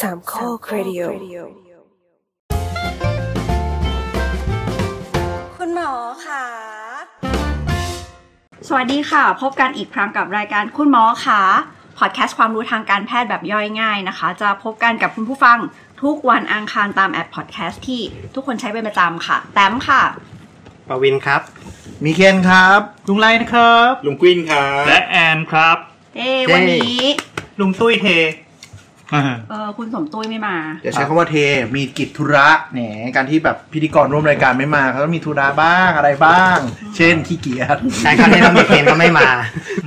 สามข้อครดิโอ คุณหมอค่ะ สวัสดีค่ะ พบกันอีกครั้งกับรายการคุณหมอค่ะพอดแคสต์ความรู้ทางการแพทย์แบบย่อยง่ายนะคะ จะพบกันกับคุณผู้ฟังทุกวันอังคารตามแอปพอดแคสต์ที่ทุกคนใช้เป็นประจำค่ะ แต้มค่ะ ปวินครับ มีเคนครับ ลุงไลนะครับ ลุงกวินครับ และแอนครับ เอ้วันนี้ ลุงตุ้ยเท เออคุณสมตุ้ยไม่มา อย่าใช้คำว่าเทมีกิจธุระแหมการที่แบบพิธีกรร่วมรายการไม่มาเขาต้องมีธุระบ้างอะไรบ้าง เช่นขี้เกียจ ใช่ครับที่น้องมีเคนก็ไม่มา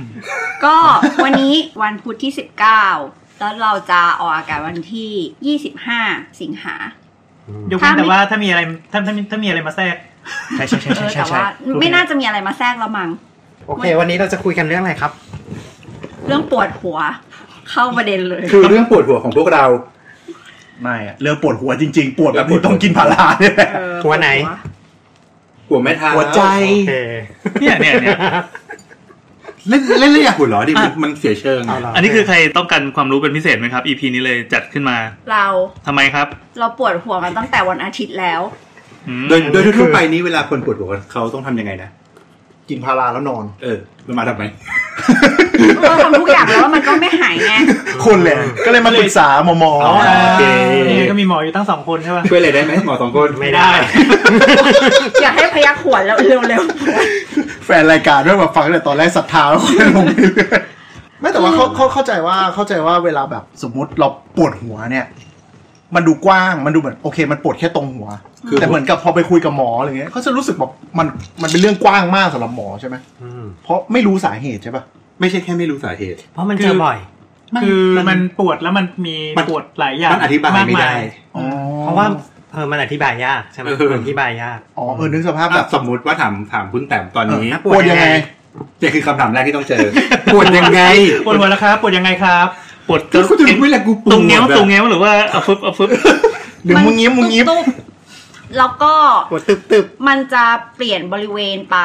ก็วันนี้วันพุธที่ 19 แล้วเราจะออกอากาศวันที่ 25 สิงหา ยกเว้น ถ้าไม่ แต่ว่าถ้ามีอะไรถ้าถ้ามีถ้ามีอะไรมาแทรก ใช่ใช่ใช่ เอ ใช่ อแต่ใช่ใช่ ว่าไม่น่าจะมีอะไรมาแทรกแล้วมั้ง โอเค วันนี้เราจะคุยกันเรื่องอะไรครับ เรื่องปวดหัว เข้าประเด็นเลย คือเรื่องปวดหัวของพวกเรา ไม่อะเรื่องปวดหัวจริง ๆ ปวดแบบนี้ต้องกินพาราเนี่ยแหละ เออ หัวไหน หัวแม่ท้า หัวใจ โอเค เนี่ยเนี่ยเนี่ย เล่นเล่นเล่นอย่าง หัวเหรอดิมันมันเสียเชิง เอาเหร อันนี้คือใครต้องการความรู้เป็นพิเศษไหมครับ EP นี้เลยจัดขึ้นมา เรา ทำไมครับ เราปวดหัวกันตั้งแต่วันอาทิตย์แล้ว อืม โดยโดยทั่วๆไปนี้เวลาคนปวดหัวเขาต้องทำยังไงนะ กินพาราแล้วนอน เออมันมาทำไม เราทำทุกอย่างแล้วมันก็ไม่หายไง คนเลยก็เลยมาปรึกษาหมอหมอ อ๋อ อ่า โเค นี่ก็มีหมออยู่ตั้งสองคนใช่ป่ะ ช่วยอะไรได้ไหมหมอสองคน ไม่ได้ อยากให้พยักขวนแล้วเร็ว แฟนรายการด้วยมาฟังแต่ตอนแรกศรัทธาแล้วคนลงไปเรื่อยไม่แต่ว่าเขาเขาเข้าใจว่าเข้าใจว่าเวลาแบบสมมติเราปวดหัวเนี่ย มันดูกว้างมันดูเหมือนโอเค มันปวดแค่ตรงหัว คือ แต่เหมือนกับพอไปคุยกับหมออะไรเงี้ยเขาจะรู้สึกแบบมันมันเป็นเรื่องกว้างมากสำหรับหมอใช่ไหม อืม เพราะไม่รู้สาเหตุใช่ปะ ไม่ใช่แค่ไม่รู้สาเหตุ เพราะมันเจอบ่อย คือมันปวดแล้วมันมี มัน ปวดหลายอย่าง มันอธิบายไม่ได้ อืม เพราะว่าเออมันอธิบายยากใช่ไหม เออ มันอธิบายยาก อ๋อเออนึกสภาพ แบ แบบ บ สมมุติว่าถามถามคุณแต้มตอนนี้ เออ ปวดยังไง เนี่ยคือคำถามแรกที่ต้องเจอ ปวดยังไง ปวดหัวแล้วครับปวดยังไงครับ ปวด คือคุณจะรู้เวลากูปวด ตรงเงี้ยว แบบ ตรงเงี้ยวหรือว่าเอาฟึบเอาฟึบ หรือมึงเงี้ยบ ๆ มึงเงี้ยบ ตุ๊บๆแล้วก็ ปวดตึบตึบ มันจะเปลี่ยนบริเวณไป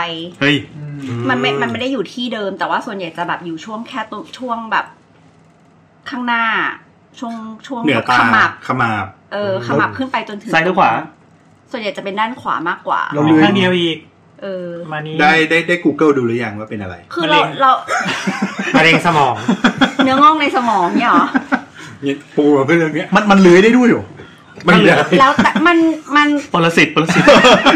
เฮ้ย มันไม่มันไม่ได้อยู่ที่เดิม แต่ว่าส่วนใหญ่จะแบบอยู่ช่วงแค่ตรงช่วงแบบ ข้างหน้า ช่วงช่วง เหนือตา ขมับ ขมับ เออขมับขึ้นไปจนถึง ซ้ายหรือขวา ส่วนใหญ่จะเป็นด้านขวามากกว่า เราเลื้อย ข้างเดียวอีก เออ ประมาณนี้ ได้ได้ได้ Google ดูหรือยังว่าเป็นอะไร คือเรา มะเร็ง เรา มะเร็งสมอง เนื้องอกในสมองเนี่ยเหรอ เนี่ยปูมาเพื่อเรื่องเนี้ย มันมันเลื้อยได้ ด้วยเหรอ ไม่ได้ แล้วแต่มันมัน ปรสิตปรสิต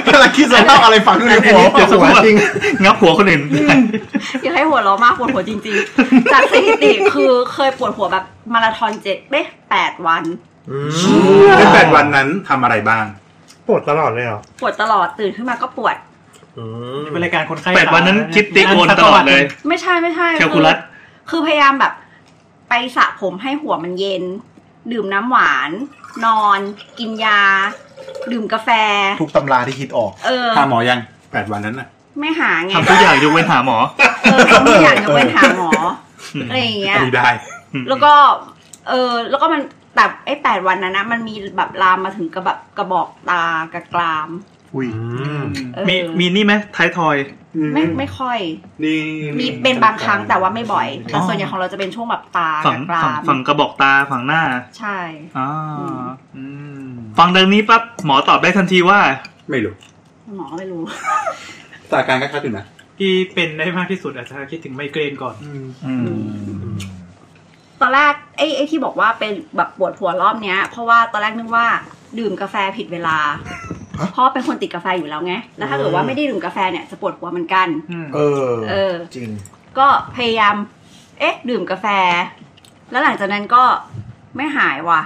กำลังคิดสภาพอะไรฝังอยู่ในหัว เดี๋ยวสัก หัว พัก จริง งับหัวคนอื่น อยากให้หัวเราะมากปวดหัวจริง ๆ จากสถิติคือเคยปวดหัวแบบมาราธอนเจ็ดเอ๊ะแปดวัน ในแปดวันนั้นทำอะไรบ้าง ปวดตลอดเลยเหรอ ปวดตลอดตื่นขึ้นมาก็ปวด อืม เป็นรายการคนไข้แปดวันนั้นคิดติโอนตลอดเลย ไม่ใช่ไม่ใช่ แคลคูลัส คือพยายามแบบ ไปสระผมให้หัวมันเย็น ดื่มน้ำหวาน นอน กินยา ดื่มกาแฟ ทุกตำราที่คิดออก เออ หาหมอยังแปดวันนั้นน่ะ ไม่หาไง ทำทุกอย่างยกเว้นหาหมอ เออทำทุกอย่างยกเว้นหาหมออะไรอย่างเงี้ย อันนี้ได้ แล้วก็ เออ แล้วก็มันแต่ไอ้แปดวันนั้นนะ มันมีแบบลามมาถึงกระแบบกระบอกตากระกราม อุ้ย อืม เออ มีมีนี่ไหมท้ายทอย ไม่ไม่ค่อย นี่ มีเป็นบางครั้งแต่ว่าไม่บ่อย แต่ส่วนใหญ่ของเราจะเป็นช่วงแบบตา ฝั่ง กับกราม ฝั่งกระบอกตาฝั่งหน้า ใช่ อ่า อืม อืมฟังดังนี้ปั๊บหมอตอบได้ทันทีว่า ไม่รู้ หมอไม่รู้ สถานการณ์ก็คัดอยู่นะ ที่เป็นได้มากที่สุดอาจจะคิดถึงไมเกรนก่อน อืม ตอนแรกไอ้ไอ้ที่บอกว่าเป็นแบบปวดหัวรอบเนี้ย เพราะว่าตอนแรกนึกว่าดื่มกาแฟผิดเวลา เพราะเป็นคนติดกาแฟอยู่แล้วไง แล้วถ้าเกิดว่าไม่ได้ดื่มกาแฟเนี่ยจะปวดหัวเหมือนกัน เออ เออ จริง ก็พยายาม เอ๊ะ ดื่มกาแฟ แล้วหลังจากนั้นก็ไม่หายว่ะ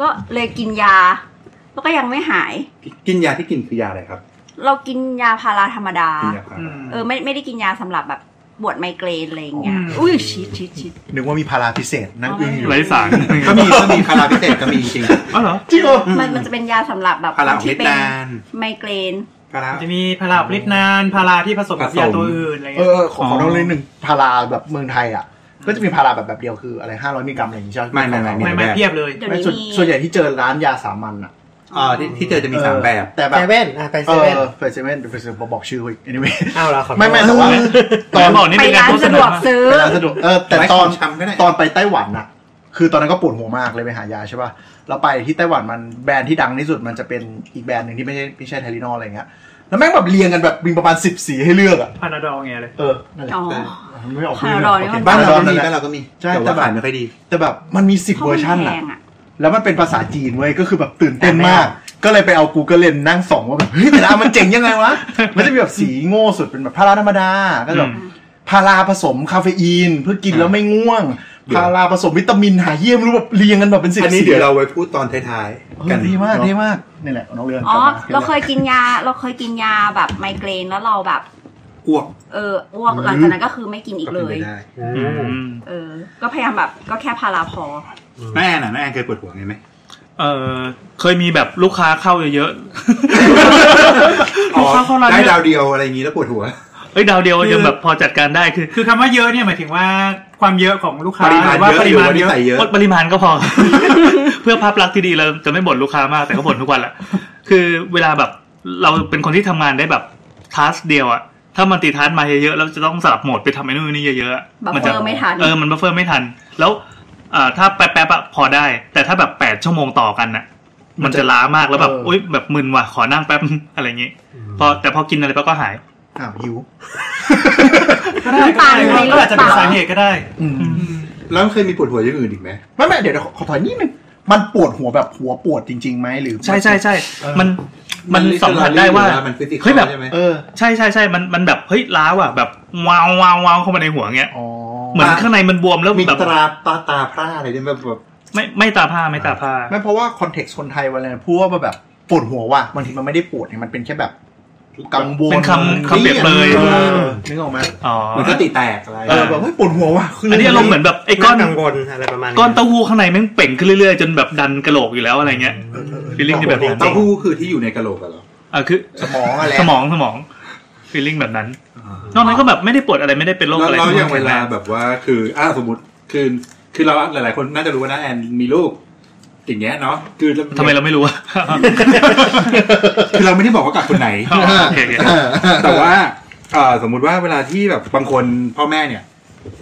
ก็เลยกินยา แล้วก็ยังไม่หาย กินยาที่กินคือยาอะไรครับ เรากินยาพาราธรรมดา กินยาพารา เออไม่ไม่ได้กินยาสำหรับแบบปวดไมเกรนอะไรอย่างเงี้ย อืม อุ้ยชิดชิดชิด นึกว่ามีพาราพิเศษนั่งอึ้งอยู่ ไรสาร ก็มีก็มีพาราพิเศษก็มีจริง อ๋อเหรอ จริงเหรอ มันมันจะเป็นยาสำหรับแบบ ๆพาราของ ที่ เวียด เป็น นาม ไมเกรน พารา จะมีพาราบลิดนานพาราที่ผสมกับ ผสม ยาตัวอื่นอะไร เอ เงี้ย อขอขอเราเลยหนึ่งพาราแบบเมืองไทยอ่ะ ก็จะมีพาราแบบแบบเดียวคืออะไรห้าร้อยมิลลิกรัมอะไรอย่างงี้ใช่ห ไม่ไม่ไม่ ไม่ไม่เพียบเลย เดี๋ยว ไม่ นี้ ส่วน มี ส่วนใหญ่ที่เจอร้านยาสามัญอ่ะ อ่าที่ที่เจอจะมีสามแบบ แต่แบ เซ บ เว่นอ่ะไป เอ เซเว่น อเฟสเซเว่นเฟสเซเว่นบอกชื่อเว้ย anyway อ้าวเหรอขอโทษ ไม่ไม่แต่ว่าตอน หมอนี่ ไป เป็นการ ร้าน โฆษ สะด ณาว กซื้อ ไปร้านสะดวกเออแต่ ไว้ ตอน ของชำก็ได้ ตอนไปไต้หวันอ่ะ คือตอนนั้นก็ปวดหัวมากเลยไปหายาใช่ป่ะแล้วไปที่ไต้หวันมันแบรนด์ที่ดังที่สุดมันจะเป็นอีกแบรนด์หนึ่งที่ไม่ใช่ไม่ใช่ไทลินอลอะไรเงี้ยแล้วแม่งแบบเรียงกันแบบมีประมาณสิบสีให้เลือกอะ พานาดอลไงเลย เออนั่นแหละ อ๋อ ไม่ออก พาราดอนนี่มัน บ้านเราก็ นั่ มี นแหละ บ้านเราก็มี ใช่ แต่ แต่ ว่า แบบ ขายไม่ค่อยดี แต่แบบมันมีสิบ เพราะ เวอ มัน ร์ชัน แพ อะ งอะ แล้วมันเป็นภาษาจีนเว้ย ก็คือแบบตื่นเต้นมาก ก็เลยไปเอา Google เลนนั่งส่องว่าแบบเฮ้ยแต่ละอันมันเจ๋งยังไงวะ มันจะมีแบบสีโง่สุดเป็นแบบพาราธรรมดา ก็แบบพาราผสมคาเฟอีน เพื่อกินแล้วไม่ง่วง เดี๋ยว พาราผสมวิตามินหาเยี่ยมรู้แบบเรียงกันแบบเป็นสิบ อันนี้เดี๋ยวเราไว้พูดตอนท้าย เอ ๆกั อนดีมาก เนอะ ดีมากนี่แหละเอาน้องเรือน อ๋อก ลับม เราเคยกินยาเราเคยกินยาแบบไมเกรนแล้วเราแบบ อ้วก เอออ้วกหลังจากนั้นก็คือไม่กินอีก ก็ เล เป็นไป ย ได้ อืม เออ ก็พยายามแบบก็แค่พาราพอ แม่แอนน่ะแม่แอนเคยปวดหัวไงไหม เออเคยมีแบบลูกค้าเข้าเยอะๆลูกค้าเข้าร้าน ได้ เย ดาว อะ เดียวอะไรอย่างนี้แล้วปวดหัว เอ้ยดาวเดียวยังแบบพอจัดการได้คือ คือคำว่าเยอะเนี่ยหมายถึงว่าความเยอะของลูกค้า ปริมาณ หอว่าปเยอะริมาณ หรื เย อ อะ ว่านิสัยเยอะ ลดปริมาณก็พอ เพื่อภาพลักษณ์ที่ดีเราจะไม่บ่นลูกค้ามากแต่ก็บ่นทุกวันแหละคือเวลาแบบเราเป็นคนที่ทำงานได้แบบทัสเดียวอะถ้ามันติทัสมาเยอะๆแล้วจะต้องสลับโหมดไปทำไอ้นู่นนี่เยอะๆอะ บัฟเฟอร์ จะ ไม่ทัน เออมันบัฟเฟอร์ไม่ทัน แล้วเอ่อถ้าแป๊บๆอะพอได้ แต่ถ้าแบบแปดชั่วโมงต่อกันน่ะ มันจะล้ามากแล้วแบบอุ้ยแบบมึนว่ะขอนั่งแป๊บ อะไรอย่างงี้พอแต่พอกินอะไรไปก็หาย อ้าวหิว ก็ได้ก็ น้ำตาลใน ได้ หรือก็เปล่าอาจจะเป็นสาเหตุก็ได้ อืม แล้วเคยมีปวดหัวอย่างอื่นอีกไหม ไม่ไม่เดี๋ยวเดี๋ยวขอถอยนิดนึงมันปวดหัวแบบหัวปวดจริงๆไหมหรือ ใช่ใช่ใช่มันมัน มัน literally สัมผัสได้ว่า อยู่แล้วมัน physical เฮ้ยแบบ ใช่ไหม เออใช่ใช่ใช่มันมันแบบเฮ้ยล้าวอ่ะแบบวาววาววาวเข้ามาในหัวเงี้ย อ๋อ เหมือนข้างในมันบวมแล้ว มี แบบ ตราตาตาพร่าอะไรด้วยไหมแบบ ไม่ไม่ตาผ้าไม่ตาผ้า ไม่เพราะว่าคอนเท็กซ์คนไทยเวลาพูดว่าแบบปวดหัวว่ะบางทีมันไม่ได้ปวดเนี่ยมันเป็นแค่แบบกังวล เป็นคำคำเปรียบเปรย ออนึกออกไหม อ๋อ เหมันก็ติแตกอะไร เออแบบเฮ้ยปวดหัวว่ะคื อันนี้อารมณ์เหมือนแบบไอ้ก้ ก้อ อน น กังวลอะไรประมาณ ก้อนเต้าหู้ข้างในแม่งเป่งขึ้นเรื่อยๆ จนแบบดันกระโหลกอยู่แล้วอะไรเงี้ยฟีลลิ่งที่แบบนั้น เต้าหู้คือที่อยู่ในกะโหลกอะเหรอ อ่ะคือ สมองอะไร สมองสมองฟีลลิ่งแบบนั้นนอกนั้นก็แบบไม่ได้ปวดอะไรไม่ได้เป็นโรค แล้ว อะไร แล้วอย่างเวลา แบ แบบ บว่าคืออ่าสมมติคือคือเราหลาย ๆ คนน่าจะรู้ว่านะแอนมีลูกอย่างเงี้ยเนาะคือแล้ว ทำไมเราไม่รู้วะ คือเราไม่ได้บอกว่ากับคนไหน อ๋อโอเคโอเค เออ แต่ว่าเอ่อสมมุติว่าเวลาที่แบบบางคนพ่อแม่เนี่ย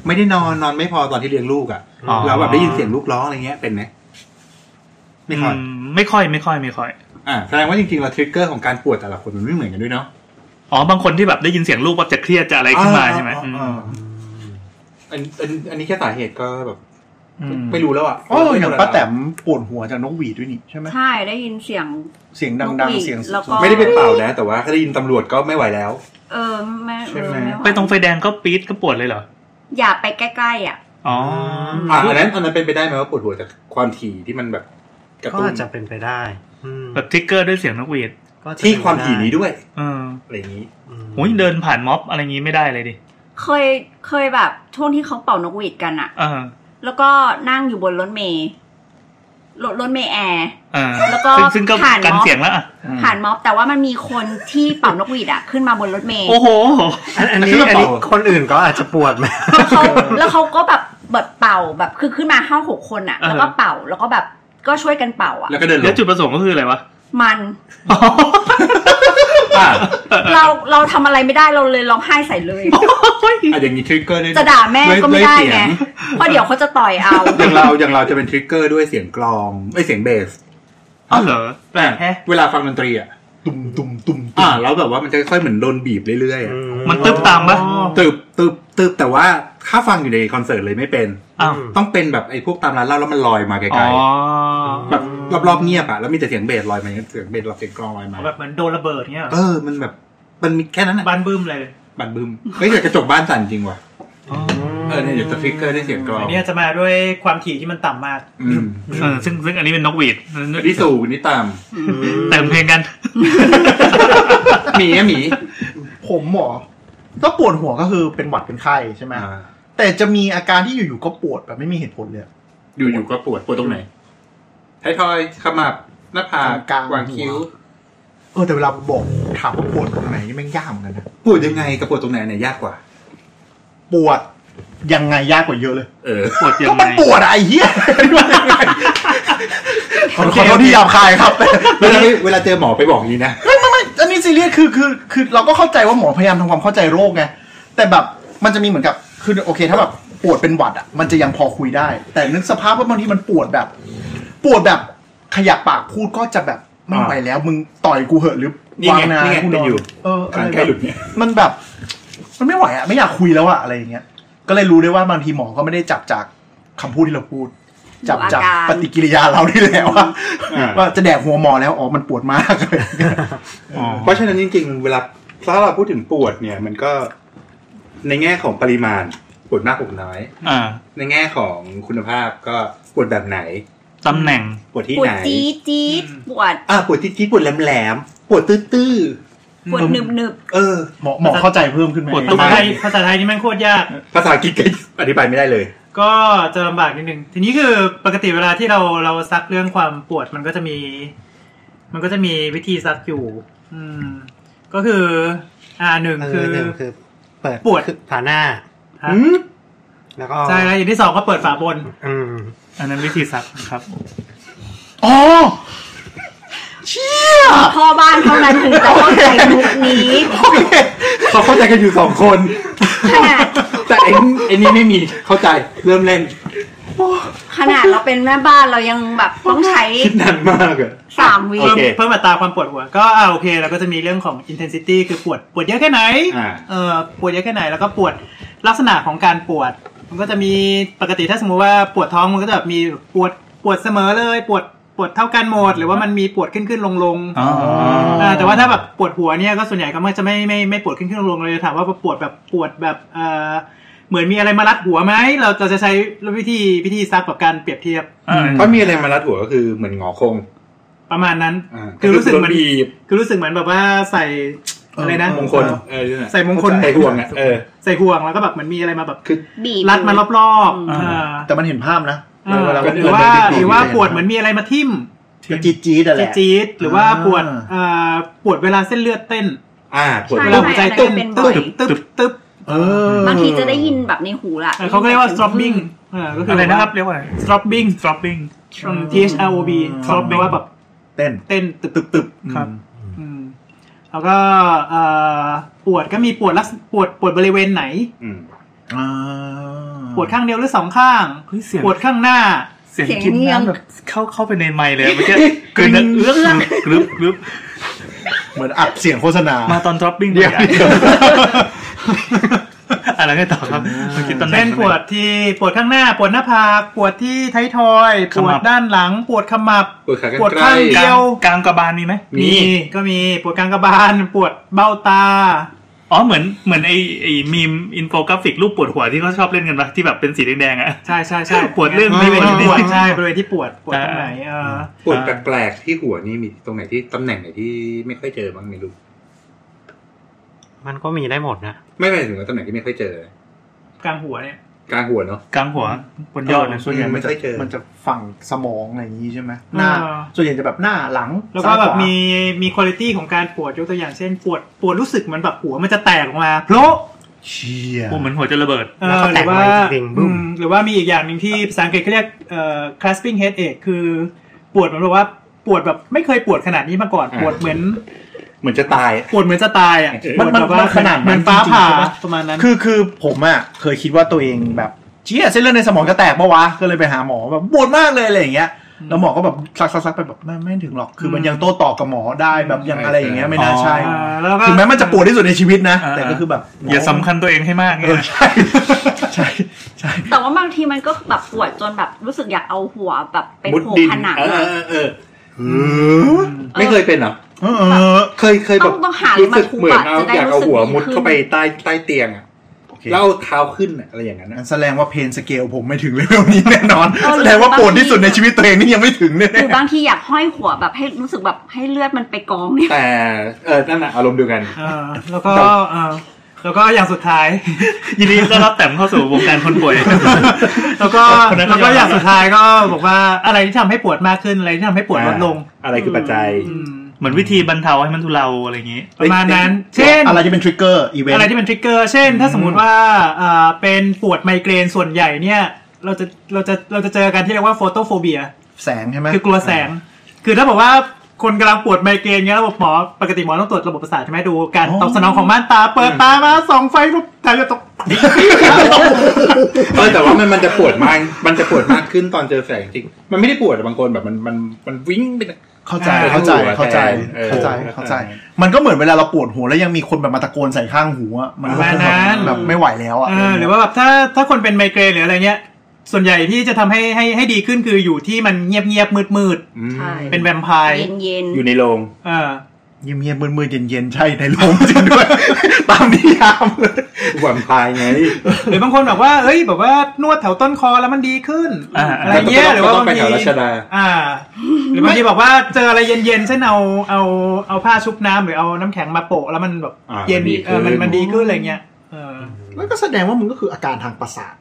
ไม่ได้นอนนอนไม่พอตอนที่เลี้ยงลูกอะ อ๋อ เราแบบได้ยินเสียงลูกร้องอะไรเงี้ยเป็นไหมไม่ค่อย อืมไม่ค่อยไม่ค่อยไม่ค่อย อ่าแสดงว่าจริงๆเราทริกเกอร์ของการปวดแต่ละคนมันไม่เหมือนกันด้วยเนาะ อ๋อ บางคนที่แบบได้ยินเสียงลูกปั๊บจะเครียดจะอะไรขึ้นมาใช่ไหม อ่า อืม อ่าอ่าอันอันอันนี้แค่สาเหตุก็แบบ อื ไม่รู้แล้วอะ อ๋ออย่างป้าแต๋มปวดหัวจากนกหวีดด้วยนี่ใช่ไหม ใช่ได้ยินเสียง เสียงดังๆเสียง แล้วก็ ไม่ได้เป็นเปล่านะ แต่ว่าถ้าได้ยินตำรวจก็ไม่ไหวแล้ว เออไม่ ใช่ เออ ไหม ไม่ไหว ไปตรงไฟแดงก็ปี๊ดก็ปวดเลยเหรอ อย่าไปใกล้ๆอ่ะ อ๋อ อ่ะอันนั้นอันนั้นเป็นไปได้ไหมว่าปวดหัวจากความถี่ที่มันแบบกระ ก็ ตุ้น อาจจะเป็นไปได้อืม แบบทริกเกอร์ด้วยเสียงนกหวีด ก็จะเป็นไปได้ ที่ความถี่นี้ด้วย เออ อะไรอย่างนี้ อืม โอ้ยเดินผ่านม็อบอะไรงี้ไม่ได้เลยดิ เคยเคยแบบช่วงที่เขาเป่านกหวีดกันอ่ะ เออ แล้วก็นั่งอยู่บนรถเมล์รถรถเมล์แอร์ เออ แล้วก็ ซึ่งซึ่งก็ ผ่านม็อบ กันเสียงแล้วอ่ะ ผ่านม็อบแต่ว่ามันมีคนที่เป่านกหวีดอ่ะขึ้นมาบนรถเมล์ โอ้โห อันอันนี้อัอันนี้นนี้ เป่า คนอื่นก็อาจจะปวดไหม แล้วเขาแล้วเขาก็แบบเบิดเป่าแบบคือขึ้นมาห้าหกคนอ่ะ เออ แล้วก็เป่าแล้วก็แบบก็ช่วยกันเป่าอ่ะ แล้วก็เดินล แล้ว ง จุดประสงค์ก็คืออะไรวะ มัน อ๋อ ป่า เราเราทำอะไรไม่ได้เราเลยร้องไห้ใส่เลย อ่ะอย่างนี้ทริกเกอร์ด้วย จะด่าแม่ก็ไม่ได้ วยเสี ไง ย เพราะเดี๋ยวเขาจะต่อยเอา อย่างเราอย่างเราจะเป็นทริกเกอร์ด้วยเสียงกลองไม่เสียงเบส อ๋อเหรอแปลกแฮะ เวลาฟังดนตรีอ่ะ ตุ่มตุ่มตุ่ม อ่าแล้วแบบว่ามันจะค่อยเหมือนโดนบีบเรื่อยๆอะ มันตึ๊บตามปะ ตึบตึบตึบแต่ว่าถ้าฟังอยู่ในคอนเสิร์ตเลยไม่เป็น อ้าว อืม ต้องเป็นแบบไอ้พวกตามร้านเหล้าแล้วมันลอยมาไก อ๋ ล อ ๆ แบบรอบๆเงียบอะแล้วมีแต่เสียงเบสลอยมาอย่างเงี้ยเสียงเบสลอยเสียงกลองลอยมา แบบเหมือนโดนระเบิดเนี่ย เออมันแบบมันมีแค่นั้นอะ บ้านบึ้มเลย บันบึมเฮ้ยแต่กระจกบ้านสั่นจริงว่ะ อ๋อ เออเนี่ยเดี๋ยวจะฟิกเกอร์ได้เสียงกลอง อันเนี้ยจะมาด้วยความถี่ที่มันต่ำมาก อืม เออซึ่งซึ่งอันนี้เป็นนกหวีด นี่สูงนี่ต่ แต่งเพลงกัน ำหมีอะหมี ผมหมอถ้าปวดหัวก็คือเป็นหวัดเป็นไข้ใช่ไหม อ่า แต่จะมีอาการที่อยู่ๆก็ปวดแบบไม่มีเหตุผลเลย อยู่ๆก็ปวดปวดตรงไหนไทยทอยขมับหน้าผาก กลางๆ วางคิ้ว เออแต่เวลาบอกถามว่าปวดตรงไหนนี่แม่งยากเหมือนกันนะ ปวดยังไงกับปวดตรงไหนเนี่ยยากกว่า ปวดยังไงยากกว่าเยอะเลย เออ ปวดยั ก็ ง มัน ไง ปวดอะไอ้เหี้ยขอขอโทษที่หยาบคายครับ เวลาเวลาเจอหมอไปบอกอย่างนี้นะ ไม่ไม่ไม่อันนี้ซีเรียสคือคือคือเราก็เข้าใจว่าหมอพยายามทำความเข้าใจโรคไงแต่แบบมันจะมีเหมือนกับคือโอเคถ้าแบบป ปวดเป็นหวัดอ่ะมันจะยังพอคุยได้ แต่นึกสภาพว่าบางทีมันปวดแบบ ปวดแบบขยับปากพูดก็จะแบบไม่ไหวแล้วมึงต่อยกูเหอะหรือ นี่ไง วางนา นี่ไง กู เป็นอยู่ เอออะ การ ไร แค่ห แบ ลุ บ ดเนี่ย มันแบบ มันไม่ไหวอ่ะไม่อยากคุยแล้วอ่ะอะไรอย่างเงี้ยก็เลยรู้ได้ว่าบางทีหมอก็ไม่ได้จับจากคำพูดที่เราพูด จับ ดูอา จาก การ ปฏิกิริยาเราที่แหล้วา อ่า ว่าจะแดกหัวหมอแล้วอ๋อมันปวดมาก เพราะฉะนั้นจริงๆ เวลาถ้าเราพูดถึงปวดเนี่ย มันก็ในแง่ของปริมาณปวดมากปวดน้อย อ่า ในแง่ของคุณภาพก็ปวดแบบไหน ตำแหน่ง ปวดที่ ปว ไห ด น จี๊ดจี๊ดปวด อ่าปวดจี๊ดๆปวดแหลมๆปวดตื้อ ปวดหนึบหนึบ ๆเออ หมอหมอเข้าใจเพิ่มขึ้นไหม ปวด ภาษาไทยภาษาไทยนี่แม่งโคตรยาก ภาษาอังกฤษก็อธิบายไม่ได้เลย ก็จะลำบากนิดนึง ทีนี้คือปกติเวลาที่เราเราซักเรื่องความปวดมันก็จะมี มันก็จะมีวิธีซักอยู่ อืม ก็คือ อ่าหนึ่ง เอ คือ อหนึ่งคือ เปิด ปวด ผ่าหน้า ฮะ แล้วก็ ใช่แล้วอย่างที่สองก็เปิดฝาบน อืม อันนั้นวิธีซักครับ อ๋อเชี่ย ๆพ่อบ้านเท่านั้นถึงจะเข้าใจมุกนี้ โอเค เขาเข้าใจกันอยู่สองคน ขนาด แต่ไอ้นี่ไอ้นี่ไม่มีเข้าใจเริ่มเล่น ขนาดเราเป็นแม่บ้านเรายังแบบต้องใช้ คิดนานมากอะ สามวิ โอ เพิ่ม เค เพิ่มอัตราความปวดหัว ก็อ่าโอเคแล้วก็จะมีเรื่องของ intensity คือปวดปวดเยอะแค่ไหน อ่า เออปวดเยอะแค่ไหนแล้วก็ปวดลักษณะของการปวด มันก็จะมีปกติถ้าสมมติว่าปวดท้องมันก็จะแบบมีปวดปวดเสมอเลย ปวดปวดเท่ากันหมด หรือว่ามันมีปวดขึ้นขึ้นลงลงๆ อ๋อ อ่าแต่ว่าถ้าแบบปวดหัวเนี่ยก็ส่วนใหญ่ก็มักจะไม่ไม่ไม่ปวดขึ้นขึ้นลงๆเลยถามว่าปวดแบบปวดแบบเอ่อเหมือนมีอะไรมารัดหัวไหมเราเราจะใช้วิธีวิธีซักกับการเปรียบเทียบ อ่า เพราะมีอะไรมารัดหัวก็คือเหมือนหงอคง ประมาณนั้น า คือรู้สึกเหมือน โดบีบ คือรู้สึกเหมือนแบบว่าใส่อะไรนะ มงคลเออ ใส่มงคล ใส่ห่วงอ่ะเออ ใส่ห่วงแล้วก็แบบเหมันมีอะไรมาแบบ บีบ รัดมารอบๆ อ่า อ่า แต่มันเห็นภาพนะ อ่า เวลา ก็ หรือว่าหรือว่าปวดเหมือนมีอะไรมาทิ่ม จีดจีดๆอะแหละ จี๊ดๆหรือว่าปวด อ่า เอ่อปวดเวลาเส้นเลือดเต้น อ่าปวด ใช่ เวลาหัวใจเต้น อันนั้นก็ ตึ๊บ เป็นบ่อย ตึ๊บตึ๊บ เออบ างทีจะได้ยินแบบในหูละ เออเขาก็เรียกว่า stropping อ่าก็คือ อะ อะไร ไร นะ นะ ค ค รั รั บบ เรียกว่าอะไร stropping dropping T H R O B strop แปลว่าแบบ เต้น เต้นตึบ ตึบตึบๆ ครับ อืมแล้วก็เอ่อปวดก็มีปวดลักษปวดปวดบริเวณไหน อืม อ่า ปวดข้างเดียวหรือสองข้าง เฮ้ยเสียง ปวดข้างหน้า เสียงกินน้ำแบบเข้าเข้าไปในไมค์เลยอะเมื่อกี้กลืนเอื้อกกรึบกรึบ เหมือนอัดเสียงโฆษณา มาตอน dropping เดี๋ยว ใหญ่อะไรกันต่อครับเมื่อกี้ตอนไหน เช่นปวดที่ปวดข้างหน้า ปวดหน้าผากปวดที่ท้ายทอย ข ป มั ว บ ดด้านหลัง ปวดขมับ ปวดขากรรไกร ปวดข้าง ก เดี ลาย ง ว กลางกระบาลมีไหม มี มีก็มีปวดกลางกระบาล ปวดเบ้าตา อ๋อเหมือนเหมือนไอไอมีมอินโฟกราฟิกรูปปวดหัวที่เขาชอบเล่นกันปะที่แบบเป็นสีแดงๆอ่ะ ใช่ใช่ใช่ ปวดเรื่อง บริเวณที่ปวด อ๋อ ใช่บริเวณที่ปวดปวดตรงไหนเออ ปวดแปลกๆที่หัวนี่มีตรงไหนที่ตำแหน่งไหนที่ไม่ค่อยเจอบ้างไม่รู้ มันก็มีได้หมดนะ ไม่หมายถึงว่าตำแหน่งที่ไม่ค่อยเจอก ลางหัวเนี่ย กลางหัวเนาะ กลางหัวบนยอดนะ ส่วนใหญ่มันจะ ไม่ค่อยเจอ มันจะฝั่งสมองอะไรอย่างนี้ใช่ไหมหน้า เออ ส่วนใหญ่จะแบบหน้าหลัง แล้วก็ซ้าแบบยขวา มีมีคุณ i t y ของการปวดยกตัวอย่างเช่น ปวดปวดรู้สึกเหมันแบบหัวมันจะแตกออกมาโผล่ เชีย โอ้เหมือนหัวจะระเบิด เอ แล้ว อ ก็ ห แต รื ก อว่า มาจริงๆบึ้ม อืมหรือว่ามีอีกอย่างหนึ่งที่ภาษาอังกฤษเขาเรียกเอ่อ clasping headache คือปวดเหมือนแบบว่าปวดแบบไม่เคยปวดขนาดนี้มาก่อน ปวดเหมือน เหมือนจะตาย ปวดเหมือนจะตายอ่ะ มันมัน ปวแบบ มั ว่ นขนาด เหมือนฟ้า จริงๆ ผ่า ใช่ปะ ประมาณนั้น คือคือผมอ่ะเคยคิดว่าตัวเองแบบเชี่ยเส้นเลือดในสมองจะแตกปะวะก็เลยไปหาหมอแบบปวดมากเลยอะไรอย่างเงี้ยแล้วหมอก็แบบซักซักซักไปแบบไม่ไม่ถึงหรอกคือมันยังโต้ตอบกับหมอได้แบบยังอะไรอย่างเงี้ยไม่น่าใช่ อ่าแล้วก็ ถึงแม้มันจะปวดที่สุดในชีวิตนะ อ่า แต่ก็คือแบบหม อย่าสำคัญตัวเองให้มาก เอ เนี่ย อใช่ใช่ใช่ แต่ว่าบางทีมันก็แบบปวดจนแบบรู้สึกอยากเอาหัวแบบไป มุด โผล่ ดิน ผนัง เออ อะ เออเออเออไม่เคยเป็นเหรอ เออเออ เคยเคย ต้ แบ อบ งต้องหาอะไร รู้ มา สึก ทุบ เหมือน อะ เอา จะได้ อยาก รู้ เอา สึก หัว ดี มุดเข้าไป ขึ้น ใต้ใต้เตียงอะ โอเค แล้วเอาเท้าขึ้นอะอะไรอย่างนั้นนะ งั้นแสดงว่าเพนสเกลผมไม่ถึงเลเวลนี้แน่นอน เออ แสดงว่าปวดที่สุดในชีวิตตัวเองนี่ยังไม่ถึงเนี่ย หรือบางทีอยากห้อยหัวแบบให้รู้สึกแบบให้เลือดมันไปกองเนี่ย แต่เออนั่นน่ะอารมณ์เดียวกัน เออแล้วก็เออแล้วก็อย่างสุดท้าย ยินดีต้อนรับแต้มเข้าสู่วงการคนป่วย แล้วก็ คนนั้นก็ แล้วก็ ยอม อย่างสุดท้ายก็บอกว่าอะไรที่ทำให้ปวดมากขึ้นอะไรที่ทำให้ปวดลดลง อะไรคือปัจจัย อืม เหมือนวิธีบรรเทาให้มันทุเลาอะไรอย่างงี้ ประมาณนั้น เช่น อะไรที่เป็นทริกเกอร์อีเวน อะไร ต์ ที่เป็นทริกเกอร์เช่น ถ้าสมมุติว่าเอ่อเป็นปวดไมเกรนส่วนใหญ่เนี่ย เราจะเราจะเราจะเจอกันที่เรียกว่าโฟโตโฟเบีย แสงใช่ไหม คือกลัวแสง คือถ้าบอกว่าคนกำลังปวดไมเกรนเงี้ยระบบหมอปกติหมอต้องตรวจระบบประสาทใช่ไหมดูการตอบสนองของม่านตา เปิดตามาส่องไฟปุ๊บตาจะตก เออแต่ว่ามันมันจะปวดมาก มันจะปวดมากขึ้นตอนเจอแสงจริง มันไม่ได้ปวดแต่บางคนแบบมันมันมันวิ่งไป เข้าใจ อ่า เข้าใจเข้าใจ เออ เข้าใจ เออ เข้าใจ มันก็เหมือนเวลาเราปวดหัวแล้วยังมีคนแบบมาตะโกนใส่ข้างหูอะมันก็ ประมาณนั้น แบบไม่ไหวแล้วอะ เออหรือว่าแบบถ้าถ้าคนเป็นไมเกรนหรืออะไรเงี้ย ส่วนใหญ่ที่จะทำให้ให้ให้ดีขึ้นคืออยู่ที่มันเงียบเงียบมืดมืด อืม ใช่ ๆเป็นแวมไพร์ เย็นเย็น อยู่ในโรง เออ เงียบเงียบมืดมืดเย็นเย็นๆใช่ในโรงจริงด้วย ตามนิยามเลย แวมไพายไง หรือบางคนบอกว่าเอ้ยแบบว่านวดแถวต้นคอแล้วมันดีขึ้น อ่า อะไรเงี้ยหรือก็ต้อบว่าาง ง ไป ที แถวรัชดา อ่า หรือบางทีบอกว่าเจออะไรเย็นๆเช่นเอาเอาเอาผ้าชุบน้ำหรือเอาน้ำแข็งมาโปะแล้วมันแบบ อ่า เย็น มันดี เออมัน ขึ้น มันดีขึ้นอะไรเงี้ยเออ แล้วก็แสดงว่ามันก็คืออาการทางประสาท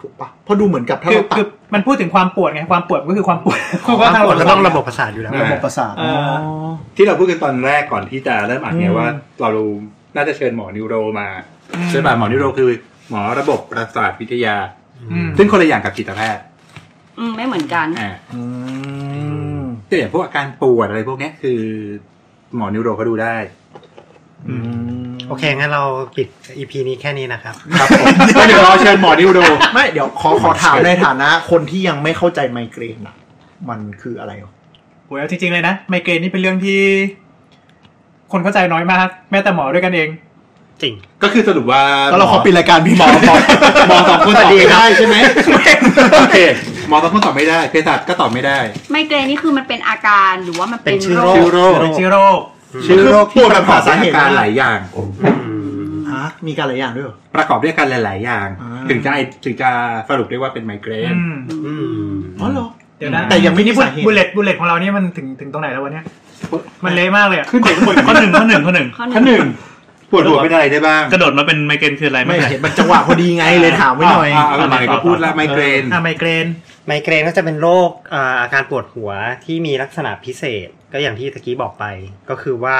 ถูกปะเพราะดูเหมือนกับถ้า คือ เราตัด คือมันพูดถึงความปวดไงความปวดก็คือความปวดเพราะ ก็ ว่าทาง ปวดก็ต้องระบบ ประสาทอยู่แล้ว ระบบประสาท เออ อ๋อ ที่เราพูดกันตอนแรกก่อนที่จะเริ่มอ่านไง อืม ว่า เราน่าจะเชิญหมอนิวโรมาใช่ป่ะหมอนิวโรคือ หมอระบบประสาทวิทยา อืม ซึ่งคนละอย่างกับจิตแพทย์ ๆอืมไม่เหมือนกัน อ่า อืม ก็อย่างพวกอาการปวดอะไรพวกเนี้ยคือ หมอนิวโรเขาดูได้ อืม โอเค งั้นเราปิด EP นี้แค่นี้นะครับ ครับผมเดี๋ยวรอเชิญหมอนิวโร ไม่เดี๋ยวขอขอถามในฐานะ คนที่ยังไม่เข้าใจไมเกรนอะมันคืออะไรวะ โหเอาจริงๆเลยนะ ไมเกรนนี่เป็นเรื่องที่ คนเข้าใจน้อยมาก แม้แต่หมอด้วยกันเอง จริง ก็คือสรุปว่า ก็เราขอปิดรายการพี่ หมอหมอหมอสองคนตอบไม่ได้ใช่ไหมโอเคหมอสองคนตอบไม่ได้เภสัชก็ตอบไม่ได้ ไมเกรนนี่คือมันเป็นอาการหรือว่ามันเป็น เป็นชื่อ โร โรคคชื่อโรค เป็นเชื้อโรค ชื่อโรคที่ประกอบด้วยอาการหลายอย่าง ฮะมีการหลายอย่างด้วยเหรอ ประกอบด้วยอาการหลาย ๆ อย่าง อ่า ถึงจะถึงจะสรุปได้ว่าเป็นไมเกรน อืม อ๋อเหรอ เดี๋ยวนะ แต่ยังไม่ได้ นี่บุล สาเหตุ บุลเลตบุลเลตของเราเนี่ยมันถึงถึงตรงไหนแล้ววะเนี่ยมันเละมากเลยอะ ขึ้นไปข้างบน ข้อหนึ่งข้อหนึ่งข้อหนึ่ง ข้อ ขั้น ห ห นึ่ง นึ่งปวดหัวเป็นอะไรได้บ้าง กระโดดมาเป็นไมเกรนคืออะไร ไม่ ไม่เป็นไร เห็นมันจังหวะพอดีไงเลยถามไว้หน่อย ะะเาไหนก็พูดละไมเกรน อ่าไมเกรน ไมเกรนก็จะเป็นโรคอ่าอาการปวดหัวที่มีลักษณะพิเศษ ก็อย่างที่ตะกี้บอกไป ก็คือว่า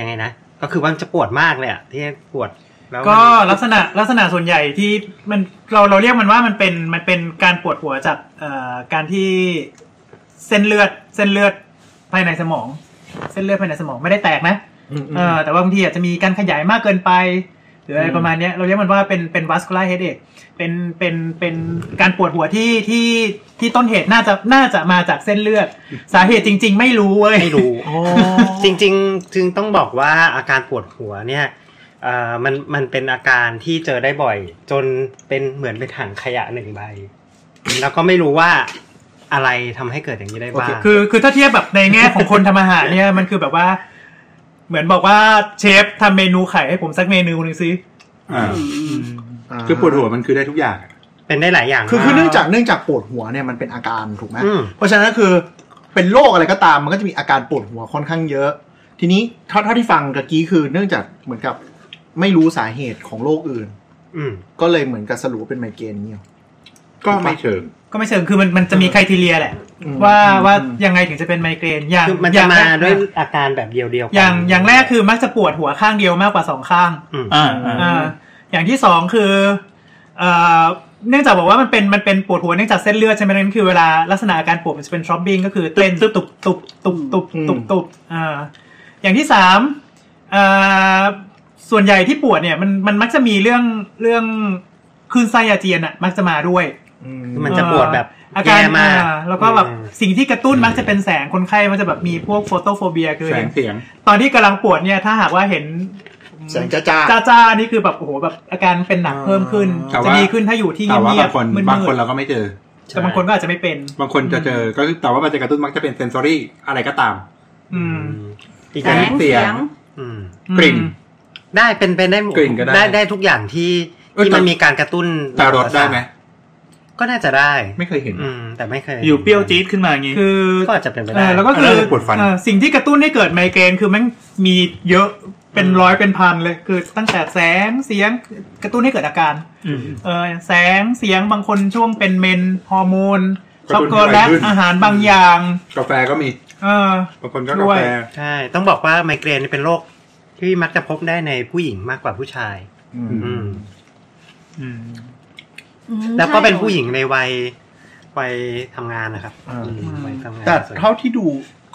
ยังไงนะ ก็คือว่ามันจะปวดมากเลยอะที่ปวดแล้วมัน ก็ลักษณะลักษณะส่วนใหญ่ที่มันเราเราเรียกมันว่ามันเป็นมันเป็นการปวดหัวจากเอ่อการที่เส้นเลือดเส้นเลือดภายในสมอง เส้นเลือดภายในสมองไม่ได้แตกนะ อืมอืม เออแต่ว่าบางทีอาจจะมีการขยายมากเกินไป หรืออะไรประมาณเนี้ยเราเรียกมันว่าเป็นเป็น vascular headache เป็นเป็นเป็นการปวดหัวที่ที่ที่ต้นเหตุน่าจะน่าจะมาจากเส้นเลือด สาเหตุจริง ๆ ไม่รู้เว้ย ไม่รู้ จริงๆ จึงต้องบอกว่าอาการปวดหัวเนี่ยเอ่อมันมันเป็นอาการที่เจอได้บ่อย จนเป็นเหมือนเป็นถังขยะหนึ่งใบ แล้วก็ไม่รู้ว่าอะไรทำให้เกิดอย่างนี้ได้บ้าง คือคือถ้าเทียบแบบในแง่ของคนทำอาหารเนี่ยมันคือแบบว่า เหมือนบอกว่าเชฟทำเมนูไข่ให้ผมสักเมนูหนึ่งซิ อ่า อ่า คือปวดหัวมันคือได้ทุกอย่าง เป็นได้หลายอย่าง คือ มาก คือเนื่องจากเนื่องจากปวดหัวเนี่ยมันเป็นอาการถูกไหม อืม เพราะฉะนั้นคือเป็นโรคอะไรก็ตามมันก็จะมีอาการปวดหัวค่อนข้างเยอะ ทีนี้เท่าเท่าที่ฟังตะกี้คือเนื่องจากเหมือนกับไม่รู้สาเหตุของโรคอื่น อืม ก็เลยเหมือนกับสรุปว่าเป็นไมเกรนเนี่ย ก็ไม่เชิง ก็ไม่เชิงคือมันมันจะมีไครทีเรียแหละ อืม ว่า อืม ว่า อืม ยังไงถึงจะเป็นไมเกรนอย่าง คือมัน อ จะ ย่ง มา แรก ด้วยอาการแบบเดียวๆกัน อย่างอย่างแรกคือมักจะปวดหัวข้างเดียวมากกว่าสองข้าง ม อ่าอ่า อ่าอย่างที่สองคือเอ่อเนื่องจากบอกว่ามันเป็นมันเป็นปวดหัวเนื่องจากเส้นเลือดใช่ไหมนั่นคือเวลาลักษณะอาการปวดมันจะเป็นทรอปบิ้งก็คือเต้นตุบตุบตุบตุบตุบตุบตุบอ่า อย่างที่สามเอ่อส่วนใหญ่ที่ปวดเนี่ยมันมันมักจะมีเรื่องเรื่องคลื่นไส้อาเจียนอะมักจะมาด้วย คือมันจะปวดแบบ เอ่ออาการ แย่มาก อ่แล้วก็แบบ อืม สิ่งที่กระตุ้นมักจะเป็นแสงคนไข้มันจะแบบมีพวกโฟโตโฟเบียคือ แสงเสียง ตอนที่กำลังปวดเนี่ยถ้าหากว่าเห็น แสงจ้าจ้า จ้าจ้านี่คือแบบโอ้โหแบบอาการเป็นหนักเพิ่มขึ้น แต่ว่า จะดีขึ้นถ้าอยู่ที่ แต่ว่า เงียบบางคน ๆมืด บางคน ๆ เราก็ไม่เจอ แต่บางคนก็อาจจะไม่เป็น บางคนจะเจอ ก็คือแต่ว่ามันจะกระตุ้นมักจะเป็นเซนซอรี่อะไรก็ตาม อืม อีก แส อัน งเสียง อืม กลิ่น ได้เป็นเป็นได้หมด กลิ่นก็ได้ ได้ได้ทุกอย่างที่ เอ้ย ที่ แต่ มันมีการกระตุ้น แต่รสได้ไหม ก็น่าจะได้ ไม่เคยเห็น อืม แต่ไม่เคย อยู่เปรี้ยวจี๊ดขึ้นมาอย่างงี้ คือ ก็อาจจะเป็นไป เอ ได้ อแล้วก็คือ เออปวดฟัน เออสิ่งที่กระตุ้นให้เกิดไมเกรนคือมันมีเยอะเป็นร้อยเป็นพันเลยคือตั้งแต่แสงเสียงกระตุ้นให้เกิดอาการ อืม เออแสงเสียงบางคนช่วงเป็นเมนฮอร์โมน กระ ช็อก ตุ้น โกแลต ให้ขึ้น อาหารบางอย่าง กาแฟก็มี เออ บางคนก็กา ด้วย แฟ ใช่ต้องบอกว่าไมเกรนนี่เป็นโรคที่มักจะพบได้ในผู้หญิงมากกว่าผู้ชาย อืม อืม แล้วก็เป็นผู้หญิงในวัยวัยทำงานนะครับ อ่า อืมวัยทำงาน แต่ ส่วนใหญ่ เท่าที่ดู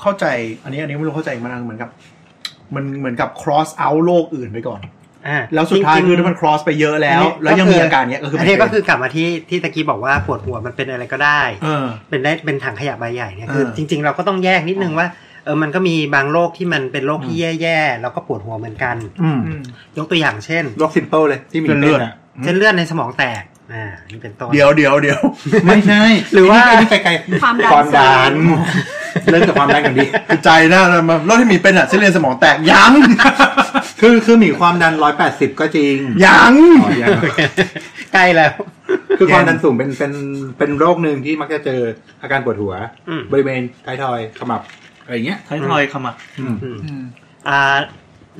เข้าใจ อันนี้อันนี้ไม่รู้เข้าใจมานานเหมือนกับ มันเหมือนกับ cross out โลกอื่นไปก่อน อ่า แล้วสุดท้าย จริงๆ คือถ้ามัน cross ไปเยอะแล้ว นนี้ แล้วยังมีอาการเนี้ยก็คือ อั ไม่ น เป็ นี้ น ก็คือกลับมาที่ที่ตะกี้บอกว่าปวดหัวมันเป็นอะไรก็ได้ เออ เป็นได้เป็นถังขยะใบใหญ่เนี่ยคือ เออ จริง ๆ เราก็ต้องแยกนิดนึงว่าเออมันก็มีบางโรคที่มันเป็นโรคที่แย่ๆแล้วก็ปวดหัวเหมือนกัน อืม อืม ยกตัวอย่างเช่น โรคซิมเปิลเลย ที่มี เส้นเลือด ป็ะ อะ เส้นเลือดในสมองแตกอ่านี่เป็นต้น เดี๋ยวเดี๋ยวเดี๋ยว ไม่ใช่ หรือว่า นนี้ไกล ความดั ๆ น ความดันเริ่มจากความดันกันดี ใจหน้ามันรถที่มีเป็นอ่ะเส้นเลือดสมองแตกยัง คือคือมีความดันร้อยแปดสิบก็จริง ยัง อ๋อยัง ใกล้แล้ว คือความดันสูงเป็นเป็นเป็นโรคหนึ่งที่มักจะเจออาการปวดหัว อืม บริเวณท้ายทอยขมับอะไรอย่างเงี้ย ไทรอยด์ขมับ อืมอ่า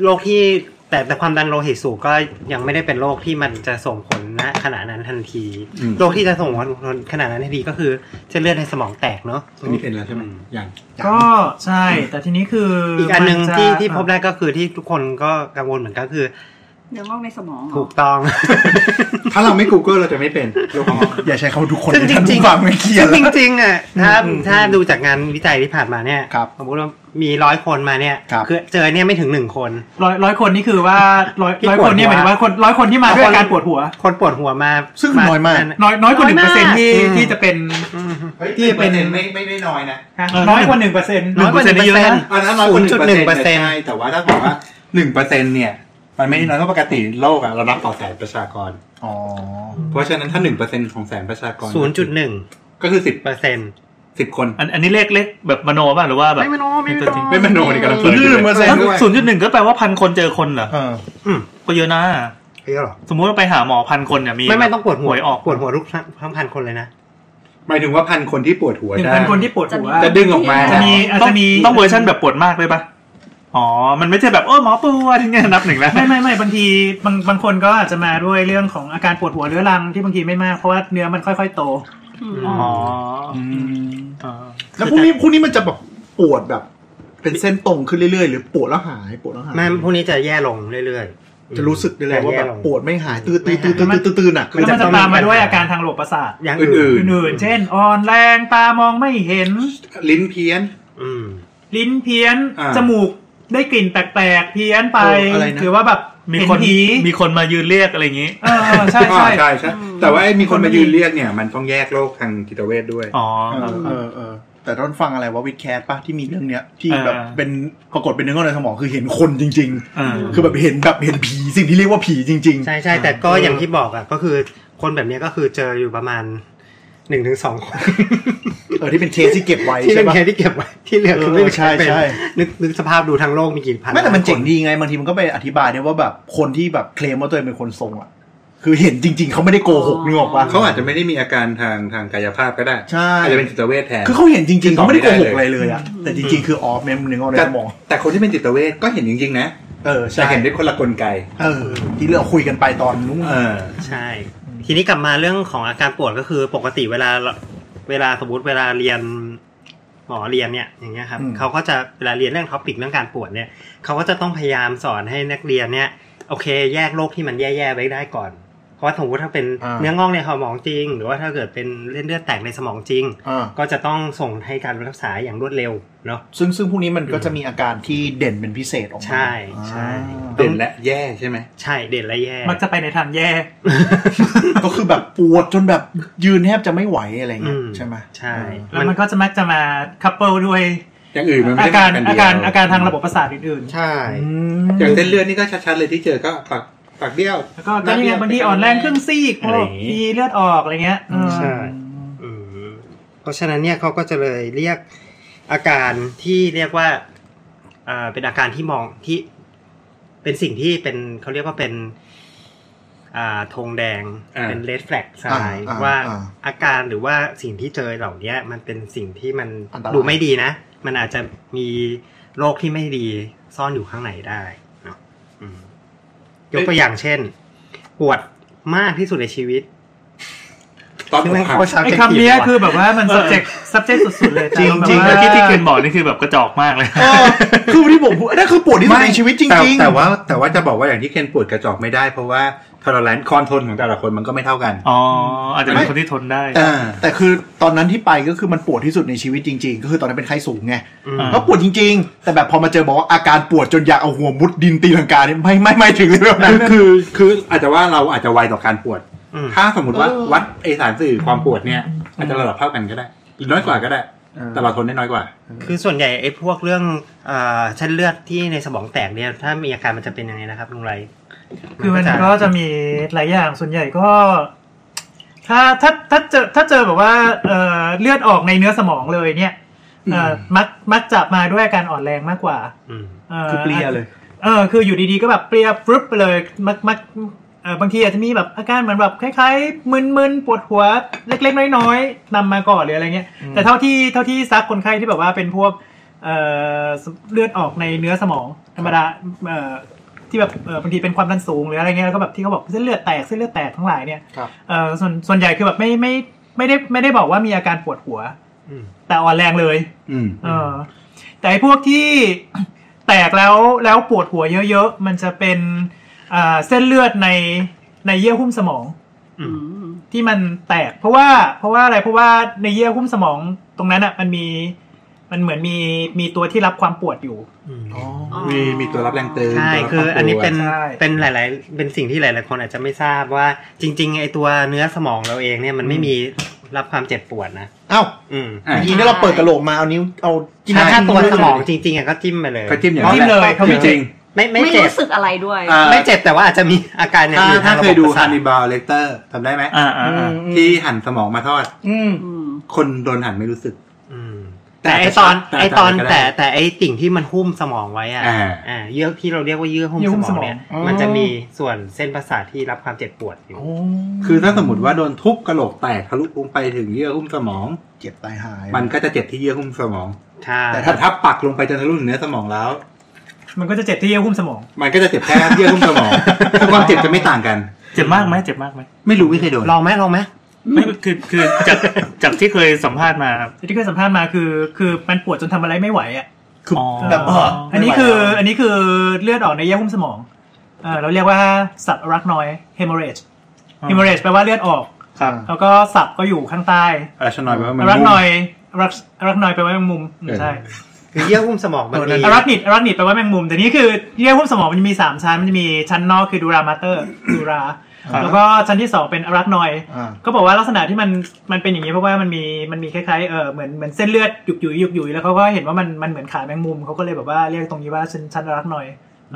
โรคที่แต่แต่ความดันโลหิตสูงก็ยังไม่ได้เป็นโรคที่มันจะส่งผลณขณะนั้นทันที อืม โรคที่จะส่งผลขณะนั้นทันทีก็คือเส้นเลือดในสมองแตกเนาะ อันนี้เป็นแล้วใช่ไหม อืม ยัง ก็ใช่ แต่ทีนี้คืออี อีกอันหนึ่งที่ที่พบได้ก็คือที่ทุกคนก็กังวลเหมือนกันก็คือ เนื้องอกในสมองเหรอ ถูกต้อง ถ้าเราไม่ Google เราจะไม่เป็นโรคของ อย่าใช้คำว่าทุกคน ซึ่งจริงๆ ท่านผู้ฟังไม่เครียด จ แล้ ริ ว งจริงๆอ่ะถ้าถ้าดูจากงานวิจัยที่ผ่านมาเนี่ย ครับ สมมติว่ามีร้อยคนมาเนี่ย ครับ อเจอเนี่ยไม่ถึงหนึ่งคน ร้อยร้อยคนนี่คือว่าร้อย ที่ ร้อย ปวด คนนี่หมายถึงว่าคนร้อยคนที่มา ร้อยคน ด้วยอาการปวดหัว คนปวดหัวมา ซึ่งน้อยมาก น้อยน้อยกว่าหนึ่งเปอร์เซ็นต์ที่ อืม ที่จะเป็น ที่เป็น ได้น้อยนะ ฮะน้อยกว่าหนึ่งเปอร์เซ็นต์ น้อยกว่าหนึ่งเปอร์เซ็นต์ อันนั้นน้อยกว่าหนึ่งเปอร์เซ็น0.1%ต์ใช่แต่ว่าถ้าบอกว่าหนึ่งเปอร์เซ็นต์เนี่ย มันไม่ได้น้อยเพราะปกติโลกอะเรานับต่อแสนประชากร อ๋อ เพราะฉะนั้นถ้าหนึ่งเปอร์เซ็นต์ของแสนประชากร ศูนย์จุดหนึ่ง ก็คือสิบ เปอร์เซ็นต์ สิบคน อันอันนี้เลขเลขแบบมโนป่ะหรือว่าแบบ ไม่มโนไม่ม ตัว โน จริง ไม่มโนนี่กำลังเปิดอยู่เลย 0.1% ด้วย ศูนย์จุดหนึ่งก็แปลว่าพันคนเจอคนเหรอ เออ อืม ก็เยอะนะ เฮ้ยเหรอ สมมุติว่าไปหาหมอพันคนเนี่ยมี ไม่ไม่ต้องปวดหัว วยออก ปวดหัวทุกทั้งทั้งพันคนเลยนะ หมายถึงว่าพันคนที่ปวดหัว หนึ่ง ได้ พันคนที่ปวดหัว จะดึงออกมา จะมีอาจ ต้อง จะมี ต้องเวอร์ชันแบบปวดมากเลยปะอ๋อ มันไม่ใช่แบบโอ้ยหมอปวดอย่างเงี้ยนับหนึ่งแล้ว ไม่ไม่ไม่บางทีบางบางคนก็อาจจะมาด้วยเรื่องของอาการปวดหัวเรื้อรังที่บางทีไม่มากเพราะว่าเนื้อมันค่อย ๆ โต อืม อ๋ออ แล้วพวกนี้พวกนี้มันจะแบบปวดแบบ เป็นเส้นตรงขึ้นเรื่อยๆ หรือปวดแล้วหายปวดแล้วหาย ไม่พวกนี้จะแย่ลงเรื่อยๆ จะรู้สึกได้เลยว่าแบบ จะย่ง ปวดไม่หายตื้อ ไม่ ตื้อ หาย ตื้อตื้อตื้อตื้อน่ะ แล้วมันจะตามมาด้วยอาการทางโลกประสาท อย่าง อื่ อื่น น อื่นๆเช่นอ่อนแรงตามองไม่เห็น ลิ้นเพี้ยน อืม ลิ้นเพี้ยน อ่า จมูกได้กลิ่นแปลกๆ เพี้ยนไป เอออะไรนะ หรือว่าแบบ มี เห็น คน ผี มีคนมายืนเรียกอะไรอย่างงี้ เออใช่ใช่ อ่าใช่ใช่ อืม แต่ว่าไอ้มีคคนนมั มาน ยืนเรียกเนี่ย มันต้องแยกโรคทางจิตเวชด้วย อ๋อ เออเออเออแต่ตอนฟังอะไรว่าวิดแคสปะที่มีเรื่องเนี้ย ที่ เออ แบบเป็นปรากฏเป็นเนื้องอกในสมองคือเห็นคนจริง เออ ๆ คือแบบเห็นแบบเห็นผีสิ่งที่เรียกว่าผีจริง ใช่ใช่แต่ก็อย่างที่บอกอ่ะก็คือคนแบบเนี้ยก็คือเจออยู่ประมาณหนึ่งถึงสองคน ๆ เออที่เป็นเคสที่เก็บไว้ ที่ ใช่ เป็น ปะ แค่ที่เก็บไว้ที่เหลือคือไม่มีครเป็น เออใช่ใช่ นึกนึกสภาพดูทั้งโลกมีกี่พัน ไม่แต่มันเจ๋ง ค ดีไงบางทีมันก็ไปอธิบายได้ว่าแบบคนที่แบบเคลมว่าตัวเองเป็นคนทรงอ่ะ คือเห็นจริง ๆ เขาไม่ได้โกหกนึกออกปะ เขาอาจจะไม่ได้มีอาการทางทางกายภาพก็ได้ ใช่ อาจจะเป็นจิตเวชแทน คือเขาเห็นจริงๆ ตอ เขา บ ไม่ได้โกหกอะไม่ได้ ไร เล เลย ยอะแต่จริง ๆ คือออฟเมมนึงเอาใน แต่ สมอง แต่คนที่เป็นจิตเวชก็เห็นจริง ๆ นะ เออ แต่ ใช่ เห็นด้วยคนละกลไก เออ ที่เราคุยกันไปตอนนู้น เออ ใช่ ทีนี้กลับมาเรื่องของอาการปวดก็คือปกติเวลาเราเวลาสมมติเวลาเรียนหมอเรียนเนี่ยอย่างเงี้ยครับเขาก็จะเวลาเรียนเรื่องท็อปิกเรื่องการปวดเนี่ยเขาก็จะต้องพยายามสอนให้นักเรียนเนี่ยโอเค แยกโรคที่มันแย่ๆไว้ได้ก่อน เพราะว่าสมมติถ้าเป็นเนื้องอกในสมองจริง หรือว่าถ้าเกิดเป็นเล่นเลือดแตกในสมองจริง อ่า ก็จะต้องส่งให้การรักษาอย่างรวดเร็วเนาะ ซึ่งซึ่งพวกนี้มันก็จะมีอาการที่เด่นเป็นพิเศษออกมา ใช่ใช่ อ่า เด่นและแย่ใช่ไหม ใช่เด่นและแย่ มักจะไปในทางแย่ ก็คือแบบปวดจนแบบยืนแทบจะไม่ไหวอะไรเงี้ยใช่ไหม ใช่ แล้วมันก็จะมักจะมาคัพเปิลด้วย อย่างอื่นมันไม่ อา ได้ การ เป็น อา เดียว การอาการทางระบบประสาทอื่น ใช่ อืม อย่างเส้นเลือดนี่ก็ชัดๆเลยที่เจอก็ปากปากเบี้ยว ๆแล้วก็ก็นี่ไงบางทีอ่อนแรงครึ่งซีก อะไรอย่างงี้ มีเลือดออกอะไรเงี้ยเออ ใช่ อืมเพราะฉะนั้นเนี่ยเขาก็จะเลยเรียกอาการที่เรียกว่าอ่าเป็นอาการที่มองที่ เป็นสิ่งที่เป็นเขาเรียกว่าเป็นอ่าธงแดงเป็น red flag สา อ่าย อ่า ว่า อ่า อาการหรือว่าสิ่งที่เจอเหล่าเนี้ย มันเป็นสิ่งที่มัน อันตราย ดูไม่ดีนะ มันอาจจะมีโรคที่ไม่ดีซ่อนอยู่ข้างในได้เนอะอืมยกตัวอย่างเช่น ปวดมากที่สุดในชีวิต ตอน ซึ่ง ผ แม่ ม ง หัก โคตร subjective ไอ้คำเนี้ย ว่ะ คือแบบว่ามัน subject subject สุดๆเลย จริง แบบ จริง ว่า เมื่อกี้ที่เคนบอกนี่คือแบบกระจอกมากเลย เออคือที่ผมพูดนั่นคือปวดที่สุดในชีวิตจ แต่ ริงๆ แต่ว่าแต่ว่าจะบอกว่าอย่างที่เคนปวดกระจอกไม่ได้เพราะว่าทอร์แลนคอนทนของแต่ละคนมันก็ไม่เท่ากัน อ๋ออาจจะเป็นคนที่ทนได้ แต่แต่คือตอนนั้นที่ไปก็คือมันปวดที่สุดในชีวิตจริงๆ ก็คือตอนนั้นเป็นไข้สูงไงก็ปวดจริง ๆ แต่แบบพอมาเจอบอกว่าอาการปวดจนอยากเอาหัวมุดดินตีลังกาเนี่ยไม่ไม่ไม่ถึงเลยแบบนั้ คื น อคือคืออาจจะว่าเราอาจจะไวต่อการปวด อืม ถ้าสมมติว่าวัดไอสารสื่อความปวดเนี่ยอาจจะระดับเท่ากันก็ได้หรือน้อยกว่าก็ได้ แต่เราทนได้น้อยกว่า คือส่วนใหญ่ไอ้พวกเรื่องเอ่อเส้นเลือดที่ในสมองแตกเนี่ยถ้ามีอาการมันจะเป็นยังไงนะครับลุงไร คือมัน จะ ก็จะมีหลายอย่างส่วนใหญ่ก็ ถ้าถ้าถ้าเจอถ้าเจอแบบว่าเอ่อเลือดออกในเนื้อสมองเลยเนี่ยเอ่ออมักมักจะมาด้วยอาการอ่อนแรงมากกว่า อืม คือเปลี่ยเลย เออคืออยู่ดีๆก็แบบเปรี้ยฟรึบไปเลยมักมักเอ่อบางทีอาจจะมีแบบอาการเหมือนแบบคล้ายๆมึนๆปวดหัวเล็กๆน้อยๆนำมาก่อนหรืออะไรเงี้ย แต่เท่าที่เท่าที่ซักคนไข้ที่แบบว่าเป็นพวกเอ่อเลือดออกในเนื้อสมองธรรมดาเอ่อ ที่แบบเออบางทีเป็นความดันสูงหรืออะไรเงี้ยแล้วก็แบบที่เขาบอกเส้นเลือดแตกเส้นเลือดแตกทั้งหลายเนี่ย ครับ เออส่วนส่วนใหญ่คือแบบไม่ไม่ไม่ได้ไม่ได้บอกว่ามีอาการปวดหัว อืม แต่อ่อนแรงเลย อืม เออแต่ไอ้พวกที่ แตกแล้วแล้วปวดหัวเยอะๆ มันจะเป็นอ่าเส้นเลือดในในเยื่อหุ้มสมอง อืม ที่มันแตกเพราะว่าเพราะว่าอะไรเพราะว่าในเยื่อหุ้มสมองตรงนั้นอ่ะมันมีมันเหมือนมีมีตัวที่รับความปวดอยู่ อืม มีมีตัวรับแรงเตือน ใช่ ตัว คือ รับวาม อันนี้เป็น ใช่ เป็นหลาย ๆ เป็นสิ่งที่หลาย ๆ คนอาจจะไม่ทราบว่าจริง ๆ ไอ้ตัวเนื้อสมองเราเองเนี่ยมันไม่มีรับความเจ็บปวดนะ เอ้า อืม อ่ะ เมื่อกี้เนี่ยเราเปิดกระโหลกมาเอานิ้วเอา ถ้าถ้าตัวสมอง จ จริง ๆอ่ะก็จิ้มไปเลย ก็จิ้มอย่างนั้น จิ้มเลย แหะ เขาไม่ จริง ไม่ไม่ ไม่ เจ็บ รู้สึกอะไรด้วย อ่า ไม่เจ็บแต่ว่าอาจจะมีอาการอย่าง ถ้า อื่น ถ้า ทงระ เค บบ ยดู ประส ฮา ท นิบาลเลเตอร์ทำได้ไหม อ่าอ่าอ่า ที่หั่นสมองมาทอด อืม อืม คนโดนหั่นไม่รู้สึก อืม แต่ แต่ไอ อาจจะ ตอน แต่อาจจะ ไอตอน ก็ได้ แต่แต่ไอสิ่งที่มันหุ้มสมองไว้อ่ะ อ่า อ่าเยื่อที่เราเรียกว่าเยื่อหุ้ม เยื่อหุ้ม ส ส ม ม อ องง เนี่ย อ๋อ มันจะมีส่วนเส้นประสาทที่รับความเจ็บปวดอยู่ โอ้ คือถ้าสมมติว่าโดนทุบกระโหลกแตกทะลุลงไปถึงเยื่อหุ้มสมอง เจ็บตายหาย มันก็จะเจ็บที่เยื่อหุ้มสมอง ใช่ แต่ถ้าทับปักลงไปจนทะลุถึงเนื้อสมองแล้ว มันก็จะเจ็บที่เยื่อหุ้มสมอง มันก็จะเจ็บแค่เยื่อหุ้มสมองแต่ความเจ็บจะไม่ต่างกัน เจ็บมากไหมเจ็บมากไหม ไม่รู้ไม่เคยโดน ลองไหมลองไหม ไม่คือคือจากจากที่เคยสัมภาษณ์มา ที่เคยสัมภาษณ์มาคือคือมันปวดจนทำอะไรไม่ไหวอ่ะ คือ อ๋อ แบบเออ อันนี้คืออันนี้คือเลือดออกในเยื่อหุ้มสมองเออเราเรียกว่าสับอารักนอยเฮม r เรจเฮม r เรจแปลว่าเลือดออก ครับ แล้วก็สับก็อยู่ข้างใต้ อาชนอยแปลว่ามัน อารัก มุ่ง นอยอารักอารักนอยแปลว่าแมงมุมอืม เออ ใช่ คือเยื่อหุ้มสมองมัน เออนั่ มี น อารักนิดอารักนิดแปลว่าแมงมุม แต่นี่คือเยื่อหุ้มสมองมันจะมีสามชั้นมันจะมีชั้นนอกคือดูรามาเตอร์ดูรา แล้วก็ชั้นที่สองเป็นอารักนอย อ่า ก็บอกว่าลักษณะที่มันมันเป็นอย่างนี้เพราะว่ามันมีมันมีคล้ายๆเออเหมือนเหมือนเส้นเลือดหยุกหยุยหยุกหยุยแล้วเขาก็เห็นว่ามันมันเหมือนขาแมงมุมเขาก็เลยแบบว่าเรียกตรงนี้ว่าชั้นชั้นรักหน่อย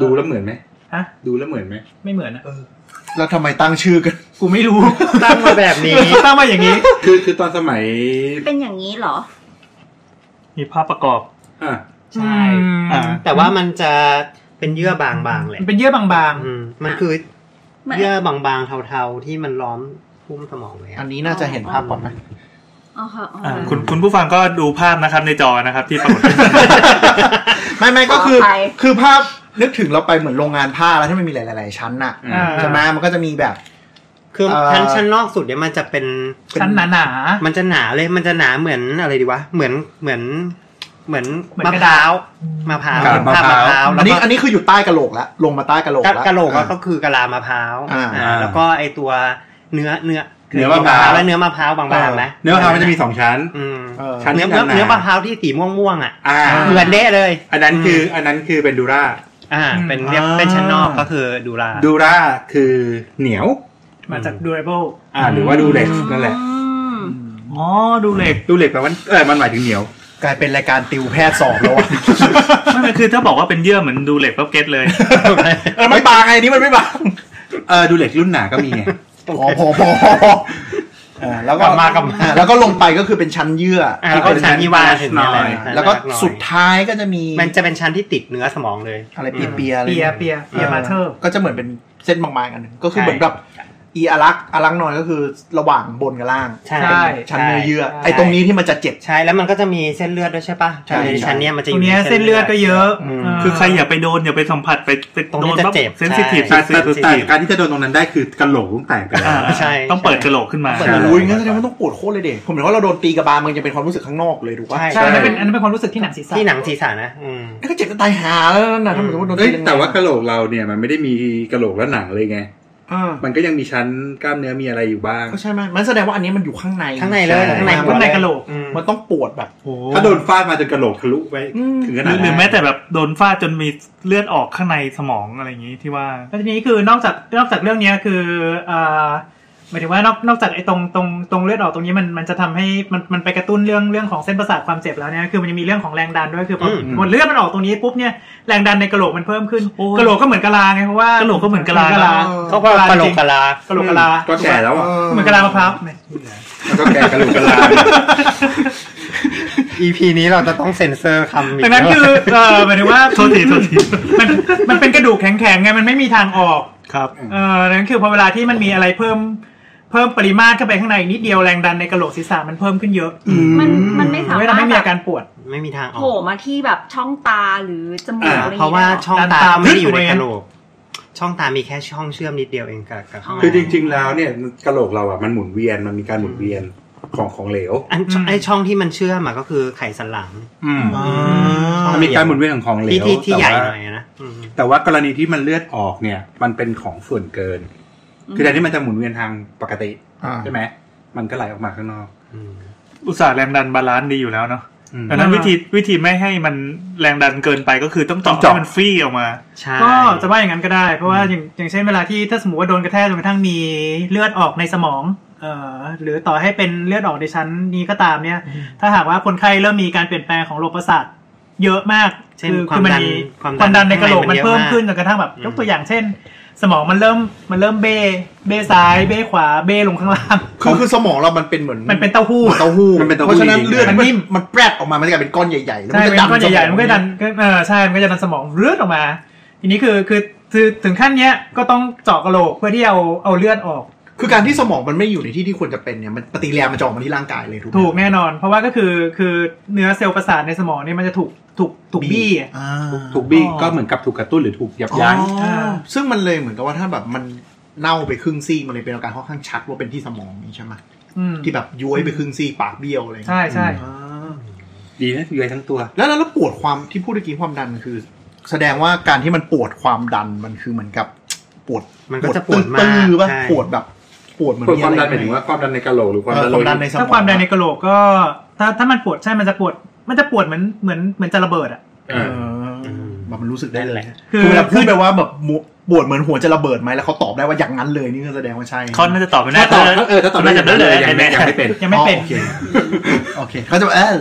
ดูแล้วเหมือนไหม ฮะ ดูแล้วเหมือนไหม ไม่เหมือนนะ แล้วทำไมตั้งชื่อกัน กูไม่รู้ ตั้งมาแบบนี้ ตั้งมาอย่างนี้ คือคือตอนสมัย เป็นอย่างนี้เหรอ มีภาพประกอบ อ่ะ ใช่ อ่า แต่ว่ามันจะเป็นเยื่อบางๆแหละ มันเป็นเยื่อบาง อืมมันคือ ไม่ เยื่อบางๆเทาๆที่มันล้อมหุ้มสมองไว้ อั อะ นนี้น่าจะเห็นภาพก่อนไหม อ๋อค่ะอ๋อ อ่า ค่ะ คุณคุณผู้ฟังก็ดูภาพนะครับในจอนะครับ ที่ปรากฏ ไม่ไม่ก็คือ ขออภัย คือภาพนึกถึงเราไปเหมือนโรงงานผ้าแล้วที่มันมีหลาย ๆ ชั้นน่ะ ๆอ่า ใช่ไหมมันก็จะมีแบบ คือ เอ่อ ชั้นชั้นนอกสุดเนี่ยมันจะเป็น ชั้นหนาหนา มันจะหนาเลย มันจะหนาเหมือนอะไรดีวะ เหมือนเหมือนเหมือน เหมือน มะ กระ พ ดาษ ร้าวมะพร้าว กาบมะพภพร้าวร้าว อั แล้ว นนี้ ก็ อันนี้คืออยู่ใต้กระโหลกแล้วลงมาใต้กระโหลก กะ แล้ว กะโหลก อ่า ก็คือกะลามะพร้าว อ่า อ่าแล้วก็ไอตัวเนื้อเนื้อ เนื้อมะพร้าว และเนื้อมะพร้าวบางๆนะ เนื้อหามันจะมีสองชั้น อืม เออ ชั้น เนื้อ ที่ เนื้อ หาๆ เนื้อมะพร้าวที่สีม่วงๆอ่ะ อ่า เหมือนเด้เลย อันนั้นคืออันนั้นคือเป็นดูร่า อ่า เป็นเรียก อ่า เป็นชั้นนอกก็คือดูลา ดูร่าคือเหนียว ๆมาจาก durable อ่า หรือว่าดูเหล็กนั่นแหละ อืม อ๋อดูเหล็ก ดูเหล็กแปลว่าเออมันหมายถึงเหนียว กลายเป็นรายการติวแพทย์สอบแล้วอะ ไม่ไม่คือถ้าบอกว่าเป็นเยื่อเหมือนดูเหล็กปั๊บเก็ตเลย เออไม่บางไงอันนี้มันไม่บาง เออดูเหล็กรุ่นหนาก็มีไง พอพอพอเออแล้วก็ กลับมากลับมา อ่าแล้วก็ลงไปก็คือเป็นชั้นเยื่ออ อ่าแล้วก็ชั้นยีวา เป็นชั้น ถึงเนี่ยแหละ หน่อย ชั้น แล้วก็ หน่อย สุดท้ายก็จะมี มันจะเป็นชั้นที่ติดเนื้อสมองเลย อะไรเปียๆอะไร เปียเปียเปียมาเทอร์ ก็จะเหมือนเป็นเส้นบางๆอันหนึงก็คือเหมือนแบบ อีอารักอารักน้อยก็คือระหว่างบนกับล่าง ใช่ ใช่ ชั้นเนื้อเยื่อ ใช่ ไอ้ตรงนี้ที่มันจะเจ็บ ใช่แล้วมันก็จะมีเส้นเลือดด้วยใช่ปะ ใช่ ในชั้นเนี้ยมันจะ ต อ รง ยู่ เนี้ย ใน เส้นเลือดก็เยอะ อืม เ คือใครอย่าไปโดนอย่าไปสัมผัสไปไป ตรง โด นี้ น จะเจ็บ เซนซิทีฟ ใช่ แต่แต่แต่การที่จะโดนตรงนั้นได้คือกระโหลกต้องแตกไปแล้ว ใช่ ต้องเปิดกระโหลกขึ้นมา ใช่ โอ้ยงั้นแสดงว่าต้องปวดโคตรเลยเด็กผมเห็นว่าเราโดนตีกระบาลมันจะเป็นความรู้สึกข้างนอกเลยถูกปะ ใช่ ใช่อัน ใช่ นั้นเป็นอันนั้นเป็นความรู้สึกที่หนังศีรษะ ที่หนังศีรษะนะอืม ก็เจ็บจะตายหาแล้วนั่นนะถ้ามันสมมติโดน เอ้ ตี ย แรงๆ แต่ว่ากระโหลกเราเนี่ยมันไม่ได้มีกระโหลกและหนังเลยไง อ่า มันก็ยังมีชั้นกล้ามเนื้อมีอะไรอยู่บ้าง ก็ใช่ไหมมันแสดงว่าอันนี้มันอยู่ข้างใน ข้างในเลย ช่ ข้างใน มั ข้างในกระโหลก อืม มันต้องปวดแบบ โอ้โห ถ้าโดนฟาดมาจนกระโหลกทะลุไป อืม ถึงข ห นา รื ด อหรื นั้ อน แม้แต่แบบโดนฟาดจนมีเลือดออกข้างในสมองอะไรอย่างนี้ที่ว่า แล้วทีนี้คือนอกจากนอกจากเรื่องเนี้ยคืออ่าหมายถึงว่านอกนอกจากไอ้ตรงตรงตรงเลือดออกตรงนี้มันมันจะทำให้มันมันไปกระตุ้นเรื่องเรื่องของเส้นประสาทความเจ็บแล้วเนี่ยคือมันจะมีเรื่องของแรงดันด้วยคือพอ อืม หมดเลือดมันออกตรงนี้ปุ๊บเนี่ยแรงดันในกระโหลกมันเพิ่มขึ้น โอ้ย กระโหลกก็เหมือนกะลาไงเพราะว่ากก ระโหลกก็เหมือนกะลา เขาก็กระโหลกกะลา กระโหลกกะลา ก็แก่แล้วอ่ะ เหมือนกะลามะพร้าวไหน มันก็แก่กระโหลกกระลา EP นี้เราจะต้องเซ็นเซอร์คำอีก ดังนั้น แล้ว คือเออหมายถึงว่า โทษทีโทษที มันมันเป็นกระดูกแข็งๆไงมันไม่มีทางออก ครับ เออดังนั้นคือพอเวลาที่มันมีอะไรเพิ่มเพิ่มปริมาตรเข้าไปข้างในนิดเดียวแรงดันในกระโหลกศีรษะมันเพิ่มขึ้นเยอะ มันมันไม่สา ไม่ มาร ทำให้ ถ มี แบ อา บ การปวด ไม่มีทางอ โผล่ อก มาที่แบบช่องตาหรือจมูกอะไรอย่งงี้ย เพราะว่าช่องตา ตา ไม่ได้อยู่ ลึ ใน ก กระโหลก ช่องตามีแค่ช่องเชื่อมนิดเดียวเองกับกับข้างใน คือจริง ๆ แล้วเนี่ยกระโหลกเราอ่ะมันหมุนเวียนมันมีการหมุนเวียนของของเหลว อันช่องไอช่องที่มันเชื่อมอะก็คือไขสันหลัง อืม อ๋อ มันมีการหมุนเวียนของของเหล ที่ ว ที่ที่ แต่ ใหญ่ ว่า หน่อยนะอืม แต่ว่ากรณีที่มันเลือดออกเนี่ย มันเป็นของส่วนเกิน คือแทนที่มันจะหมุนเวียนทางปกติ อ่า ใช่ไหมมันก็ไหลออกมาข้างนอก อุตส่าห์แรงดันบาลานซ์ดีอยู่แล้วเนาะ อืม ดังนั้นวิธีวิธีไม่ให้มันแรงดันเกินไปก็คือต้อง ต้อง เจาะ เจาะ ให้มันฟรีออกมา ใช่ ก็จะว่าอย่างนั้นก็ได้ เพราะว่าอย่างอย่างเช่นเวลาที่ถ้าสมมติว่าโดนกระแทกจนกระทั่งมีเลือดออกในสมองเอ่อหรือต่อให้เป็นเลือดออกในชั้นนี้ก็ตามเนี่ย ถ้าหากว่าคนไข้เริ่มมีการเปลี่ยนแปลงของระบบประสาทเยอะมาก เช่นความดัน มี ความ ความดันในกระโหลก ข้าง มัน ยเพิ่มอะาก ขึ้นจนกระทั่งแบบ อืม ยกตัวอย่างเช่น สมองมันเริ่มมันเริ่มเบ้เบ้ซ้ายเบ้ขวาเบ้ลงข้างล่าง คือคือสมองเรามันเป็นเหมือน มันเป็นเต้าหู้ เหมือนเต้าหู้ มันเป็นเต้าหู้ เพราะฉะนั้น จริงๆ เลือด มัน มัน นิ่ม มันแปรดออกมามันจะกลายเป็นก้อนใหญ่ๆแล้ว ใช่เป็นก้อน สมอง ใหญ่ๆมันก็ดันก็เออใช่มันก็จะดันสมองเลือดออกมา ทีนี้คือคือคือถึงขั้นเนี้ยก็ต้องเจาะกระโหลกเพื่อที่เอาเอาเลือดออก คือการที่สมองมันไม่อยู่ในที่ที่ควรจะเป็นเนี่ยมันปฏิกิริยามันจะออกมาที่ร่างกายเลยถูกไหม ถูกแน่นอน เพราะว่าก็คือคือเนื้อเซลล์ประสาทในสมองเนี่ยมันจะถูกถูกถูกบี้อะ อ่า ถูกบี้ก็เหมือนกับถูกกระตุ้นหรือถูกยับยั้ง อ๋อ อ่า ซึ่งมันเลยเหมือนกับว่าถ้าแบบมันเน่าไปครึ่งซี่มันเลยเป็นอาการค่อนข้างชัดว่าเป็นที่สมองนี่ใช่ไหม อืม ที่แบบย้วยไปครึ่งซี่ปากเบี้ยวอะไรอย่าง ใช่ เงี้ย ใช่ อ่า ดีนะเยอยทั้งตัว แล้วแล้วแล้วปวดความที่พูดเมื่อกี้ความดันคือ แสดงว่าการที่มันปวดความดันมันคือเหมือนกับปวด มันก็จะปวดมาก ตื้อๆป่ะ ใช่ ปวดแบบปวดเหมือน ปวดความดัน อะ ห ไร มายถึงว่าความดันในกระโหลกหรือความ เออดัน ค โล วาม หิ ดัน ต ในสมอง ถ้าความดันในกระโหลกก็ถ้าถ้ามันปวดใช่ มันจะปวด มันจะปวดเหมือนเหมือนเหมือนจะระเบิดอ่ะ เออแบบมันรู้สึกได้เลย คื คือ อเวลาพูดไปว่าแบบมุปวดเหมือนหัวจะระเบิดไหมแล้วเขาตอบได้ว่าอย่างนั้นเลยนี่ก็แสดงว่าใช่ เขาน่าจะตอบไม่ได้ ถ้าตอบเออถ้าตอบได้ น่าจะ จะ ได้ เล เลยย ยังไม่ยังไม่เป็น ยังไม่เป็น อ๋อโอคโอเค เขาจะแบบเออ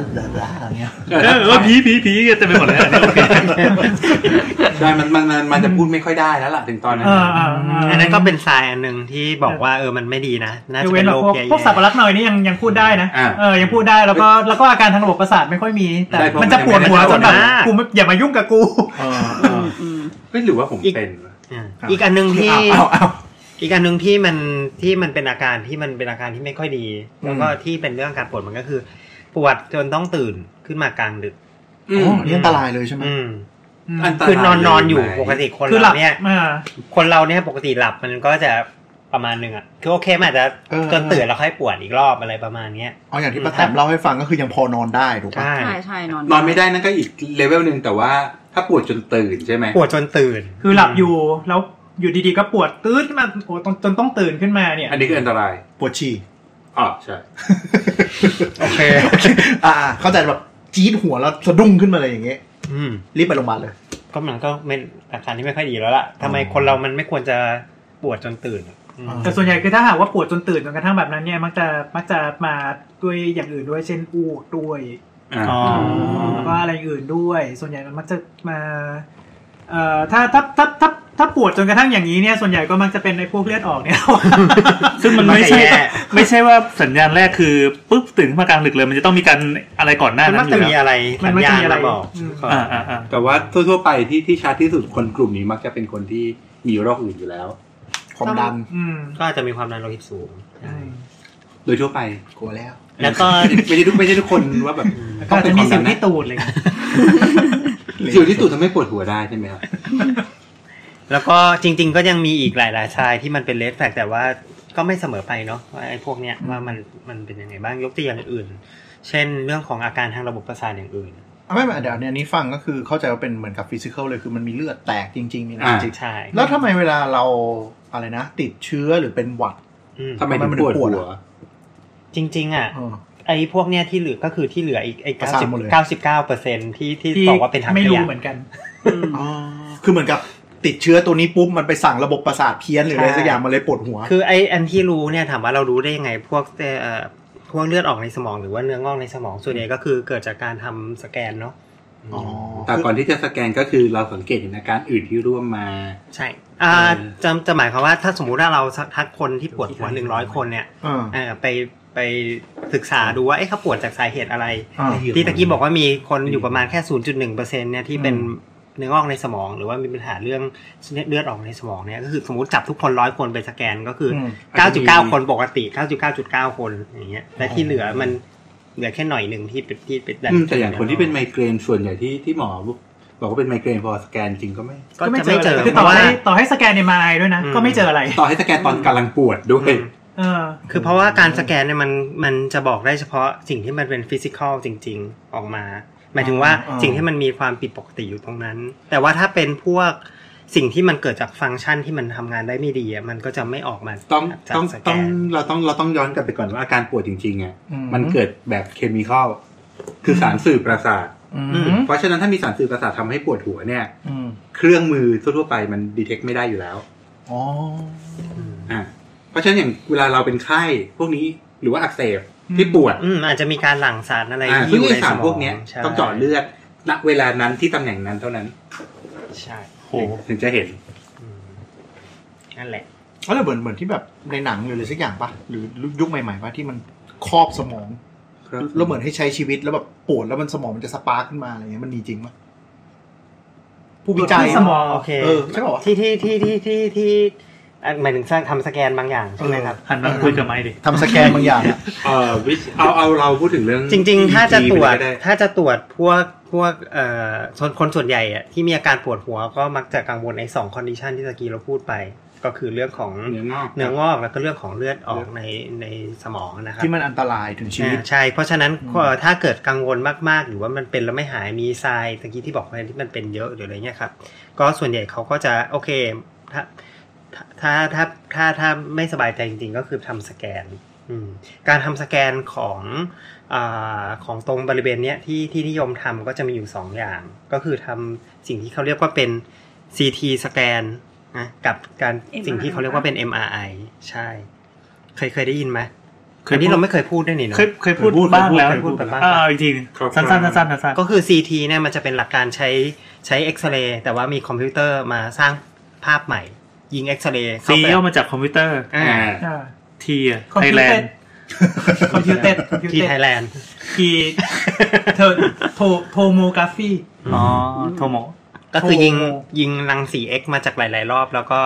อะไรเงี้ย เออเออผีผีผีเต็มไปหมดเลยอันนี้โอเค ได้มันมันมันมันจะพูดไม่ค่อยได้แล้วล่ะถึงตอนนั้น เออเออเออ อันนั้นก็เป็นทรายอันหนึ่งที่บอกว่าเออมันไม่ดีนะ น่ายจะ ก เป็ เว้น น แบบ โรค พวก แย่ๆ พวกสับปะรักหน่อยนี่ยังยังพูดได้นะ อ่า เออยังพูดได้แล้วก็แล้วก็อาการทางระบบประสาทไม่ค่อยมี แต่ ได้เพราะ มันจะปวดหัว มัน จนยัง แบ ไม่ บ ได้ กูไม่อย่ามายุ่งกับกู เออเอ เอ อ อ อืม เฮ้ยหรือว่าผมเป็นวะ อ่ะ ครับ อีกอันหนึ่งที่ เอาเอา อีกอันหนึ่งที่มันที่มันเป็นอาการที่มันเป็นอาการที่ไม่ค่อยดี แล้วก็ อืม ที่เป็นเรื่องการปวดมันก็คือ ปวดจนต้องตื่นขึ้นมากลางดึก อืม โอ้นี่อันตรายเลยใช่ไหม อืม อืม อันตราย คือนอนนอนอยู่ ไหม ปกติคน คือหลั เรา บ เนี่ย อ่า คนเราเนี่ยปกติหลับมันก็จะประมาณหนึ่งอ่ะคือโอเคมันอาจจะจนตื่นแล้วค่อยปวดอีกรอบอะไรประมาณเนี้ย เอาอย่างที่ป้าแตมเล่าให้ฟังก็คือยังพอนอนได้ถูกปะ ใช่ ใช่ใช่นอน นอนไม่ได้นั่นก็อีกเลเวลหนึ่งแต่ว่าถ้าปวดจนตื่นใช่ไหม ปวดจนตื่น คือหลับอยู่แล้วอยู่ดีๆก็ปวดตื้นขึ้นมาโอ้จนจนต้องตื่นขึ้นมาเนี่ย อันนี้คืออันตราย ปวดฉี่ อ๋อใช่ โอเค อ่าอ่าเข้าใจแบบจี๊ดหัวแล้วสะดุ้งขึ้นมาเลยอย่างเงี้ย อืม รีบไปโรงพยาบาลเลย ก็มันก็เป็นอาการที่ไม่ค่อยดีแล้วล่ะทำไมคนเรามันไม่ควรจะปวดจนตื่นอะอืม แต่ส่วนใหญ่คือถ้าหากว่าปวดจนตื่นจนกระทั่งแบบนั้นเนี่ยมักจะมักจะมาด้วยอย่างอื่นด้วยเช่นอ้วกด้วย อ่า อ๋อ แล้วก็อะไรอื่นด้วย ส่วนใหญ่มันมักจะมาเอ่อถ้าถ้าถ้าถ้าถ้าปวดจนกระทั่งอย่างนี้เนี่ย ส่วนใหญ่ก็มักจะเป็นในพวกเลือดออกเนี่ย ซึ่งมัน มัน ไม่ จะ ใช่ แย่ ไม่ใช่ว่าสัญญาณแรกคือปุ๊บตื่นขึ้นมากลางดึกเลยมันจะต้องมีการอะไรก่อนหน้า มัน นั้ มัน ก อ จะ ยู่ มี แล้ว อะไร มั สั น ญ มัก ญาณจะมีอะไร มาบอก อืม ก่อน อ่าอ่าอ่า แต่ว่าทั่วๆไปที่ที่ชัดที่สุดคนกลุ่มนี้มักจะเป็นคนที่มีโรคอื่นอยู่แล้ว ความดัน อืม ก็อาจจะมีความดันโลหิตสูงใช่ โดยทั่วไป กลัวแล้ว แล้วก็ ไม่ใช่ทุกไม่ใช่ทุกคนว่า แบบ ก็อาจจะมีสิว ที่ ที่ตูดอะไรอย่างเลย สิวที่ตูดทำให้ปวดหัวได้ใช่ไหมครับ แล้วก็จริง ๆ ก็ยังมีอีกหลายๆชายที่มันเป็นเลสแฟกแต่ว่าก็ไม่เสมอไปเนาะว่าไอ้พวกเนี้ยว่ามันมันเป็นยังไงบ้างยกตัวอย่างอื่น เช่นเรื่องของอาการทางระบบประสาทอย่างอื่น อ่ะไม่ไม่เดี๋ยวอันนี้อันนี้ฟังก็คือเข้าใจว่าเป็นเหมือนกับฟิสิก a ลเลยคือมันมีเลือดแตกจริง ๆ มีอะไร อ่า จริง ใช่ ๆแล้วทำไมเวลาเราอะไรนะ ติดเชื้อหรือเป็นหวัด อืม ทำไมถึงปวดหัว จริง ๆ อ่ะ เออ ไอ้พวกเนี้ยที่เหลือก็คือที่เหลืออีกไอ้ ประ เก้า สาท สิบ หมดเลย เก้าสิบเก้าเปอร์เซ็นที่ที่ ที่ บอกว่าเป็นทาง ไม่ ข รู้ ยะ เหมือนกัน อ๋อคือเหมือนกับติดเชื้อตัวนี้ปุ๊บ มันไปสั่งระบบประสาทเพี้ยนหรืออะไรสักอย่างมันเลยปวดหัว คือไอ้อันที่รู้เนี่ยถามว่าเรารู้ได้ยังไง พวกเอ่อพวกเลือดออกในสมองหรือว่าเนื้องอกในสมองส่วนใหญ่ก็คือเกิดจากการทำสแกนเนาะ อ๋อ แต่ก่อนที่จะสแกนก็คือเราสังเกตเห็นอาการอื่นที่ร่วมมา ใช่อ่า เออ จะจะหมายความว่าถ้าสมมุติว่าเราทักคนที่ปวดหัวหนึ่งร้อยคนเนี่ย อ่า เอ่อไปไปศึกษาดูว่าเอ๊ะเขาปวดจากสาเหตุอะไร อ่า ที่ตะกี้บอกว่ามีคนอยู่ประมาณแค่ 0.1%เนี่ยที่เป็นเนื้องอกในสมอง หรือว่ามีปัญหาเรื่องเลือดออกในสมองเนี่ยก็คือสมมติจับทุกคนร้อยคนไปสแกนก็คืออ ม 9.9 คนปกติ 99.9 คนอย่างเงี้ยแต่ที่เหลือมันเหลือแค่หน่อยหนึ่งที่เป็นที่เป็นดัน อืมแต่อย่างคนที่เป็นไมเกรนส่วนใหญ่ที่ที่หมอบอกว่าเป็นไมเกรนพอสแกนจริงก็ไม่ ก็จะไม่เจอ ก็คือ เพ ต่อ ราะว่า ให้ต่อให้สแกนในมาด้วยนะ อืม ก็ไม่เจออะไร ต่อให้สแกนตอนกำลังปวดด้วย เออ คือเพราะว่าการสแกนเนี่ยมันมันจะบอกได้เฉพาะสิ่งที่มันเป็นฟิสิกอลจริง ๆออกมา หมายถึงว่า อ๋อ สิ่งที่มันมีความผิดปกติอยู่ตรงนั้น แต่ว่าถ้าเป็นพวกสิ่งที่มันเกิดจากฟังก์ชันที่มันทำงานได้ไม่ดีอะมันก็จะไม่ออกมา ต้อง จาก ต้อง สแก ต้อง น เราต้องเราต้องย้อนกลับไปก่อนว่าอาการปวดจริงๆอ่ะ อืม มันเกิดแบบเคมีคอลคือสารสื่อประสาท อืม เพราะฉะนั้นถ้ามีสารสื่อประสาททำให้ปวดหัวเนี่ย อืม เครื่องมือทั่วๆไปมันดีเทคไม่ได้อยู่แล้ว อ๋อ อ่ะเพราะฉะนั้นอย่างเวลาเราเป็นไข้พวกนี้หรือว่าอักเสบที่ปวด อืมอาจจะมีการหลั่งสารอะไร อ่ะ ที่อ ซึ่ง ยู่ ไอ ใน สา ส ร มอง พวกเนี้ย ใช่ ต้องเจาะเลือดณเวลานั้นที่ตำแหน่งนั้นเท่านั้น ใช่ โห ถึงจะเห็น อืมนั่นแหละ แล้วเหมือนเหมือนที่แบบในหนังหรืออะไรสักอย่างปะหรือยุคใหม่ๆปะที่มันครอบสมอง แล้วเหมือนให้ใช้ชีวิตแล้วแบบปวดแล้วมันสมองมันจะสปาร์คขึ้นมาอะไรเงี้ยมันมีจริงปะผู้วิจัย ปวดที่สมอง โอเค เออใช่ปะวะ ที่ที่ที่ที่ที่ที่อ่ะหมายถึงทำสแกนบางอย่างใช่ไหมครับ หันมาคุยกับไม้ดิ ทำสแกนบางอย่างอะ เอ่อวิเอาเอาเราพูดถึงเรื่อง จริง ๆ ถ้าจะ EEG ตรวจ ไปเยก็ไ ถ้าจะตรวจพวกพวกเอ่อส่วนคนส่วนใหญ่อะที่มีอาการปวดหัวก็มักจะกังวลในสองคอนดิชันที่ตะกี้เราพูดไป ก็คือเรื่องของ เนื้องอก เนื้องอกแล้วก็เรื่องของเลือดออกในในสมองนะครับ ที่มันอันตรายถึงชีวิต อ่าใช่ เพราะฉะนั้น อืม เอ่อถ้าเกิดกังวลมากๆ หรือว่ามันเป็นแล้วไม่หายมีทรายตะกี้ที่บอกไปที่มันเป็นเยอะหรืออะไรเงี้ยครับก็ส่วนใหญ่เขาก็จะโอเคถ้าถ้าถ้าถ้าถ้าไม่สบายใจจริงๆ ก็คือทำสแกนอืมการทำสแกนของ อาของตรงบริเวณเนี้ยที่ที่นิยมทำก็จะมีอยู่ 2 อย่าง ก็คือทำสิ่งที่เขาเรียกว่าเป็น CT สแกนนะกับการ MRI สิ่งที่เขาเรียกว่าเป็น MRI ใช่ เคยเคยได้ยินไหม เคย อันนี้เราไม่เคยพูดด้วยนี่เนาะ เคยเคยพูดบ้างแล้ว เคยพูดไปบ้าง อ่าอีกทีหนึ่ง ครับ สั้นๆสั้นๆสั้นๆ ก็คือ CT เนี่ยมันจะเป็นหลักการใช้ใช้เอ็กซเรย์แต่ว่ามีคอมพิวเตอร์มาสร้างภาพใหม่ ยิงเอ็กซเรย์เข้า ซี ไป ย่อมาจากคอมพิวเตอร์ อ่า อ่า เออ ทีอะไทยแลน Computed ด์ คอมพิวเต็ดคอมพิว ที่ เต็ ไท ด ยแลนด์ ทีเธอโทโทโมกราฟี อ๋อโทโม ก็คือยิง โอ้ ยิงรังสี X มาจากหลาย ๆ รอบแล้วก็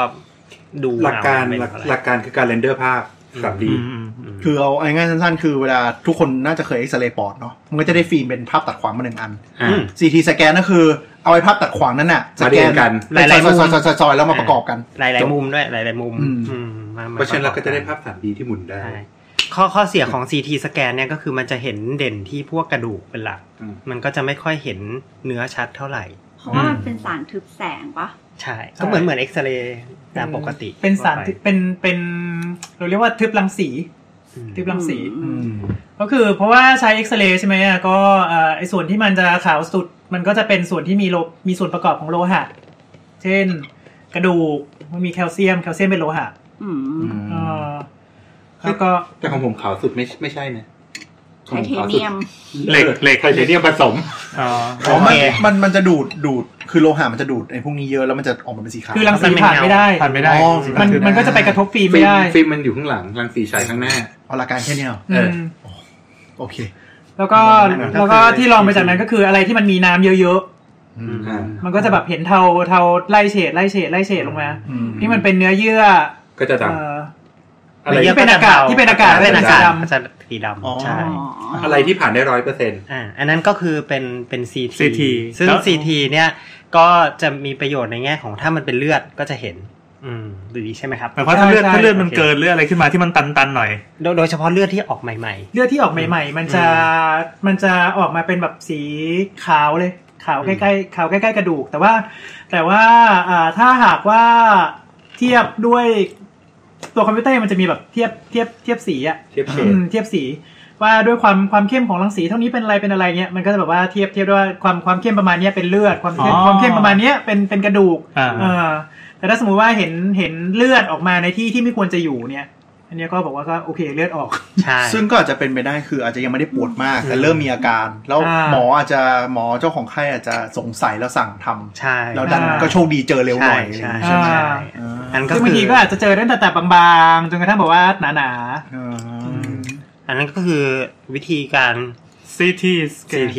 ดู หลักการ เอว่เป็น หลัก อะไร หลักการคือการเรนเดอร์ภาพสามดี อืมอืมอืม คือเอาง่ายๆสั้นๆ คือเวลาทุกคนน่าจะเคยเอ็กซเรย์ปอดเนาะมันก็จะได้ฟิล์มเป็นภาพตัดขวางมาหนึ่งอัน อ่า อืม CT สแกนก็คือเอาไอ้ภาพตัดขวางนั้นน่ะสแกน มาเรียงกัน เป็นซอยๆซอยๆซอยๆซอยๆแล้วมาประกอบกัน หลาย ๆ มุมด้วยหลาย ๆ มุม อืม อืมมม เพราะฉะนั้นเราก็จะได้ภา ป พสามดีที่หมุน ระกอบ ได้ ใช่ข้อข้อเสียของ CT สแกนเนี่ยก็คือมันจะเห็นเด่นที่พวกกระดูกเป็นหลัก อืม มันก็จะไม่ค่อยเห็นเนื้อชัดเท่าไหร่ เพราะว่ามันเป็นสารทึบแสงปะ ใช่ก็เหมือนเหมือนเอ็กซเรย์ตามปกติ เป็นสารทึบเป็นเป็นเราเรียกว่าทึบรังสี อืม ทึบรังสี อื อืม ก็คือเพราะว่าใช้เอ็กซเรย์ใช่ไหมอ่ะก็เอ่อไอส่วนที่มันจะขาวสุด มันก็จะเป็นส่วนที่มีโลมีส่วนประกอบของโลหะ เช่น กระดูกมันมีแคลเซียมแคลเซียมเป็นโลหะ อื อื ม ม เออแล้วก็ แต่ของผมขาวสุดไม่ไม่ใช่นะ ไทเทเนียม เหล็กเหล็ก ไทเทเนียมผสม อ๋อ อ๋อมันมันมันจะดูดดูดคือโลหะมันจะดูดไอ้พวกนี้เยอะแล้วมันจะออกมาเป็นสีขาว คือรังสีผ่านไม่ได้ ผ่านไม่ได้ อ๋อ มัน คือนะ มันก็จะไปกระทบฟิล์ม ฟิ ไม่ ล์ม ได้ ฟิล์มมันอยู่ข้างหลังรังสีฉายข้างหน้า เอาละการแค่เนี้ยเหรอ อืม โอเค แล้วก็แล้วก็ที่รองไปจากนั้นก็คืออะไรที่มันมีน้ำเยอะ อืม ๆ มันก็จะแบบเห็นเทาเทาไล่เฉดไล่เฉดไล่เฉดลงมา อืม นี่มันเป็นเนื้อเยื่อ ก็จะดำ เอ่อ อะไร ที่เป็นอากาศที่เป็นอากาศ เป็นอากาศ เป็นอากาศ ก็จะสีด อ๋อ ำใช่ อ๋อ อะไรที่ผ่านได้ร้อยเปอร์เซ็นต์ อ่าอันนั้นก็คือเป็นเป็น CT CT ซึ่ง แล้ว CT เนี่ยก็จะมีประโยชน์ในแง่ของถ้ามันเป็นเลือดก็จะเห็น อืมดูดีใช่ไหมครับ หมายความว่าถ้าเลือด ใช่ ถ้าเลือดมัน โอเค เกินเลือดอะไรขึ้นมาที่มันตันๆหน่อย โดยโดยเฉพาะเลือดที่ออกใหม่ เลือดที่ออกใหม่ ๆ มันจะมันจะออกมาเป็นแบบสีขาวเลย ขาวใกล้ๆขาวใกล้ๆกระดูก แต่ว่า แต่ว่าอ่าถ้าหากว่าเทียบด้วยตัวคอมพิวเตอร์มันจะมีแบบเทียบเทียบเทียบสีอะ เทียบเฉด อืมเทียบสีว่าด้วยความความเข้มของรังสีเท่านี้เป็นอะไรเป็นอะไรเงี้ยมันก็จะแบบว่าเทียบเทียบด้วยว่าความความเข้มประมาณเนี้ยเป็นเลือดความเข้ม อ๋อ ความเข้มประมาณเนี้ยเป็นเป็นกระดูก อ่า เออแต่ถ้าสมมุติว่าเห็นเห็นเลือดออกมาในที่ที่ไม่ควรจะอยู่เนี่ย อันเนี้ยก็บอกว่าก็โอเคเลือดออก ๆ ใช่ ซึ่งก็อาจจะเป็นไปได้คืออาจจะยังไม่ได้ปวดมาก แต่เริ่มมีอาการ แล้ว อ่า หมออาจจะหมอเจ้าของไข้อาจจะสงสัยแล้วสั่งทำ ใช่ แล้วดัน อ่า ก็โชคดีเจอเร็วหน่อย ใช่ ใช่ ใช่ ไหม ใช่ อ่า อันก็ ซึ่คือบงางทีก็อาจจะเจอได้ตั้งแต่บางๆจนกระทั่งแบบว่าหนา อ่า อันนั้นก็คือวิธีการ CT CT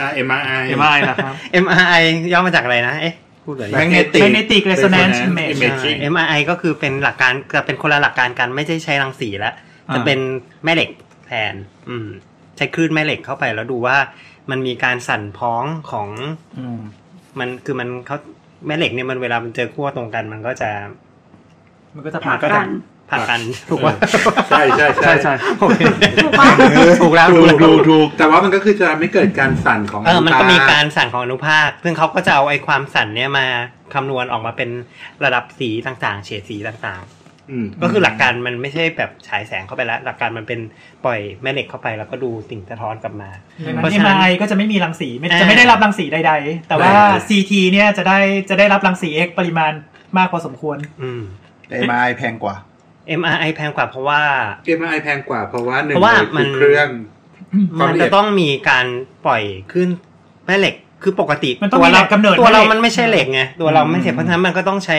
อ่าเอ็มอาร์ไอ เอ็มไอนะครับ MRI ย่อมาจากอะไรนะ เอ๊ะพูดเลย แมกเน ๆ ติก magnetic resonance resonance image image ใช่ Imaging MRI ก็คือเป็นหลักการจะเป็นคนละหลักการกันไม่ใช่ใช้รังสีแล้ว อ่า จะเป็นแม่เหล็กแทน อืม ใช้คลื่นแม่เหล็กเข้าไปแล้วดูว่ามันมีการสั่นพ้องของ อืม มันคือมันเขาแม่เหล็กเนี่ยมันเวลามันเจอขั้วตรงกัน มันก็จะ มันก็จะ ผลั ผ่าก น กัน ผลักกันถูกว่า ใช่ใช่ใช่ใช่ โอเค ถูกปะ ถูกแล้ว ถู ถูก ก แล้ว ถูกถูกแต่ว่ามันก็คือจะไม่เกิดการสั่นของ เออมันก็มีการ อนุภ สั่นของอนุภาค ซึ่งเขาก็จะเอาไอ้ความสั่นเนี่ยมาคำนวณออกมาเป็นระดับสีต่างๆ เฉดสีต่างๆ คอืม ก็คือหลักการมันไม่ใช่แบบฉายแสงเข้าไปแล้ว หลักการมันเป็นปล่อยแม่เหล็กเข้าไปแล้วก็ดูสิ่งสะท้อนกลับมา เพราะฉะ เอ็ม นั้น ไอก็จะไม่มีรังสีไม่ อ่า จะไม่ได้รับรังสีใด ๆ แต่ว่า CT เนี่ยจะได้จะได้รับรังสี X ปริมาณมากพอสมควร อืม เอ็มไอแพงกว่า MRI แพงกว่าเพราะว่า เอ็มไอแพงกว่าเพราะว่าหนึ่ง เพราะว่า เลยคือ มัน เครื่อง ความ มัน ละเอียด จะต้องมีการปล่อยขึ้นแม่เหล็กคือปกติ มันต้องมี วเรา แหล่งกำเนิด ตัวเรา แม่เหล็ก มันไม่ใช่เหล็กไงตัวเราไม่ใช่เพราะฉะนั้นมันก็ต้องใช้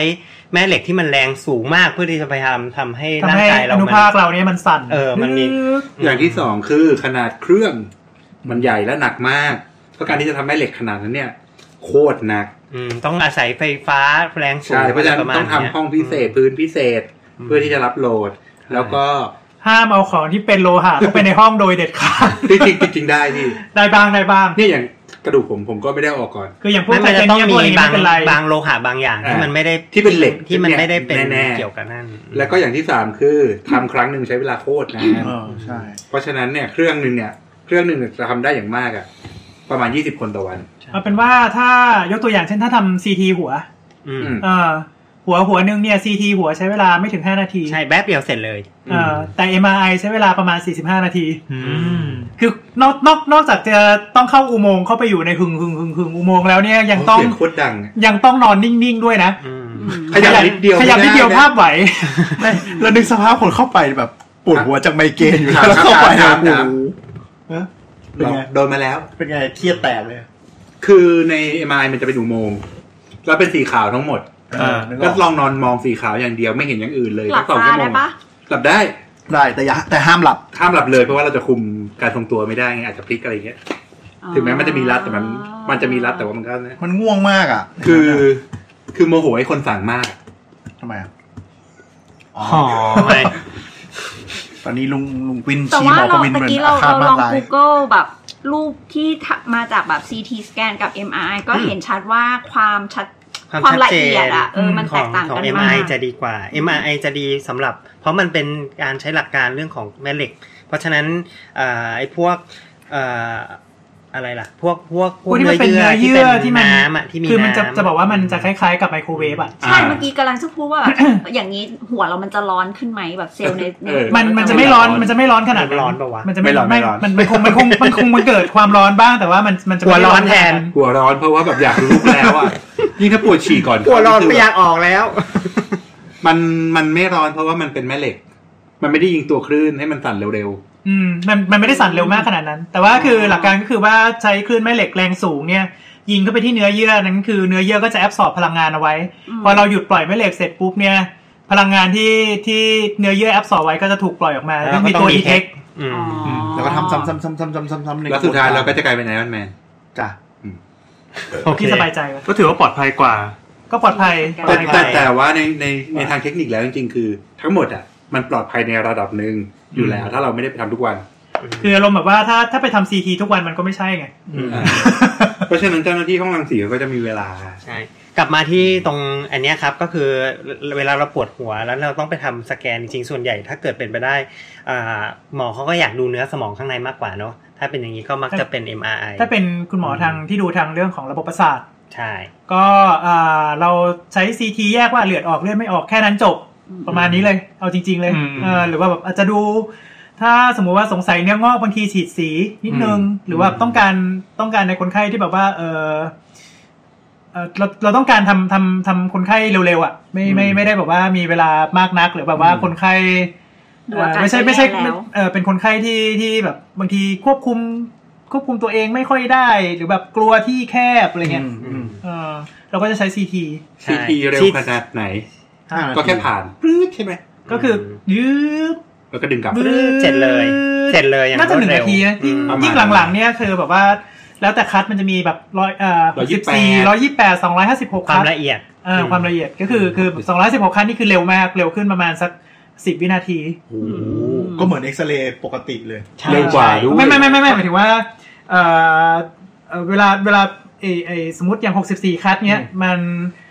แม่เหล็กที่มันแรงสูงมากเพื่อที่จะพยายามทำให้ ทำ ร่าง ให้ กาย อ เรา นุ มัน ภาคเราเนี่ยมันสั่น เออมันมี อย่างที่สองคือขนาดเครื่องมันใหญ่และหนักมากเพราะการที่จะทำให้เหล็กขนาดนั้นเนี่ย โคตรหนัก อืมต้องอาศัยไฟฟ้าแรงสูง ใช่ เพราะฉะนั้น ปมณ ต้องทำ เนี้ย ห้องพิเศษพื้นพิเศษเพื่อที่จะรับโหลด แล้วก็ ห้ามเอาของที่เป็นโลหะเข้าไปในห้องโดยเด็ดขาด จริงๆจริงๆได้พี่ ได้บ้างได้บ้าง เนี่ยอย่างกระดูกผมผมก็ไม่ได้เอาออกก่อน คืออย่างพว ไม่ กไท มัน เท จะ เนี ต้อง ยมพ มี วกนี้ บา ไม่ ง เป็นไร บางโลหะบางอย่างที่ อ่ามั มันไม่ได้ ที่เป็นเหล็ก ที่มันไม่ได้เป็น แน่ๆ เกี่ยวกับนั่น แล้วก็อย่างที่สามคือทำครั้งหนึ่งใช้เวลาโคตรนาน เออใช่ เพราะฉะนั้นเนี่ยเครื่องหนึ่งเนี่ยเครื่องหนึ่งจะทำได้อย่างมากอะประมาณ 20 คนต่อวัน เอาเป็นว่าถ้ายกตัวอย่างเช่นถ้าทำซีทีหัว อืม อืม เออหัวหัวหนึ่งเนี่ยซีทีหัวใช้เวลาไม่ถึง 5 นาที ใช่แป๊บเดียวเสร็จเลย เออแต่ MRI ใช้เวลาประมาณ 45 นาที อืม คือนอกนอกนอกจากจะต้องเข้าอุโมงค์เข้าไปอยู่ในหึงหึงหึงหึงอุโมงค์แล้วเนี่ยยังต้อง เสียงโคตรดังอะ ยังต้องนอนนิ่งๆด้วยนะ อืม อืม ขยับนิดเดียว ขยับนิดเดียว ไม่ไ ภาพไหว แล้วนึกสภาพคนเข้าไปแบบปวดหัวจากไมเกรนอยู่แล้ว ครับ เข้าไป ครั แล้ บ วโอ้ ครับ โหฮะเป็นไง โดนมาแล้ว เป็นไงเครียดแตกเลย คือใน MI มันจะเป็นอุโมงค์แล้วเป็นสีขาวทั้งหมด เออ นึก ก็ ออก ลองนอนมองสีขาวอย่างเดียวไม่เห็นอย่างอื่นเลย หลับ ทั้งสอง ตา ชั่วโม ได้ ง ปะ หลับได้ ได้แต่อย่าแต่ห้ามหลับ ข้ามหลับเลยเพราะว่าเราจะคุมการทรงตัวไม่ได้ไงอาจจะพลิกอะไรอย่างเงี้ย ถึงแม้มันจะมีรัดแต่มันมันจะมีรัดแต่ว่ามันก็นะ มันง่วงมากอ่ะ คือ คือโมโหไอ้คนสั่งมาก ทำไมอะ อ๋อไม่ ตอนนี้ลุงลุงวิน แต่ ชีห ว่าม อ เรา กวิน ตะ เป็น กี้ อา เรา ฆาต เราล มา อก ง ร้าย Google แบบรูปที่ทะมาจากแบบ CT สแกนกับ MRI ก็เห็นชัดว่าความชัด ความ ความ ชัด ละ เจ เอีย น ดอะเออมัน ข แต อง กต่าง ของ กันมาก MRI จะดีกว่า MRI จะดีสำหรับ เพราะมันเป็นการใช้หลักการเรื่องของแม่เหล็ก เพราะฉะนั้นเอ่อไอ้พวกเอ่ออะไรล่ะ พวกพวก พวกที่มันเป็นเนื้อเยื่อที่มัน น้ำอะที่มี คือมันจะ ำ จะบอกว่ามันจะคล้ายๆกับไมโครเวฟอ่ะ ใช่เมื่อกี้กำลังจะพูดว่าแบบ อย่างนี้หัวเรามันจะร้อนขึ้นไหมแบบเซลล์ในใน เออ มันมันจะไม่ร้อนมันจะไม่ร้อนขนาด มันร้อนปะวะ มันจะไม่ ไม่ร้อนไม่ร้อน มันมันคงมันคงมันคงมันเกิดความร้อนบ้างแต่ว่ามันมันจะ หัว ไม่ ร้อนแทน หัวร้อนเพราะว่าแบบอยากลุกแล้ว อ่ะ ยิ่งถ้าปวดฉี่ก่อน หัวร้อนไม่อคืแบบ ยากออกแล้ว มันมันไม่ร้อนเพราะว่ามันเป็นแม่เหล็ก มันไม่ได้ยิงตัวคลื่นให้มันสั่นเร็ว อืมมันมันไม่ได้สั่นเร็วมากขนาดนั้น แต่ว่าคือหลักการก็คือว่าใช้คลื่นแม่เหล็กแรงสูงเนี่ย ยิงเข้าไปที่เนื้อเยื่อนั้นคือเนื้อเยื่อก็จะแอบสอบพลังงานเอาไว้ พอเราหยุดปล่อยแม่เหล็กเสร็จปุ๊บเนี่ย พลังงานที่ที่เนื้อเยื่อแอบสอบไว้ก็จะถูกปล่อยออกมา แล้วต้อง ก็ มี ต้อง ตัว มี ดีเทค detect อืม อ๋ออ แล้วก็ทำซ้ำซ้ำซ้ำซ้ำซ้ำซ้ำซ้ำ ๆ ใน แล้วสุดท้ายเราก็จะกลายเป็นไอรอนแมน จ้ะ ที่สบายใจไว้ ก็ถือว่าปลอดภัยกว่า ก็ปลอดภัย ปล แต่ อดภั แต่ ย แต่ว่าในในในทางเทคนิคแล้วจริงๆคือ ทั้งหมดอ่ะมันปลอดภัยในระดับหนึ่งอยู่แล้ว ถ้าเราไม่ได้ไปทำทุกวัน คืออารมณ์แบบว่าถ้าถ้าไปทำซีทีทุกวันมันก็ไม่ใช่ไง อ่าเพราะฉะนั้นเจ้าหน้าที่ห้องรังสีก็จะมีเวลา ใช่กลับมาที่ตรงอันเนี้ยครับก็คือเวลาเราปวดหัวแล้วเราต้องไปทำสแกนจริงๆส่วนใหญ่ ถ้าเกิดเป็นไปได้อ่าหมอเขาก็อยากดูเนื้อสมองข้างในมากกว่าเนาะถ้าเป็นอย่างนี้ก็มักจะเป็น MRI ถ้าเป็นคุณหมอทางที่ดูทางเรื่องของระบบประสาท ใช่ ก็อ่าเราใช้ซีทีแยกว่าเลือดออกเลือดไม่ออกแค่นั้นจบ ประมาณนี้เลย เอาจริง ๆ เลย อืม เออหรือว่าแบบอาจจะดู ถ้าสมมุติว่าสงสัยเนื้องอกบางทีฉีดสีนิดนึง หรือว่าต้องการต้องการในคนไข้ที่แบบว่า เออเอ่อเราเราต้องการทำทำทำคนไข้เร็วๆอ่ะไม่ไม่ไม่ได้แบบว่ามีเวลามากนัก หรือแบบว่าคนไข้ ดูอาการ ไม่ใช่ไม่ใช่ ตัวเองแล้ว เออเป็นคนไข้ที่ที่แบบบางทีควบคุมควบคุมตัวเองไม่ค่อยได้หรือแบบกลัวที่แคบอะไรเงี้ยเออเราก็จะใช้ซีที CT เร็วขนาดไหน ห้านาที ก็แค่ผ่านปรื๊ดใช่ไหม ก็คือยืด แล้วก็ดึงกลับ บึ๊ด เสร็จเลยเสร็จเลยอย่าง น่ารจะวดหนึ่ง เร็ว นาทีนะยิ่ง ปยิ่ระมาณงหลังๆเนี่ยคือแบบว่า แล้วแต่คัดมันจะมีแบบร้อยเอ่อ ร้อยยี่ สิ สิ บบ แปด สี่ร้อยยี่แปดสองร้อยห้าสิบหก ความ คัด ละเอียด เออความละเอียดก็คือคือสองร้อยสิบหกคัดนี่คือเร็วมากเร็วขึ้นประมาณสักสิบวินาที ก็เหมือนเอ็กซเรย์ปกติเลย ใช่ เร็วกว่าด้วย ไม่ไม่ไม่ไม่ไม่หมายถึงว่าเอ่อเอ่อเวลาเวลาไอไอสมมติอย่าง 64 คัดเนี้ยมัน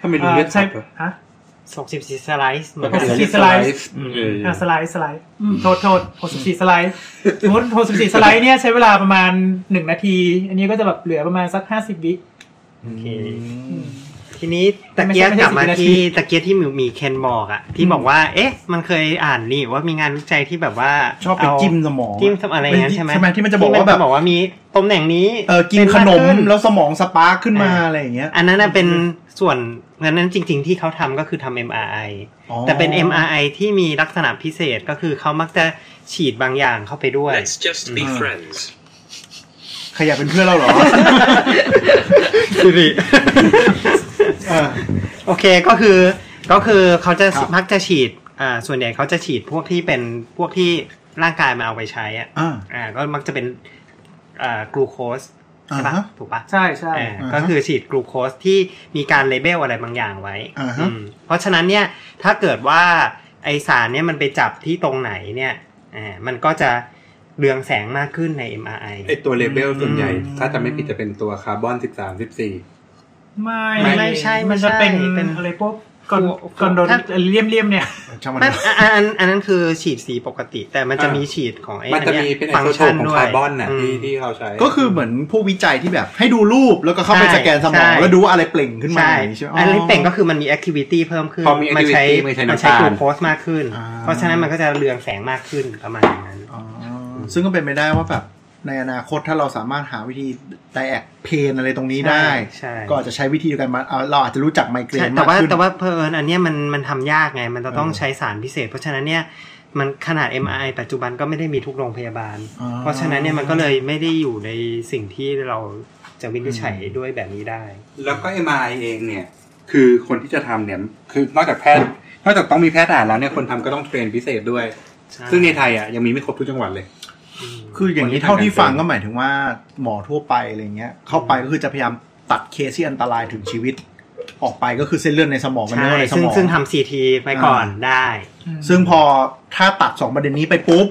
ถ้าไม่ดูเลือด ใช่ สัตว์เหรอ ฮะ 64สไลซ์เหมื แล้ อ วน ก็ กัน เหลือ สิสเลือบ ดส ไล ไล ด์ ด์เอออ อ่ะสไลด์สไลด์โทษโทษ64 สไลด์สมมติ64 สไลด์เนี่ยใช้เวลาประมาณ 1 นาที อันนี้ก็จะแบบเหลือประมาณสัก 50 วิ โอเค ทีนี้ตะเกียบ ไม่ใช่ กลับมา ไม่ใช่ ที่ สิบนาที ตะเกียบที่มิวมีเคนบอกอะที่บอกว่า เอ๊ะ มันเคยอ่านนี่ว่ามีงานวิจัยที่แบบว่า ชอบไป เา จิ้มสมอง จิ้มสมองอะไรอย่างนั้นใช่ไหม ใช่ไหมที่มันจะบอกว่าแบบ ที่มันบอกว่ามีตำแหน่งนี้ เออกินขนม เป็ากขึ้ แล้วสมองสปาร์คขึ้นมาอะไรอย่างเงี้ย อันนั้นน่ะเป็นส่วนนั้นนั้นจริง ๆ ที่เขาทำก็คือทำ MRI อ๋อ แต่เป็น MRI ที่มีลักษณะพิเศษก็คือเขามักจะฉีดบางอย่างเข้าไปด้วย Let's just be Mm. friends. ขยะเป็นเพื่อนเราเหรอ สิ ริ เออ โอเคก็คือก็คือเขาจะ ครับ มักจะฉีดอ่าส่วนใหญ่เขาจะฉีดพวกที่เป็นพวกที่ร่างกายมาเอาไปใช้อ่ะ อ่า อ่าก็มักจะเป็นอ่ากลูโคสใช่ปะ อ่าฮะ ถูกปะ ใช่ใช่ อ่า อ่าฮะ ก็คือฉีดกลูโคสที่มีการเลเบลอะไรบางอย่างไว้ อ่าฮะ อืมเพราะฉะนั้นเนี่ยถ้าเกิดว่าไอสารเนี่ยมันไปจับที่ตรงไหนเนี่ยอ่ามันก็จะเรืองแสงมากขึ้นใน MRI ไอตัวเลเบลส่วนใหญ่ ถ้าจะไม่ผิดจะเป็นตัวคาร์บอนสิบสามสิบสี่ ไม่ ไม่ใช่ไม่ มัน ใช่ จะเป็น เป็น อะไรพวกกอน พวก กอนโดน ถ้า เลี่ยมเลี่ยมๆเนี่ย ช่างมัน ไม่อันอันอันนั้นคือฉีดสีปกติ แต่มันจะ อ่ามี มีฉีดของไอ้ มันจะมีเป็นไอโซโทปของคาร์บอนน่ะที่ที่เขาใช้ ก็คือเหมือนผู้วิจัยที่แบบให้ดูรูปแล้วก็เข้าไปสแกนสมอง แล้วดูว่าอะไรเปล่งขึ้นมา ใช่ อย่างงี้ใช่ไหม อันนี้เป็นก็คือมันมีแอคทิวิตี้เพิ่มขึ้น พอมี มั activity ใช้ มันใช้ มั น้ำ ใช้ ตาก ลู ล โคสมากขึ้น อ่า เพราะฉะนั้นมันก็จะเรืองแสงมากขึ้นประมาณอย่างนั้น อ๋อซึ่งก็เป็นไปได้ว่าแบบในอนาคตถ้าเราสามารถหาวิธีไดแอกเพนอะไรตรงนี้ได้ ใช่ใช่ ก็อาจจะใช้วิธีเดียวกันมาเอาเราอาจจะรู้จักไมเกร ใช่ น แต่ มาก ว่า ขึ้น แต่ว่าเพลินอันเนี้ยมันมันทำยากไง มันจะต้อง เออ ใช้สารพิเศษ เพราะฉะนั้นเนี่ยมันขนาด MRI ปัจจุบันก็ไม่ได้มีทุกโรงพยาบาล อ๋อ เพราะฉะนั้นเนี่ยมันก็เลยไม่ได้อยู่ในสิ่งที่เราจะวินิจฉัยด้วยแบบนี้ได้ แล้วก็ MRI เองเนี่ย คือคนที่จะทำเนี่ย คือนอกจากแพทย์ นอกจากต้องมีแพทย์อ่านแล้วเนี่ยคนทำก็ต้องเทรนพิเศษด้วย ใช่ ซึ่งในไทยอ่ะยังมีไม่ครบทุกจังหวัดเลย คืออย่างนี้เท่าที่ฟังก็หมายถึงว่าหมอทั่วไปอะไรเงี้ย เข้าไปก็คือจะพยายามตัดเคสที่อันตรายถึงชีวิต ออกไปก็คือเส้นเลือดในสมองมัน ใช่ เนื้อในส ซึ่ง มอง ซึ่งทำซีทีไปก่อนได้ ซึ่งพอถ้าตัดสองประเด็นนี้ไปปุ๊บ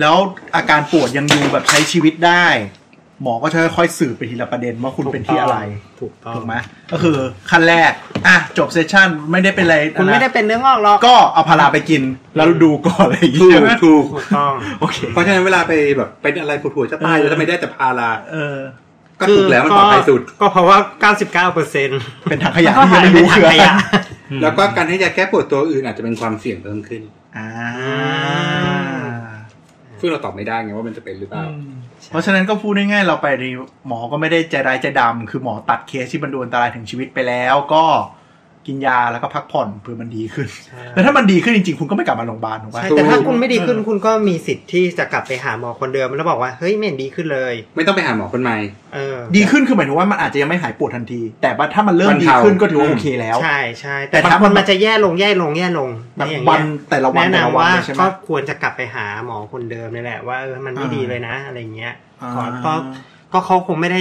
แล้วอาการปวดยังอยู่แบบใช้ชีวิตได้ หมอก็จะค่อยๆสืบไปทีละประเด็นว่าคุณเป็นที่อะไร ถูกต้อง ถูกไหมก็คือขั้นแรกอ่ะจบเซสชั่นไม่ได้เป็นไร คุณไม่ได้เป็นเนื้องอกหรอก ก็เอาพาราไปกินแล้วดูก่อนอะไรอย่าง ถู เงี้ย กถูก ถูกต้อง โอเค เพราะฉะนั้นเวลาไปแบบเป็นอะไรปวดหัวจะตายแล้วทำไมได้แต่พารา เออ ก็ถูกแล้วมันปลอดภัยสุด ก็เพราะว่า 99เปอร์เซ็นต์ เป็นถังขยะที่ยังไม่รู้ ถั คื ง อ ข อะไร ยะ แล้วก็การให้ยาแก้ปวดตัวอื่นอาจจะเป็นความเสี่ยงเพิ่มขึ้น อ่า ซึ่งเราตอบไม่ได้ไงว่ามันจะเป็นหรือเปล่า เพราะฉะนั้นก็พูดง่ายๆเราไปรีหมอก็ไม่ได้ใจร้ายใจดำคือหมอตัดเคสที่มันดูอันตรายถึงชีวิตไปแล้ว ก็กินยาแล้วก็พักผ่อนเพื่อมันดีขึ้นแล้วถ้ามันดีขึ้นจริงๆ คุณก็ไม่กลับมาโรงพยาบาลถูกไหม ใช่แต่ถ้าคุณไม่ดีขึ้นคุณก็มีสิทธิ์ที่จะกลับไปหาหมอคนเดิมแล้วบอกว่า เฮ้ยไม่เห็นดีขึ้นเลย ไม่ต้องไปหาหมอคนใหม่ เออ ดีขึ้นคือหมายถึงว่ามันอาจจะยังไม่หายปวดทันที แต่ว่าถ้ามันเริ่ม บรร ดี เทา ขึ้นก็ถือว่าโอเคแล้ว ใช่ใช่แต่บางคนมันจะแย่ลงแย่ลงแย่ลง แบบ อย่าง วั เงี้ น ย แต่ละวัน แนะ แต่ละ นำ วัน ว่า เลยใช่ไหม ก็ควรจะกลับไปหาหมอคนเดิมนี่แหละว่าเออมันไม่ดีเลยนะ อะไรเงี้ย อ่า ก่อนก็ก็เขาคงไม่ได้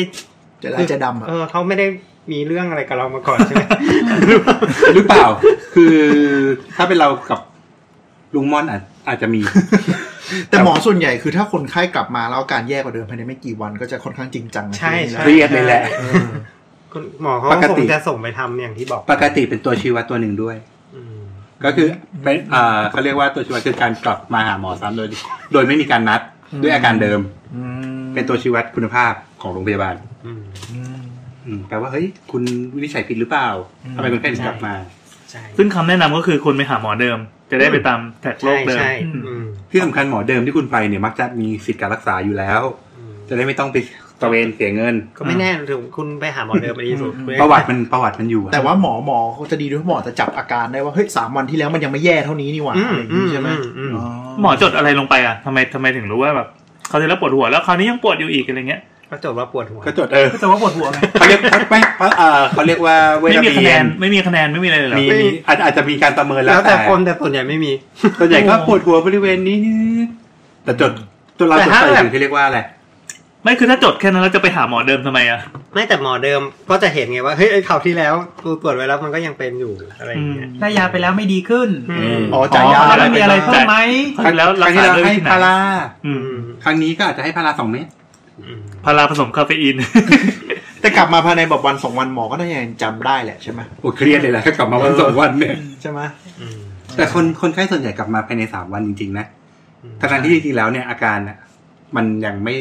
ใจร้ายใจดำอะ เออเขาไม่ได้ มีเรื่องอะไรกับเรามาก่อนใช่ไหม หรือเปล่า คือถ้าเป็นเรากับลุงม่อนอาจอาจจะมี แต่หมอส่วนใหญ่คือถ้าคนไข้กลับมาแล้วอาการแย่กว่าเดิมภายในไม่กี่วันก็จะค่อนข้างจริงจังนะ ใช่ใช่ เครียดเลยแหละ เออ คุณหมอเขา ปก ค ติ งจะส่งไปทำอย่างที่บอก ปกติเป็นตัวชีวัดตัวหนึ่งด้วย อืม ก็คือเป็นอ่าเขาเรียกว่าตัวชีวัดคือการกลับมาหาหมอซ้ำโดย โดยไม่มีการนัดด้วยอาการเดิม อืม เป็นตัวชีวัดคุณภาพของโรงพยาบาล อืม อืม อืมแปลว่าเฮ้ยคุณวินิจฉัยผิดหรือเปล่า อืม ทำไมคนไข้ถึงกลับมา ใช่ ซึ่งคำแนะนำก็คือควรไปหาหมอเดิม จะได้ไปตามแท็กโร ใช่ คเดิม ใช่ อืม อืม ที่สำคัญหมอเดิมที่คุณไปเนี่ยมักจะมีสิทธิการรักษาอยู่แล้ว อืม จะได้ไม่ต้องไปตระเวนเสียเงิน ก็ไม่แน่ถึงคุณไปหาหมอเดิมไปดีสุด ประวัติมันประวัติมันอยู่อะ แต่ว่าหมอหมอเขาจะดีด้วยหมอจะจับอาการได้ว่าเฮ้ยสามวันที่แล้วมันยังไม่แย่เท่านี้นี่หว่า อืม อะไรอย่างนี้ใช่ไหม อืมอืม อ๋อ หมอจดอะไรลงไปอ่ะทำไมทำไมถึงรู้ว่าแบบเขาวที่แล้วปวดหัวแล้วคราวนี้ยังปวดอยู่อีกอะไรเงี้ย ก็จบว่าปวดหัว ก็จดเออ ก็จะว่าปวดหัวไง เขาเรียกไม่เขาเอ่อเขาเรียกว่าเว ไม่ ลา มีคะ เรี แน ย น น ไม่มีคะแนนไม่มีอะไรเลยเหรอ มีมีอาจอาจจะมีการประเมินแล้ แล้ววแต่ แต่ คนแต่ส่วนใหญ่ไม่มี ส่วนใหญ่ก็ปวดหัวบริเวณนี้นี่แต่จดตัวเรา แต่ จด ถ้า ไป แบบ ถึงที่เรียกว่าอะไร ไม่คือถ้าจดแค่นั้นแล้วจะไปหาหมอเดิมทำไมอ่ะ ไม่แต่หมอเดิมก็จะเห็นไงว่าเฮ้ยไอ้ข่าวที่แล้วกูตรวจไว้แล้วมันก็ยังเป็นอยู่อะไรอย่างเงี้ย ได้ยาไปแล้วไม่ดีขึ้น อืม อ๋อจ่ายยา แล้วมีอะไรเพิ่มไหม คราวที่แล้ว ค รั รั้ ก งที่ ษา เรา ด้วย ให้ วิธีไหน พารา อืม อืม ครั้งนี้ก็อาจจะให้พาราสองเม็ด อืม พาราผสมคาเฟอีน แต่กลับมาภายในแบบวันสองวันหมอก็น่าจะยังจำได้แหละใช่ไหม โอ้เครียดเลยแหละถ้ากลับมาวันสองวันเนี่ย ใช่ไหม อืม แต่คนคนไข้ส่วนใหญ่กลับมาภายในสามวันจริงๆนะ อืม ทั้งนั้นที่จริงๆแล้วเนี่ยอาการน่ะมันยังไม่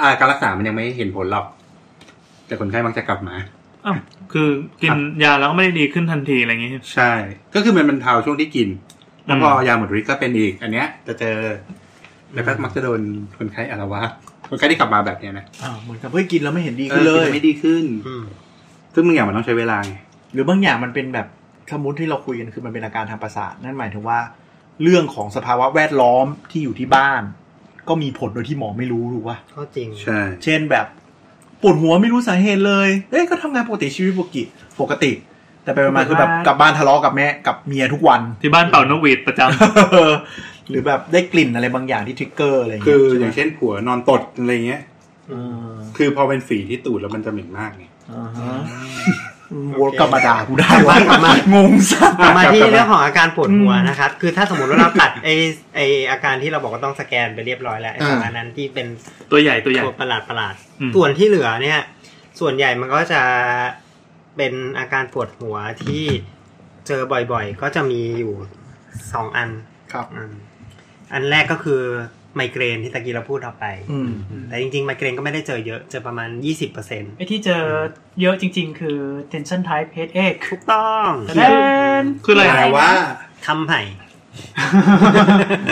อาการรักษามันยังไม่เห็นผลหรอก แต่คนไข้มักจะกลับมา อ้าวคือกินยาแล้วก็ไม่ได้ดีขึ้นทันทีอะไรอย่างงี้ ใช่ ก็คือมันบรรเทาช่วงที่กิน แล้วพออยาหมดฤทธิ์ก็เป็นอีก อันเนี้ย จะเจอ แล้วก็มักจะโดนคนไข้อารวาสคนไข้ที่กลับมาแบบเนี้ยนะ อ่าเหมือนกับเฮ้ยกินแล้วไม่เห็นดีขึ้นเลย ออกินไม่ดีขึ้น อืม ซึ่งบางอย่างมันต้องใช้เวลาไง หรือบางอย่างมันเป็นแบบสมมติที่เราคุยกันคือมันเป็นอาการทางประสาทนั่นหมายถึงว่า เรื่องของสภาวะแวดล้อมที่อยู่ที่บ้าน ก็มีผลโดยที่หมอไม่รู้รู้ป่ะ ก็จริง ใช่ เช่นแบบปวดหัวไม่รู้สาเหตุเลย เอ้ยก็ทำงานปกติชีวิตปกติปกติ แต่ไปมาๆคือแบบกลับบ้านทะเลาะกับแม่กับเมียทุกวัน ที่บ้านเป่านกหวีดประจำ หรือแบบได้กลิ่นอะไรบางอย่างที่ทริกเกอร์อะไรอย่าง คื เงี้ อย อ ใช่ ย่า ไห ง ม เช่นผัวนอนตดอะไรเงี้ย เออ คือพอเป็นฝีที่ตูดแล้วมันจะเหม็นมากไง อ่าฮะวนกลับมาด่ากูได้วะ กลับมา งงสัส กลับมาที่ กลับมา เรื่องของอาการปวดหัวนะครับ คือถ้าสมมติว่าเราตัดไอไออาการที่เราบอกว่าต้องสแกนไปเรียบร้อยแล้วไอสองอันนั้นที่เป็น ตัวใหญ่ตัวใหญ่ ตัวประหลาดประหลาดๆ อืม ส่วนที่เหลือเนี่ย ส่วนใหญ่มันก็จะเป็นอาการปวดหัวที่เจอบ่อยๆ ก็จะมีอยู่สองอัน ครับ อืมอันแรกก็คือไมเกรนที่ตะกี้เราพูดออกไป อืม แต่จริงๆไมเกรนก็ไม่ได้เจอเยอะเจอประมาณ 20% ไอ้ที่เจอเยอะจริง ๆ คือ tension type headache ถูกต้อง แต่แน่น คืออะไร แปลว่า คำไผ่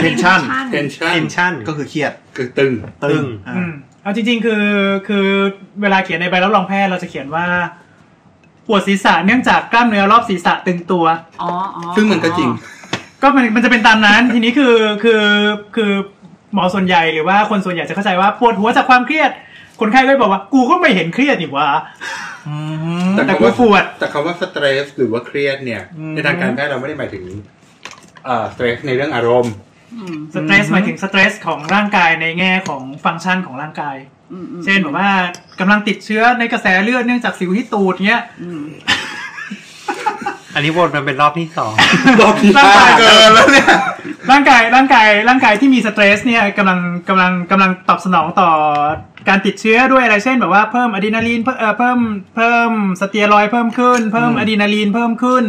เทนชั่น tension tension ก็คือเครียด คือตึง ตึงอ่า อืมเอาจริง ๆ คือคือเวลาเขียนในใบรับรองแพทย์เราจะเขียนว่า ปวดศีรษะเนื่องจากกล้ามเนื้อรอบศีรษะตึงตัว อ๋ออ๋อ ซึ่งมันก็จริง ก็มันมันจะเป็นตามนั้น ทีนี้คือคือคือหมอส่วนใหญ่หรือว่าคนส่วนใหญ่จะเข้าใจว่าปวดหัวจากความเครียด คนไข้ก็จะบอกว่ากูก็ไม่เห็นเครียดนี่หว่า แต่กู คำว่า ปวด แต่คำว่าสเตรสหรือว่าเครียดเนี่ย อืม ในทางการแพทย์เราไม่ได้หมายถึงเอ่อสเตรสในเรื่องอารมณ์ อืม สเตรสหมายถึงสเตรสของร่างกายในแง่ของฟังก์ชันของร่างกาย อืมอืม เช่นแบบว่ากำลังติดเชื้อในกระแสเลือดเนื่องจากสิวที่ตูดเงี้ย อืม อันนี้วนมันเป็นรอบที่สอง ร่างกาย เกินแล้วเนี่ย ร่างกายร่างกายร่างกายที่มีสเตรสเนี่ยกำลังกำลังกำลังตอบสนองต่อการติดเชื้อด้วยอะไรเช่นแบบว่าเพิ่มอะดรีนาลีนเพิ่มเอ่อเพิ่มเพิ่มสเตียรอยด์เพิ่มขึ้น เพิ่ม อืม อะดรีนาลีนเพิ่มขึ้น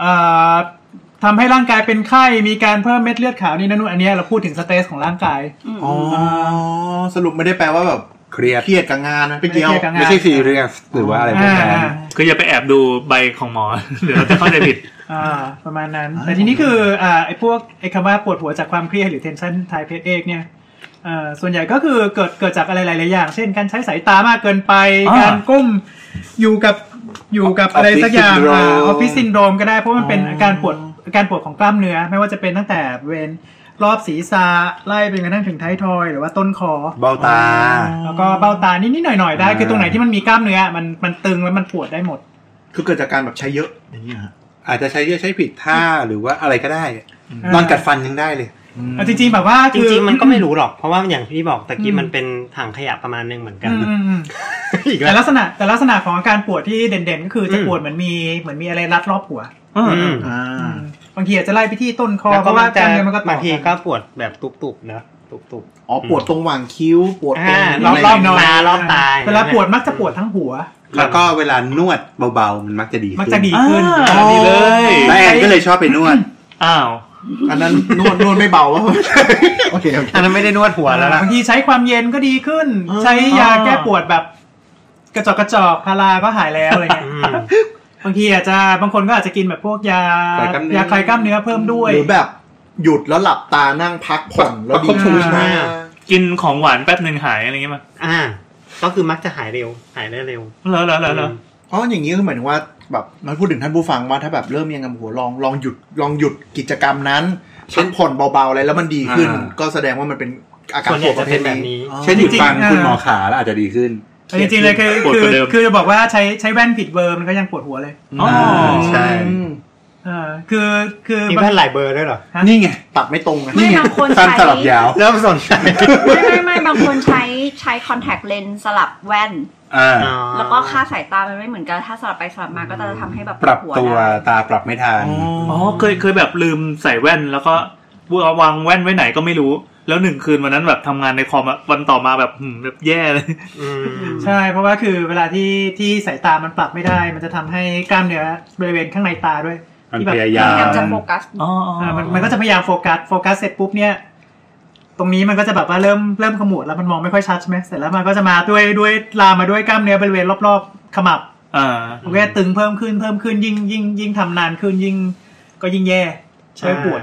เอ่อทำให้ร่างกายเป็นไข้มีการเพิ่มเม็ดเลือดขาวนี่นั่นนู่นอันเนี้ยเราพูดถึงสเตรสของร่างกาย อืม อ๋อ สรุปไม่ได้แปลว่าแบบ เครียด เครียดกับงานนะไปเกี่ยว ไม่ได้เครียดกับงาน ไม่ใช่ซีเรียสหรือว่าอะไรพวก อ่า นั้น คืออย่าไปแอบดูใบของหมอ เดี๋ยวเราจะเข้าใจผิด อ่าประมาณนั้น อ่า แต่ทีนี้คืออ่าไอ้พวกไอ้คำว่าปวดหัวจากความเครียดหรือ tension type headache เนี่ยเอ่อส่วนใหญ่ก็คือเกิดเกิดจากอะไรหลายๆอย่าง เช่นการใช้สายตามากเกินไป อ่า การก้มอยู่กับอยู่กับอะไร Office สักอย่างอ syndrome อฟฟิศซินโดรมก็ได้เพราะมันเป็นอาการปวดอาการปวดของกล้ามเนื้อ ไม่ว่าจะเป็นตั้งแต่บริเวณรอบศีรษะไล่ไปจนกระทั่งถึงท้ายทอย หรือว่าต้นคอ เบ้าตา แล้วก็เบ้าตานิดๆหน่อยๆได้ คือ อ่า ตรงไหนที่มันมีกล้ามเนื้อมันมันตึงแล้วมันปวดได้หมด คือเกิดจากการแบบใช้เยอะอย่างนี้ยฮะ อาจจะใช้เยอะใช้ผิดท่าหรือว่าอะไรก็ได้ อ่าน นอนกัดฟันยังได้เลย อ่ะจริงๆแบบว่า จ คือ ริงๆ มันก็ไม่รู้หรอก เพราะว่าอย่างที่บอกตะกี้ อืม มันเป็นถังขยะประมาณหนึงเหมือนกัน อืมอืมอืม อีกแล้ แต่ ว ลักษณะแต่ลักษณะของอาการปวดที่เด่นๆ ก็คือจะ อืม ปวดเหมือนมีเหมือนมีอะไรรัดรอบหัว อ่า อืม อ่า อืมบางทีอาจจะไล่ไปที่ต้นคอ แล้ว เพ ก็ ราะ มั ว่าน ก จะ ล้ามเนื้อมันก็ต่ บา อง ที กั ก็ น ปวดแบบตุบๆนะตุบ อ๋อปวดตรงหว่างคิ้วปวดตรง อ่า รอบรอรอบบ ๆหน่อย ตารอบตาอย่างนั้น เวลาปวดมักจะปวดทั้งหัว แล้วก็เวลานวดเบาๆมันมักจะดีขึ้น มักจะดีขึ้น อ่าดีเลย แล้วแอนก็เลยชอบไปนวด อ้าว อันนั้นนวดนวดไม่เบาวะ โอเคโอเค ๆอันนั้นไม่ได้นวดหัวแล้วนะ บางทีใช้ความเย็นก็ดีขึ้น อ่า ใช้ยาแก้ปวดแบบ กระจอกกระจอกพาราก็หายแล้วอะไรเงี้ย อืม บางทีอาจจะบางคนก็อาจจะกินแบบพวกยา คลายกล้ามเนื้อ ยาคลายกล้ามเนื้อเพิ่มด้วย หรือแบบหยุดแล้วหลับตานั่งพักผ่อนแล้วดี ประคบชูชา กินของหวานแป๊บหนึ่งหายอะไรเงี้ยมา อ่า ก็คือมักจะหายเร็ว หายได้เร็ว แล้วแล้วแล้วแล้ว อ๋ออย่างนี้คือหมายถึงว่าแบบมันพูดถึงท่านผู้ฟังว่าถ้าแบบเริ่มยังไงโอ้โหัวลองลองหยุดลองหยุดกิจกรรมนั้นพักผ่อนเบาๆอะไรแล้วมันดีขึ้น อ่า ก็แสดงว่ามันเป็นอาการ ส่วนให ป ญ่ วดป จะ ระเภ เป็น ท แบบ นี้ นี้ อ๋อ เช่นหยุดฟัง จริงๆ คุณหมอขาแล้วอาจจะดีขึ้น จริงๆเลยคือ ปวด คือกว่าเดิม คือจะบอกว่าใช้ใช้แว่นผิดเบอร์มันก็ยังปวดหัวเลย อ๋อ ใช่ อืม เออคือคือ มี บาง แว่นหลายเบอร์ด้วยเหรอ นี่ไง ตัดไม่ตรงไง ไม่บางคน สั้น ใช้ สลับยาว เริ่มสนใจ ไม่ไม่ไม่บางคนใช้ใช้คอนแทคเลนส์สลับแว่น อ่า อ๋อ แล้วก็ค่าสายตามันไม่เหมือนกัน ถ้าสลับไปสลับมาก็จะทำให้แบบ ปรับ หั ตัว ได้ ตาปรับไม่ทัน อ๋อเคยเคยแบบลืมใส่แว่นแล้วก็วางแว่นไว้ไหนก็ไม่รู้ แล้วหนึ่งคืนวันนั้นแบบทำงานในคอมอะวันต่อมาแบบหืมแบบแย่เลย อืม ใช่ เพราะว่าคือเวลาที่ที่สายตามันปรับไม่ได้ มันจะทำให้กล้ามเนื้อบริเวณข้างในตาด้วย มัน ที่แบบ พยายา พยายาม มจะโฟกัส อ๋ออ๋อ อ่ามันมันก็จะพยายามโฟกัสโฟกัสเสร็จปุ๊บเนี่ย ตรงนี้มันก็จะแบบว่าเริ่มเริ่มขมวดแล้วมันมองไม่ค่อยชัดใช่ไหมเสร็จแล้วมันก็จะมาด้วยด้วยลามมาด้วยกล้ามเนื้อบริเวณรอบๆขมับ อ่า มันก็จะตึงเพิ่มขึ้นเพิ่มขึ้นยิ่งยิ่งยิ่งทำนานขึ้นยิ่งก็ยิ่งแย่ ใช่ ใช่ปวด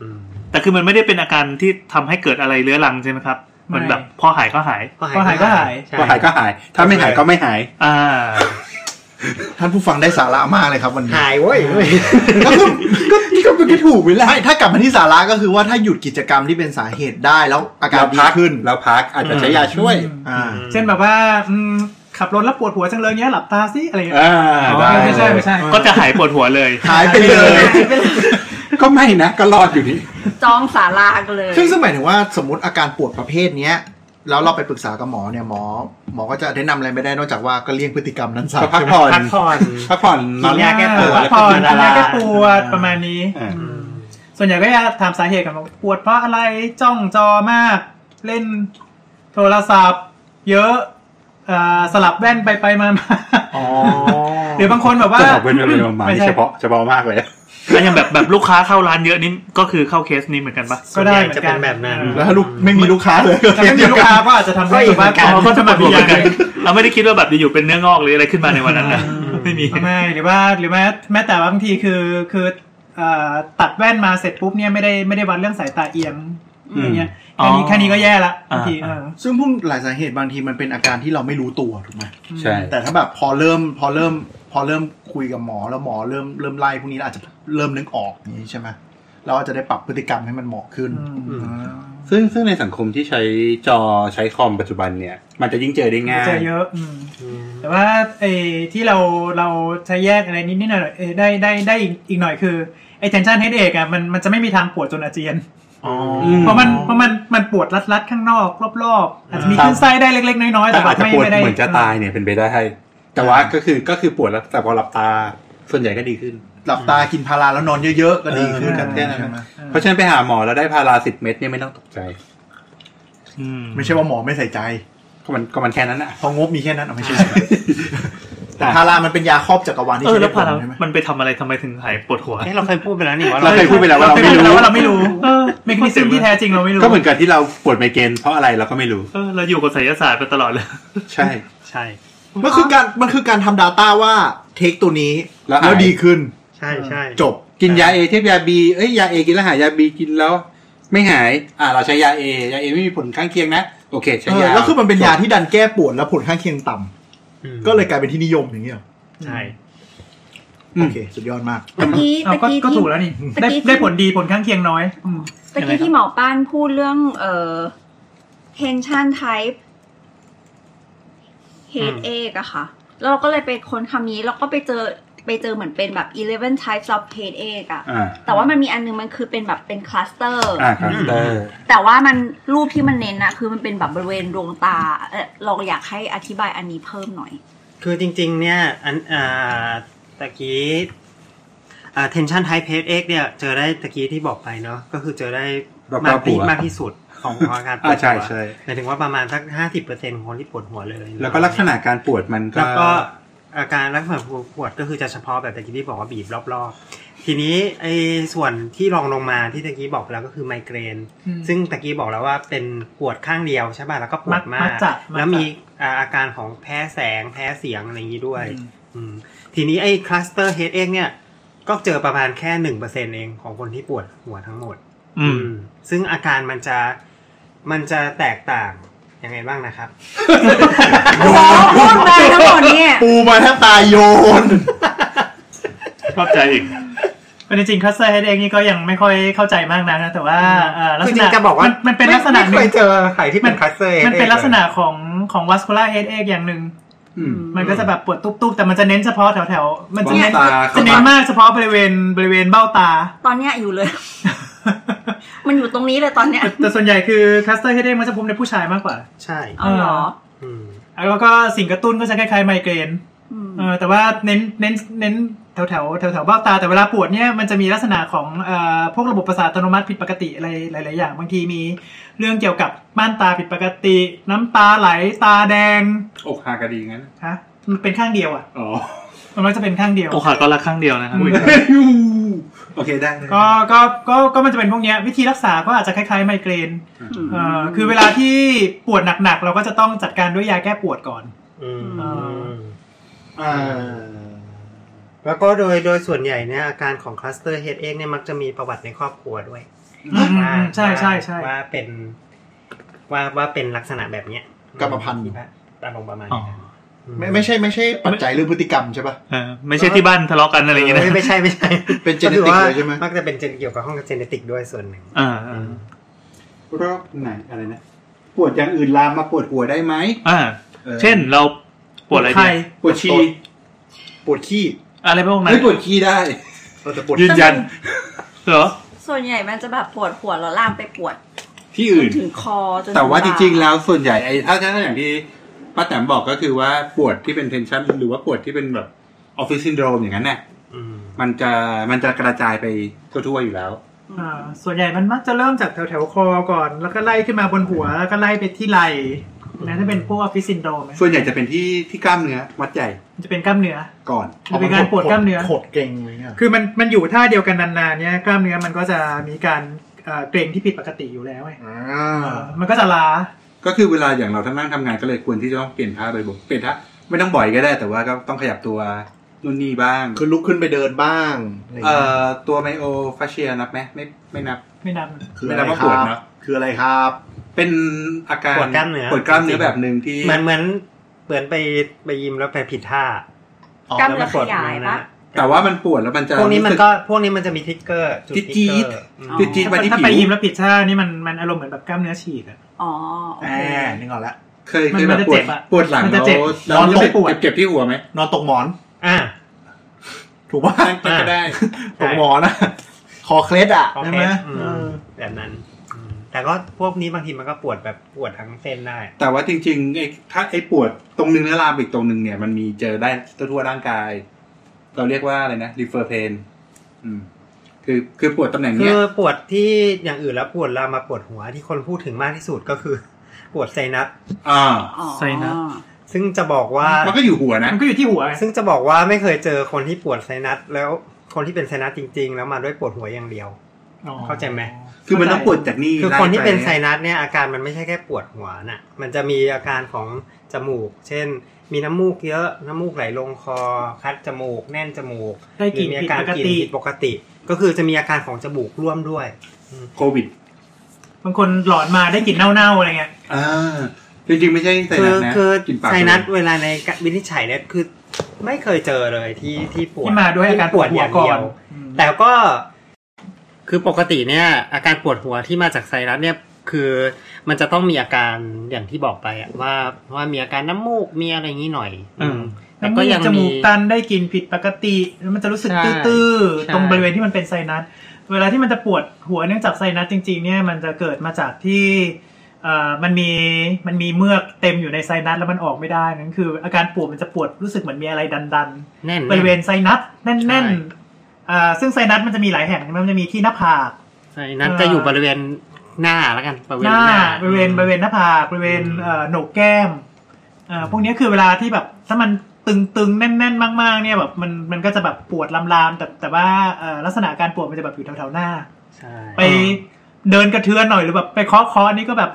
อืม แต่คือมันไม่ได้เป็นอาการที่ทำให้เกิดอะไรเรื้อรังใช่ไหมครับ มัน ไม่ แบบพอหายก็หาย ก็หายก็หาย ใช่ ก็หายก็หาย ถ้าไม่หายก็ไม่หาย อ่า ท่านผู้ฟังได้สาระมากเลยครับวันนี้ หายเว้ยเว้ย ก็คือก็ก็มันก็ถูกไปแล้วถ้ากลับมาที่สาระก็คือว่าถ้าหยุดกิจกรรมที่เป็นสาเหตุได้แล้วอาการ เรา ดี พัก ขึ้น เราพักอาจจะใช้ยาช่วย อ่า เช่นแบบว่าอืมขับรถแล้วปวดหัวจังเลยเนี้ยหลับตาสิอะไรอย่างเงี้ย อ่าได้ ไม่ใช่ไม่ใช่ ก็จะหายปวดหัวเลย หายไปเลย ก็ไม่นะ ก็รอดอยู่นี่ จองศาลากันเลย ซึ่งสมัยถึงว่าสมมติอาการปวดประเภทเนี้ยแล้วเราไปปรึกษากับหมอเนี่ยหมอ หมอก็จะแนะนำอะไรไม่ได้นอกจากว่าก็เลี่ยงพฤติกรรมนั้นซะ ก็พักผ่อน พักผ่อน พักผ่อนนอน กินยาแก้ปวด พักผ่อนกินยาแก้ปวด อ่า ประมาณนี้ อ่า อืมส่วนใหญ่ก็จะถามสาเหตุกันว่าปวดเพราะอะไรจ้องจอมาก เล่นโทรศัพท์ เยอะเอ่อสลับแว่นไปไปมามา อ๋อ หรือบางคนแบบว่า จะบอกเป็นเร็วๆมา ไม่ใช่ เฉพาะเฉพาะมากเลย แล้วยังแบบแบบลูกค้าเข้าร้านเยอะนี่ก็คือเข้าเคสนี้เหมือนกันปะ ก็ได้เหมือนส่กันวนใหญ่จะเป็นแบบนั้น แล้วถ้าลูกไม่มีลูกค้าเลยก็ ถ้าไม่มีลูกค้าก็อาจจะทำให้ ก็อี แบ ก บ เหมือนกัว่าน เขาจะมา ป พิ วด จา เหมือน ร กันเราไม่ได้คิดว่าแบบอยู่ๆเป็นเนื้องอกหรืออะไรขึ้นมาในวันนั้นนะไม่มี ไม่หรือว่าหรือแม้แม้แต่ว่าบางทีคือคือเอ่อตัดแว่นมาเสร็จปุ๊บเนี่ยไม่ได้ไม่ได้วัดเรื่องสายตาเอียงอย่างเงี้ย อื แค่ ม นี้แค่นี้ก็แย่ละบางที อ่า เออ ซึ่งพวกหลายสาเหตุบางทีมันเป็นอาการที่เราไม่รู้ตัวถูกไหม ใช่ แต่ถ้าแบบพอเริ่มพอเริ่มพอเริ่มคุยกับหมอแล้วหมอเริ่มเริ่มไล่พวกนี้แล้วอาจจะเริ่มนึกออกอย่างนี้ใช่ไหมเราอาจจะได้ปรับพฤติกรรมให้มันเหมาะขึ้น อืม อ่า ซึ่งซึ่งในสังคมที่ใช้จอใช้คอมปัจจุบันเนี่ย มันจะยิ่งเจอได้ง่าย เจอเยอะอืม แต่ว่าไอ้ที่เราเราจะแยกอะไรนิดนิดหน่อยๆเอ่อได้ได้ได้อีกอีกหน่อยคือไอ้ tension headache อ่ะมันมันจะไม่มีทางปวดจนอาเจียน อ๋อ ม เพราะมันเพราะมันมันปวดรัดรัดๆข้างนอกรอบๆอาจจะมีขึ้นไส้ได้เล็ก ๆ น้อยๆ แต่ แต่ อา ว่า จจะ ไม่ ปวด ไม่ได้ เหมือนจะตายเนี่ยเป็นไปได้ แต่ว่าก็คือก็คือปวดแล้วแต่พอหลับตาส่วนใหญ่ก็ดีขึ้น หลับตากินพาราแล้วนอนเยอะๆ ก็ดีขึ้น เออแค่นั้น ใช่ไหม เออ เพราะฉะนั้นไปหาหมอแล้วได้พาราสิบเม็ดเนี่ยไม่ต้องตกใจ อืม ไม่ใช่ว่าหมอไม่ใส่ใจ ก็มันก็มันแค่นั้นอะ เพองบมีแค่นั้นเอาไม่ใช่ แต่พารามันเป็นยาครอบจักรวาลที่ เออ ใช้ แล้ ได้ผวพา ล เรา ใช่ไหม มันไปทำอะไรทำไมถึงหายปวดหัว เอ๊ะเราเคยพูดไปแล้วนี่ว่า เราเคยพูดไปแล้วว่าเราไม่รู้ เราว่าเราไม่รู้ เออ เมคานิซึมที่แท้จริงเราไม่รู้ ก็เหมือนกับที่เราปวดไมเกรนเพราะอะไรเราก็ไม่รู้ เออเราอยู่กับไสยศาสตร์ไปตลอดเลย ใช่ ใช่ มันคือการมันคือการทำ Data ว่าเทคตัวนี้ แล้วหาย แล้วดีขึ้น ใช่ใช่ จบ กินยาเอเทียบยาบีเอ้ยยาเอกินแล้วหายยาบีกินแล้ว ไม่หาย อ่าเราใช้ยาเอยาเอไม่มีผลข้างเคียงนะโอเคเออยใช้า แล้วคือมันเป็นยาที่ดันแก้ปวดแล้วผลข้างเคียงต่ำ อืม ก็เลยกลายเป็นที่นิยมอย่างเงี้ยเหรอ ใช่ โอเคสุดยอดมาก เมื่อกี้ เอา เมื่อ ก็ กี้ ก็ ที่ ถูกแล้วนี่ เมื่อ ได้ กี้ที่ ได้ผลดีผลข้างเคียงน้อยอืม เมื่อกี้ที่หมอป้านพูดเรื่องเอ่อ tension type headache อะค่ะ แล้วเราก็เลยไปค้นคำนี้ แล้วก็ไปเจอ ไปเจอเหมือนเป็นแบบ eleven types of headache อะ อ่า แต่ว่ามันมีอันนึงมันคือเป็นแบบเป็นคลัสเตอร์ อ่าครับเตอร์ แต่ว่ามันรูปที่มันเน้นนะคือมันเป็นแบบบริเวณดวงตาเออเราอยากให้อธิบายอันนี้เพิ่มหน่อย คือจริงๆ เนี่ยอันอ่าตะกี้อ่า tension type headache เนี่ย เจอได้ตะกี้ที่บอกไปเนาะก็คือเจอได้มากที่มากที่สุดของอาการปว อ่า ด ใช่ หัว ใช่ หมายถึงว่าประมาณสักห้าสิบเปอร์เซ็นต์คนที่ปวดหัวเลย แล้วก็ลักษณะการปวดมันก็ แล้วก็อาการลักษณะปวดก็คือจะเฉพาะแบบตะกี้ที่บอกว่าบีบรอบๆ ทีนี้ไอ้ส่วนที่รองลงมาที่ตะกี้บอกไปแล้วก็คือไมเกรน อืม ซึ่งตะกี้บอกแล้วว่าเป็นปวดข้างเดียวใช่ป่ะแล้วก็ปวดมา มั ก กจะมักจะ แล้วมีอ่าอาการของแพ้แสงแพ้เสียงอะไรอย่างนี้ด้วย อืม อืมทีนี้ไอ้คลัสเตอร์เฮดเองเนี่ย ก็เจอประมาณแค่หนึ่งเปอร์เซ็นเองของคนที่ปวดหัวทั้งหมด อืม อืมซึ่งอาการมันจะมันจะแตกต่างยังไงบ้างนะครับ โอ้โหพูดเลยทั้งหมดเนี่ย ปูมาทั้งตายโยน ชอบใจอีก เป็นจริงคัสเตอร์เฮดเองนี่ก็ยังไม่ค่อยเข้าใจมากนักนะแต่ว่าเอ่อลัก คือ ษ จริ ณะ งจะบอกว่าน เป็นลักษณะห ไม่ นึ่ เคย ง เจอใครที่เป็นคลัสเตอร์ มันเป็นลักษณะของของวัสคูล่าเฮดเอกอย่างหนึ่ง อืม มันก็จะแบบปวดตุ๊บๆ แต่มันจะเน้นเฉพาะแถวๆ มันจะเน้น เบ้าตา จะเน้นมากเฉพาะบริเวณบริเวณเบ้าตา ตอนเนี้ยอยู่เลย มันอยู่ตรงนี้เลยตอนเนี้ย แต่แต่ส่วนใหญ่คือคัสเตอร์เฮดเอกมันจะพบในผู้ชายมากกว่า ใช่ เอาเหรอ อืม แล้วก็สิ่งกระตุ้นก็จะคล้ายๆไมเกรน อืม เออแต่ว่าเน้นเน้นเน้นแถวแถวแถวแถวๆเบ้าตา แต่เวลาปวดเนี่ยมันจะมีลักษณะของเอ่อพวกระบบประสาทอัตโนมัติผิดปกติอะไรหลาย ๆ อย่าง บางทีมีเรื่องเกี่ยวกับม่านตาผิดปกติ น้ำตาไหลตาแดง อกหากระดีงั้น ฮะมันเป็นข้างเดียวอ่ะ อ๋อ มันมักจะเป็นข้างเดียว โอกหักก็รักครั้งเดียวนะครับ อุ้ยโอเคได้ได้ ก็ก็ก็ก็มันจะเป็นพวกเนี้ยวิธีรักษาก็อาจจะคล้ายๆไมเกรนเอ่อคือเวลาที่ปวดหนักๆ เราก็จะต้องจัดการด้วยยาแก้ปวดก่อน อืม อ่ อ่าแล้วก็โดยโดยส่วนใหญ่เนี่ยอาการของคลัสเตอร์เฮดเอกเนี่ยมักจะมีประวัติในครอบครัวด้วย อืม ว่า ใช่ใช่ใช่ ว่าเป็นว่าว่าเป็นลักษณะแบบเนี้ย กรรมพันธุ์ อารมณ์ประมาณ อ๋อ นี้ ไม่ไม่ใช่ไม่ใช่ปัจจัยเรื่องพฤติกรรมใช่ปะ เออไม่ใช่ที่บ้านทะเลาะกันอะไรอย่างเงี้ยนะ ไม่ไม่ใช่ไม่ใช่ เป็น genetic ก็คือว่า เลยใช่ไหม มักจะเป็นเจนเกี่ยวกับห้องเจเนติกด้วยส่วนหนึ่ง อ่าอ่า โรคไหนอะไรนะ ปวดอย่างอื่นลามมาปวดหัวได้ไหม อ่า ออ เช่นเราปวดอะไร ใคร เนี่ย ปวดชี ปวดขี้ อะไรพวกนั้น ไม่ปวดขี้ได้ เราจะปวด ยืนยันเหรอ ส่วนใหญ่มันจะแบบปวดหัวแล้วลามไปปวด ที่อื่น ถึงคอจน แต่ว่าจ ถึง ริง บ่ ๆ แล้วส่วนใหญ่ไอ้ถ้าถ้าอย่างที่ป้าแตมบอกก็คือว่าปวดที่เป็นเทนชันหรือว่าปวดที่เป็นแบบออฟฟิศซินโดรมอย่างนั้นน่ะ อืม มันจะมันจะกระจายไปทั่วๆอยู่แล้ว อ่าส่วนใหญ่มันมักจะเริ่มจากแถวแถวๆคอก่อน แล้วก็ไล่ขึ้นมาบนหัวแล้วก็ไล่ไปที่ไหล่นะถ้าเป็นพวกออฟฟิศซินโดรม ส่วนใหญ่จะเป็นที่ที่กล้ามเนื้อมัดใหญ่ มันจะเป็นกล้ามเนื้อ ก่อน มันเป็นการปวดกล้ามเนื้อ ขดเกร็งอะไรเงี้ย คือมันมันอยู่ท่าเดียวกันนานๆเนี่ยกล้ามเนื้อมันก็จะมีการเอ่อเกร็งที่ผิดปกติอยู่แล้วไง อ่ เอา อมันก็จะล้า ก็คือเวลาอย่างเราทั้งนั่งทำงานก็เลยควรที่จะต้องเปลี่ยนท่าบ่อยๆเปลี่ยนท่าไม่ต้องบ่อยก็ได้แต่ว่าก็ต้องขยับตัวนู่นนี่บ้าง คือลุกขึ้นไปเดินบ้างอะไร เอ่ เงี้ย อตัวไมโอฟาเชียนับไหมไม่ไม่นับ ไม่นับ คือ เว อะไร ลา ค ปว รั ด บ เนอะ คืออะไรครับ เป็นอาการ ปวดกล้ามเนื้อ ปวดกล้ามเนื้อแบบหนึ่งที่ เหมือนเหมือนเหมือนไปไปยิมแล้วไปผิดท่า ากล้าม แล้ว เนื้อ ป ข วด ยาย เอ ปะ นะ แต่ว่ามันปวดแล้วมันจะ พวกนี้มัน รู้สึ ก็พวกนี้มันจะมีทิกเกอร์จุด ที่ ทิก จี๊อ๋อเกอร์อืมดจิตจีดไปที่ ถ้า ผิ ไป ว ยิมแล้วผิดท่านี่มันมันอารมณ์เหมือนแบบกล้ามเนื้อฉีกอะ อ๋อ อ่านึกออกแล้ว เคย มัน เคยมันจะแบบป เจ็ วด บอะ ปวดหลัง มันจะเจ็บแล้วแล้ว นอนแล้วปวด เจ็บเจ็บที่หัวไหม นอนตกหมอน อ่า ถูกป่ะ มันก็ได้ ตกหมอนอะคอเคล็ดอะ คอ ใช่ เคล็ ไหม ด เออ แบบนั้นอืมแต่ก็พวกนี้บางทีมันก็ปวดแบบปวดทั้งเส้นได้ แต่ว่าจริงๆไอ้ถ้าไอ้ปวดตรงนึงแล้วลามไปอีกตรงนึงเนี่ยมันมีเจอได้ทั่วๆร่างกาย เราเรียกว่าอะไรนะ refer pain อืม คือคือปวดตำแหน่ง คื เนี้ย อปวดที่อย่างอื่นแล้วปวดลามมาปวดหัวที่คนพูดถึงมากที่สุดก็คือ ปวดไซนัส อ่า อ๋อ ไซนัส ซึ่งจะบอกว่า มันก็อยู่หัวนะ มันก็อยู่ที่หัวไง ซึ่งจะบอกว่าไม่เคยเจอคนที่ปวดไซนัสแล้วคนที่เป็นไซนัสจริง ๆ แล้วมาด้วยปวดหัวอย่างเดียว เข้าใจไหม คือมันต้องปวดจากนี่ คือ ไล่ คนที่เป็น ไ ไซนัสเนี่ยอาการมันไม่ใช่แค่ปวดหัวน่ะ มันจะมีอาการของจมูก เช่น มีน้ำมูกเยอะ น้ำมูกไหลลงคอ คัดจมูก แน่นจมูก ได้กลิ่น หรือมีอาการกผิดปกลิ่นผิติดปกติ ก็คือจะมีอาการของจมูกร่วมด้วย โควิด บางคนหลอนมาได้กลิ่นเน่าๆอะไรเงี้ย อ่า จริงๆไม่ใช่ไซ คื นั อ สนะ คือ กินปาก ไซนัส ตัวเอง เวลาในวินิจฉัยเนี่ยคือไม่เคยเจอเลยที่ที่ปวด ที่มาด้วยอาการปวดหัวก่อน ที่ปว อืม แต่ก็คือปกติเนี่ย อาการปวดหัวที่มาจากไซนัสเนี่ยคือมันจะต้องมีอาการอย่างที่บอกไปอะว่าว่ามีอาการน้ำมูกมีอะไรอย่างนี้หน่อย อืม น้ำ ก็ มูก ยัง จ มี มูกตันได้กลิ่นผิดปกติแล้วมันจะรู้สึก ใช่ ตื้อ ใช่ ๆตรงบริเวณที่มันเป็นไซนัสเวลาที่มันจะปวดหัวเนื่องจากไซนัสจริงๆเนี่ยมันจะเกิดมาจากที่เอ่อมันมีมันมีเมือกเต็มอยู่ในไซนัสแล้วมันออกไม่ได้นั่นคือ อาการปวดมันจะปวดรู้สึกเหมือนมีอะไรดัน แน่น ๆ ๆ บริเวณไซนัสแ ใช่ น่นๆอ่าซึ่งไซนัสมันจะมีหลายแห่งมันจะมีที่หน้าผาก ใช่นั้น เอ่อ จะอยู่บริเวณหน้าแล้วกันบริเว ห ณ น้า หน้า บริเวณบริเวณหน้าผากบริเวณเอ่อโหนกแก้มเอ่อพวกเนี้ยคือเวลาที่แบบถ้ามันตึงๆ แน่นๆ มากๆ เนี่ยแบบมันมันก็จะแบบปวดลามๆแต่แต่ว่าเอ่อลักษณะการปวดมันจะแบบอยู่แถวๆหน้า ใช่ ไปเดินกระเทือนหน่อยหรือแบบไปเคาะเคาะนี่ก็แบบ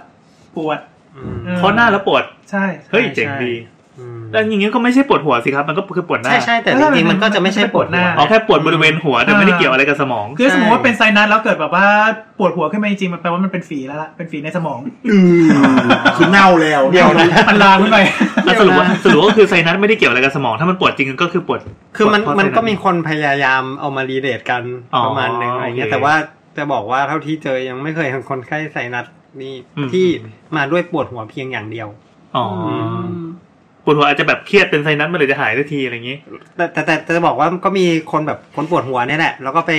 ปวด อืม เออ เพราะหน้าแล้วปวด ใช่ เฮ้ย ใช่ เจ๋งดี อืม แล้วอย่างงี้ก็ไม่ใช่ปวดหัวสิครับ มันก็คือปวดหน้า ใช่ใช่แต่จริงๆมันก็จะไม่ใช่ปวดหน้า อ๋อแค่ปวดบริเวณหัวแต่ไม่ได้เกี่ยวอะไรกับสมอง คือสมมติว่าเป็นไซนัสแล้วเกิดแบบว่าปวดหัวขึ้นมาจริงๆมันแปลว่ามันเป็นฝีแล้วล่ะเป็นฝีในส มอง อืมคือเน่าแล้ว เดี๋ยวนะ มันลามขึ้นไป แล้วสรุปว่าสรุปก็คือไซนัสไม่ได้เกี่ยวอะไรกับสมอง ถ้ามันปวดจริงก็คือปวด คือมัน ปวดเพราะ มันก็มี ไซ คนพยายามเอามารีเลทกัน อ๋อ ประมาณหนึ่งอะไรเงี้ย โอเค แต่ว่าจะบอกว่าเท่าที่เจอยังไม่เคยเห็นคนไข้ใส่นัดนี่ อืม ที่มาด้วยปวดหัวเพียงอย่างเดียว อ๋ออ ม ปวดหัวอาจจะแบบเครียดเป็นไซนัสมันเลยจะหายทันทีอะไรอย่างงี้ แต่แต่แต่แต่จะบอกว่าก็มีคนแบบคนปวดหัวเนี่ยแหละ แล้วก็ไป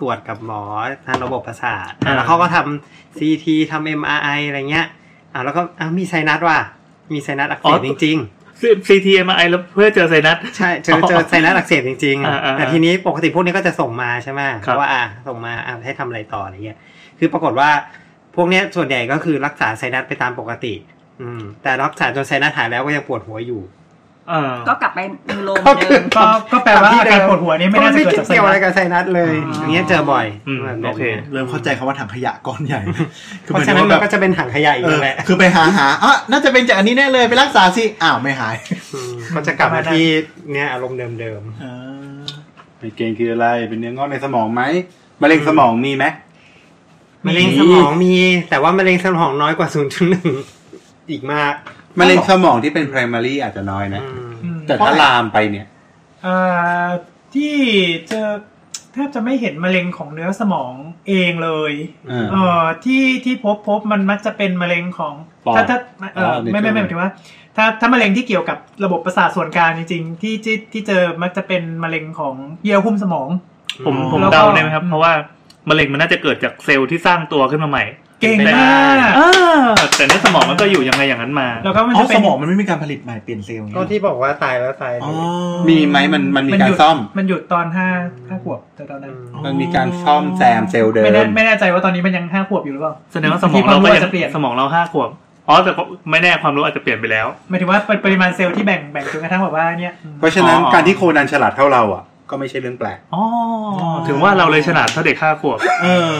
ตรวจกับหมอทางระบบประสาท อ่า แล้วเขาก็ทำซีทีทำ MRI อะไรเงี้ยอ่าแล้วก็อ้าวมีไซนัสว่ะมีไซนัสอักเสบจริง ๆ ซีทีเอ็มไอแล้วเพื่อเจอไซนัส ใช่เจอเจอไซนัสอักเสบจริง อ่าอ่า ๆ แต่ทีนี้ปกติพวกนี้ก็จะส่งมาใช่ไหม ครับ ว่าอ่ะส่งมาอ่ะให้ทำอะไรต่ออะไรเงี้ยคือปรากฏว่าพวกเนี้ยส่วนใหญ่ก็คือรักษาไซนัสไปตามปกติ อืม แต่รักษาจนไซนัสหายแล้วก็ยังปวดหัวอยู่ อ่า ก็กลับไปมือโลมเหมือนเดิม ก็ก็แปลว่าอาการปวดหัวนี้ไม่น่าจะเกิดจากไซ เกี่ยว นั อะ ส ไรกับไซนัสเลย อ๋ออ อย่างเงี้ยเจอบ่อย อืม แบบนี้ย โอเค เริ่มเข้าใจคำว่าถังขยะก้อน ใหญ่ เพราะฉะนั้น หยถึงว่ มันก็จะเป็นถังขยะอีก เออ แหละ คือไปหาหาอ่ะน่าจะเป็นจากอันนี้แน่เลยไปรักษาสิอ้าวไม่หาย มก็จะกลับมาที่เนี่ยอารมณ์เดิม ไมเกรนคืออะไร เป็นเนื้องอกในสมองไหมมะเร็งสมองมีไหม ๆมะเร็งสมองมี แต่ว่ามะเร็งสมองน้อยกว่า 0.1 อีกมาก มะเร็งสมองที่เป็น primary อาจจะน้อยนะ อืม แต่ถ้าลามไปเนี่ย เอ่อที่เจอแทบจะไม่เห็นมะเร็งของเนื้อสมองเองเลย เออ เอ่อที่ที่พบพบมันมักจะเป็นมะเร็งของ ปอด ถ้าถ้าเอ่อ ปอด ไม่ไม่ไม่หมายถึงว่า ถ้าถ้ามะเร็งที่เกี่ยวกับระบบประสาทส่วนกลางจริงๆที่ที่ที่เจอมักจะเป็นมะเร็งของเยื่อหุ้มสมอง ผม อ๋อ ผม แล้วก็ เดาได้ไหมครับ เพราะว่ามะเร็งมันน่าจะเกิดจากเซลล์ที่สร้างตัวขึ้นมาใหม่ เก่ง แต่ มาก อ่าแต่เนื้อสมองมันก็อยู่ยังไงอย่างนั้นมา แล้วก็มัน อ๋อ จะเป็ ส น มองมันไม่มีการผลิตใหม่เปลี่ยนเซลล์อย่าง ก็ เงี้ย ที่บอกว่าตายแล้วตายเล อ๋อ ย มีไหมมันมันมี มัน กา ห ร ยุด ซ่อม มันหยุดตอนห้าห้าขวบแต่ตอนนั้น มันมีการซ่อมแซมเซลล์เดิ ไม่แน่ ม ไม่แน่ใจว่าตอนนี้มันยังห้าขวบอยู่หรือเปล่า แสดงว่าสมองที่เราความรู้ ก็ อาจ ยัง จะเปลี่ยน สมองเราห้าขวบอ๋อแต่ก็ไม่แน่ความรู้อาจจะเปลี่ยนไปแล้ว หมายถึงว่าปริมาณเซลล์ที่แบ่งแบ่งจนกระทั่งแบบว่าเนี่ยอืม เพราะฉะนั้น อ๋อ การที่โคนันฉลาดเท่าเราอ่ะ ก็ไม่ใช่เรื่องแปลก อ๋อถึงว่าเราเลยฉลาดเท่าเด็กห้าขวบ เออ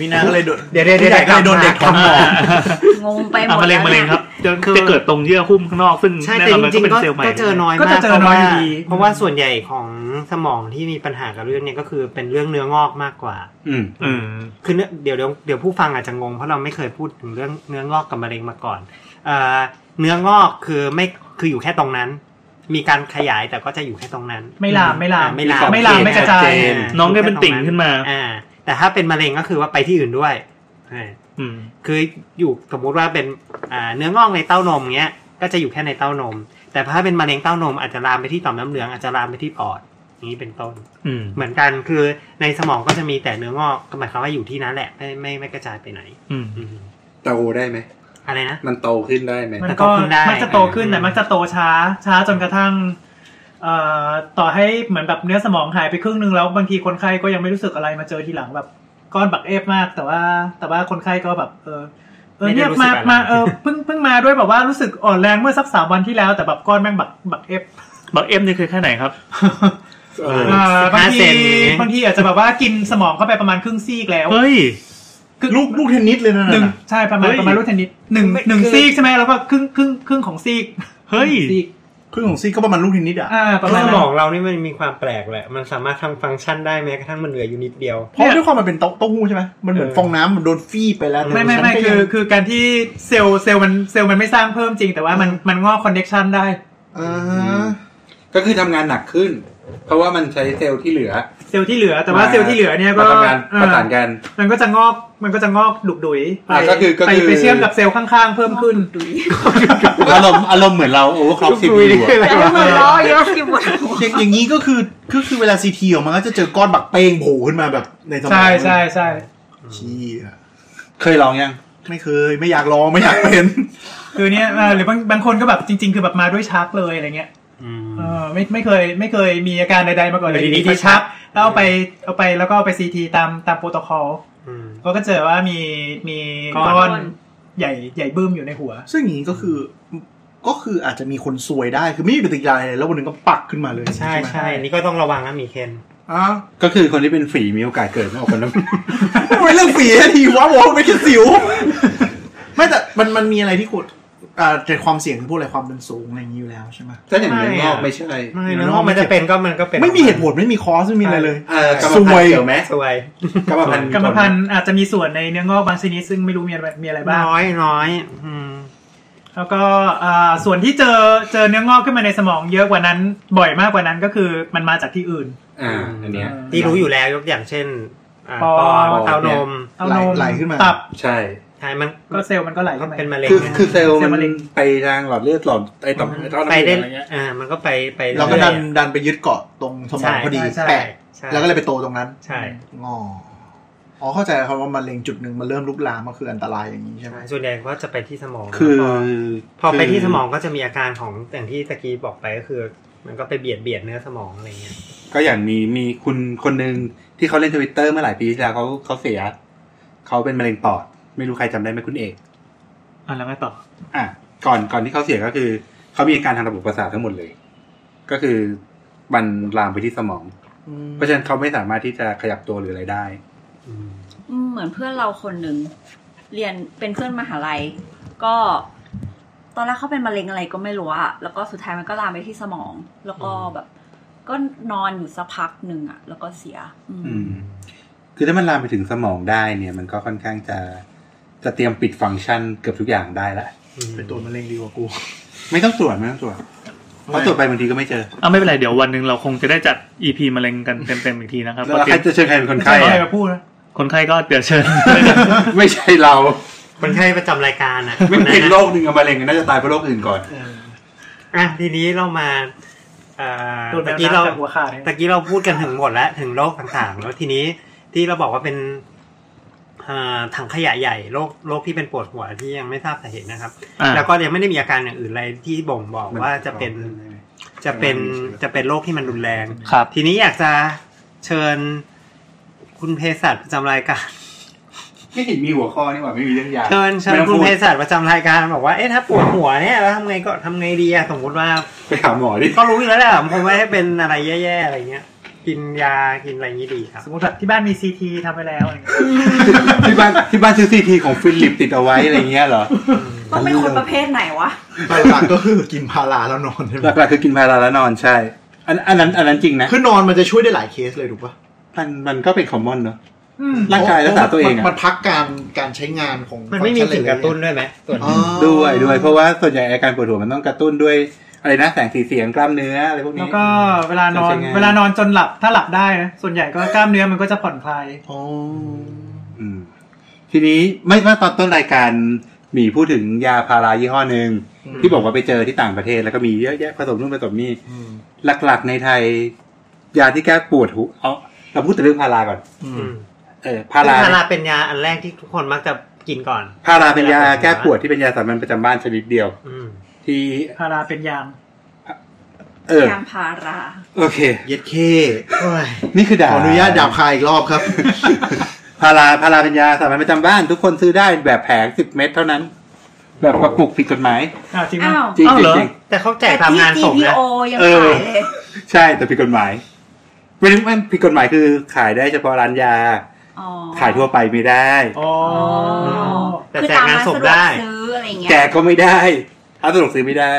มีนาก็เลยโดน เดี๋ยวเดี๋ยวเดี๋ยว ผู้ใหญ่ก็เลยโดนเด็กทำหมอก งงไปหม อ่ะ ด มะเร็งมะเร็งครับจะจะเกิดตรงเยื่อหุ้มข้างนอก ซึ่ง ใช่ แน่ แต่ นอน จ มัน ริ ก็ งๆก็เป็นเซลล์ใหม่ ก็เจอน้อยมาก ก็จะเจอน้อยอยู่ดี เพราะว่าส่วนใหญ่ของสมองที่มีปัญหากับเรื่องเนี้ยก็คือเป็นเรื่องเนื้องอกมากกว่า อืม อืม คือเนื้อเดี๋ยวเดี๋ยวเดี๋ยวผู้ฟังอาจจะงงเพราะเราไม่เคยพูดถึงเรื่องเนื้องอกกับมะเร็งมาก่อนเอ่อเนื้องอกคือไม่คืออยู่แค่ตรงนั้น มีการขยายแต่ก็จะอยู่แค่ตรงนั้น ไม่ลามไม่ลาม อ่ไม่ลาม ไม่ลามไม่กระจาย ชัดเจ อ่า น้องก็เป็นติ่งขึ้นมา อ่า แต่ถ้าเป็นมะเร็งก็คือว่าไปที่อื่นด้วยอ่า อืม คืออยู่สมมุติว่าเป็นอ่าเนื้องอกในเต้านมเงี้ยก็จะอยู่แค่ในเต้านม แต่ถ้าเป็นมะเร็งเต้านมอาจจะลามไปที่ต่อมน้ำเหลืองอาจจะลามไปที่ปอดอย่างนี้เป็นต้น อืม เหมือนกันคือในสมองก็จะมีแต่เนื้องอกก็หมายความว่าอยู่ที่นั้นแหละไม่ไม่ไม่กระจายไปไหน อืม อืม โตได้ไหม อะไรนะ มันโตขึ้นได้ไหม มันแต่ก็โตขึ้นได้ มักจะโตขึ้นแต่มักจะโตช้า ช้าจนกระทั่งเอ่อต่อให้เหมือนแบบเนื้อสมองหายไปครึ่งนึงแล้วบางทีคนไข้ก็ยังไม่รู้สึกอะไรมาเจอทีหลังแบบก้อนบักเอฟมาก แต่ว่าแต่ว่าคนไข้ก็แบบเออเออ ไม่ได้ เนี่ย รู้สึ มาก อะไร มาเออเพิ่งเพิ่งมาด้วยแบบว่ารู้สึกอ่อนแรงเมื่อสักสามวันที่แล้วแต่แบบก้อนแม่งบักบักเอฟ บักเอ็มนี่คือแค่ไหนครับ เออ อ่าบาง เซ ที นอย่างงี้ บางทีอาจจะแบบว่ากินสมองเข้าไปประมาณครึ่งซีกแล้ว เฮ้ย ลูกลูกเทนนิสเลยนะ หนึ่ง น่ะ ใช่ประมาณ เฮ้ย ประมาณลูกเทนนิสหนึ่งหนึ่งซีกใช่ไหมแล้วก็ครึ่งครึ่งครึ่งของซีก เฮ้ย ซีก ครึ่งของซี่ก็ประมาณลูกเทนนิสอ่ะ อ่าประ คือ มาสณนั้น มองเรานี่มันมีความแปลกแหละ มันสามารถทำฟังก์ชันได้แม้กระทั่งมันเหลืออยู่นิดเดียว เพราะด้วยความมันเป็นเต้าเต้าหู้ใช่ไหมมันเหมือน เออ ฟองน้ำมันโดนฟีบไปแล้ว ไม่ไม่ไม่ แต่นก็ยัคืง อคือการที่เซลล์เซลล์มันเซลล์มันไม่สร้างเพิ่มจริง แต่ว่ามันมันงอกคอนเน็ชันได้ อ่า ก็คือทำงานหนักขึ้น เพราะว่ามันใช้เซลล์ที่เหลือ เซลล์ที่เหลือแต่ว่า มา เซลล์ที่เหลือเนี่ยก็ มาทำงาน เออ ประสานกัน มันก็จะงอกมันก็จะงอกดุกดุยไป อ่ะก็คือก็ ไป คือ ไปเชื่อมกับเซลล์ข้างๆ เพิ่มขึ้น ดุย อารมณ์อารมณ์เหมือนเราโอเวอร์คล็อกซีพี คืออะไร แต่ วะ เมื่อร้องยกที่ปวดหัว อย่างอย่างนี้ก็คือก็คือเวลาซีทีออกมาก็จะเจอก้อนบักเป้งโผล่ขึ้นมาแบบในสมอง ใช่ใช่ใช่ เชี่ย เคยลองยัง ไม่เคยไม่อยากลองไม่อยากเป็น คือเนี่ยเออหรือบางบางคนก็แบบจริง ๆ คือแบบมาด้วยชักเลยอะไรเงี้ยเออไม่ไม่เคยไม่เคยมีอาการใดๆมาก่อนเลย อยู่ดีๆ ดี ก็ ๆ ชั ชั ก กแล้วเอาไปเอาไปแล้วก็เอาไปซีทีตามตามโปรโตคอลก็ก็เจอว่ามีมีก้อนใหญ่ใหญ่บึ้มอยู่ในหัว ซึ่งอย่างนี้ก็คือก็คืออาจจะมีคนซวยได้คือไม่มีปฏิกิริยาอะไรแล้ววันหนึงก็ปักขึ้นมาเลย ใช่ ไหม ใช่ อันนี้ก็ต้องระวังนะมีเคน อ้าว ก็คือคนที่เป็นฝีมีโอกาสเกิดไม่ออก คนนั้น ทำไมเรื่องฝีทีวะวะไม่แค่สิว ไม่แต่มันมันมีอะไรที่กดอ่าแต่ความเสี่ยงคือพวกอะไรความดันสูงอะไรอย่างนี้อยู่แล้วใช่ไหม ถ้าอย่างเนื้องอกไม่ใช่ ไม่เนื้องอกมันจะเป็นก็มันก็เป็น ไม่มีเหตุผลไม่มีคอสไม่มีอะไรเลย เอ่อกรรมพันธุ์เกี่ยวไหม สวย กรรมพันธุ์ กรรมพันธุ์อาจจะมีส่วนในเนื้องอกบางชนิดซึ่งไม่รู้มีอะไรมีอะไรบ้าง น้อยน้อยอืม แล้วก็อ่าส่วนที่เจอเจอเนื้องอกขึ้นมาในสมองเยอะกว่านั้น บ่อยมากกว่านั้นก็คือมันมาจากที่อื่น อ่าอันเนี้ย ที่รู้อยู่แล้วยกอย่างเช่นอ่า ปอ ปอดเต้านเนี่ย ม เอานม ไหลขึ้นมา ตับ ใช่ ใช่มัน ก็เซลล์มันก็ไหล ก็ ขึ้นมา เป็นมะเร็ง คือ นะ คือเซลล์ เซลล์ มั มะ น เร็ง ไปทางหลอดเลือดหลอดไอต่อมไอท่อน้ำ ไป เหลื ได้ องอะไรเงี้ย อ่ามันก็ไปไป เราก็ดัน รื่อย ดันไปยึดเกาะตรงสมองพอดี ใช่ แปะ ใช่ แล้วก็เลยไปโตตรงนั้น ใช่ งออ๋อเข้าใจแล้วครับว่ามะเร็งจุดหนึ่งมันเริ่มลุกลามก็คืออันตรายอย่างนี้ใช่ไหม ใช่ส่วนใหญ่ก็จะไปที่สมอง คือ พอไปที่สมองก็จะมีอาการของอย่างที่ตะกี้บอกไปก็คือ มันก็ไปเบียดเบียดเนื้อสมองอะไรเงี้ย ก็อย่างมีมีคุณคนหนึ่งที่เขาเล่นทวิตเตอร์เมื่อหลายปีที่แล้วเขาเขาเสียเขาเป็นมะเร็งปอด ไม่รู้ใครจำได้ไหมคุณเอก อ่ะแล้วไงต่อ อ่ะก่อนก่อนที่เขาเสียก็คือ เขามีอาการทางระบบประสาททั้งหมดเลย ก็คือมันลามไปที่สมอง เพราะฉะนั้นเขาไม่สามารถที่จะขยับตัวหรืออะไรได้ อืม อืมเหมือนเพื่อนเราคนหนึ่งเรียนเป็นเพื่อนมหาลัย ก็ ตอนแรกเขาเป็นมะเร็งอะไรก็ไม่รู้อะแล้วก็สุดท้ายมันก็ลามไปที่สมอง แล้วก็ อืม แบบ ก็นอนอยู่สักพักหนึ่งอะแล้วก็เสีย อืม อืม คือถ้ามันลามไปถึงสมองได้เนี่ย มันก็ค่อนข้างจะจะเตรียมปิดฟังก์ชันเกือบทุกอย่างได้ละ อืม ไปตรวจมะเร็งดีกว่ากู ไม่ต้องตรวจไม่ต้องตรวจเพราะตรวจไปบางทีก็ไม่เจอ อ่ะไม่เป็นไรเดี๋ยววันหนึ่งเราคงจะได้จัด EP มะเร็งกันเต็มๆอีกทีนะครับ แล้วใครจะเชิญใครเป็นคนไข้ ใช่ อะ มาพูดนะ คนไข้ก็เดี๋ยวเชิญ ไม่ใช่เรา คนไข้ประจำรายการนะ ไม่เป็น นะ โรคหนึ่งอะมะเร็งน่าจะตายเพราะโรคอื่นก่อน อ่ะทีนี้เรามาอ่า โดนแม ตะ ว กี้ น้ำ เรา จากหัวขาดเนี่ย ตะกี้เราพูดกันถึงหมดแล้วถึงโรคต่างๆ แล้วทีนี้ที่เราบอกว่าเป็นอ่าถังขยะใหญ่โรคโรคที่เป็นปวดหัวที่ยังไม่ทราบสาเหตุนะครับ อ่า แล้วก็ยังไม่ได้มีอาการอย่างอื่นอะไรที่บ่งบอกว่าจะเป็นจะเป็นจะเป็นโรคที่มันรุนแรง ครับ ทีนี้อยากจะเชิญคุณเภสัชประจำรายการ ไม่เห็นมีหัวข้อนี่หว่าไม่มีเรื่องยา เชิญเชิญ ไม่ต้อง คุณ พูด เภสัชประจำรายการบอกว่าเอ๊ะถ้าปวดหัวเนี่ยแล้วทำไงก็ทำไงดีอะสมมติว่า ไปหาหมอดิ ก็รู้อยู่แล้วแหละผมคงไม่ให้เป็นอะไรแย่ๆอะไรเงี้ย กินยากินอะไรอย่างนี้ดีครับ สมมติว่าที่บ้านมีซีทีทำไปแล้วอะไรเงี้ ย ที่บ้านที่บ้านซื้อซีทีของฟิลิปติดเอาไว้อะไรเงี้ยเหรอ ต้องเป็นคนประเภทไหนวะ หลักๆก็คือกินพาราแล้วนอนใช่ไหม หลักๆคือกินพาราแล้วนอนใช่ อันอันนั้นอันนั้นจริงนะ คือนอนมันจะช่วยได้หลายเคสเลยถูกปะ มันมันก็เป็นคอมมอนเนาะ อืม ร่างกายรักษาตัวเองอะ มันมันพักการการใช้งานของ มันไม่มีสิ่งกระตุ้นด้วยไหมส่วน อ๋อ ด้วยด้วยเพราะว่าส่วนใหญ่อาการปวดหัวมันต้องกระตุ้นด้วยอะไรนะแสงสีเสียงกล้ามเนื้ออะไรพวกนี้ แล้วก็เวลานอน ใช่ไง เวลานอนจนหลับถ้าหลับได้นะส่วนใหญ่ก็กล้ามเนื้อมันก็จะผ่อนคลาย อ๋อ อืมทีนี้ไม่เมื่อตอนต้นรายการหมีพูดถึงยาพารายี่ห้อหนึ่งที่บอกว่าไปเจอที่ต่างประเทศแล้วก็มีเยอะแยะผสมนู่นผสมนี่ อืม หลัก ๆ ในไทย ยาที่แก้ปวดหัวเอาเราพูดแต่เรื่องพาราก่อน อื อื ม ม เออพารา พาราเป็นยาอันแรกที่ทุกคนมักจะกินก่อน พาราเป็นยาแก้ปวดที่เป็นยาสามัญประจำบ้านชนิดเดียว อืม ที่ พาราเป็นยาง เออ ยางพารา โอเค เย็ดเค โอ้ย นี่คือด่า ขออนุญาตดาบคายอีกรอบครับ พาราพาราเป็นยาสามัญประจำบ้าน ทุกคนซื้อได้แบบแผงสิบเม็ดเท่านั้น แบบกระปุกผิดกฎหมาย อ่ะจริง อ้า ปะ ว จริง อ้าว จริ เห ง รอ จริง แต่เขาแจกตามงานศพ ที่ นะ GPO ยัง เอ ขาย อ เลย ใช่แต่ผิดกฎหมายไม่ได้ไม่ผิดกฎหมายคือขายได้เฉพาะร้านยา อ๋อ ขายทั่วไปไม่ได้ อ๋อ อ๋อ อ แต่แจกงานศพได้ คือตามร้านสะดวกซื้ออะไรอย่างเงี้ย แจกก็ไม่ได้ร้านสะดวกซื้อไม่ได้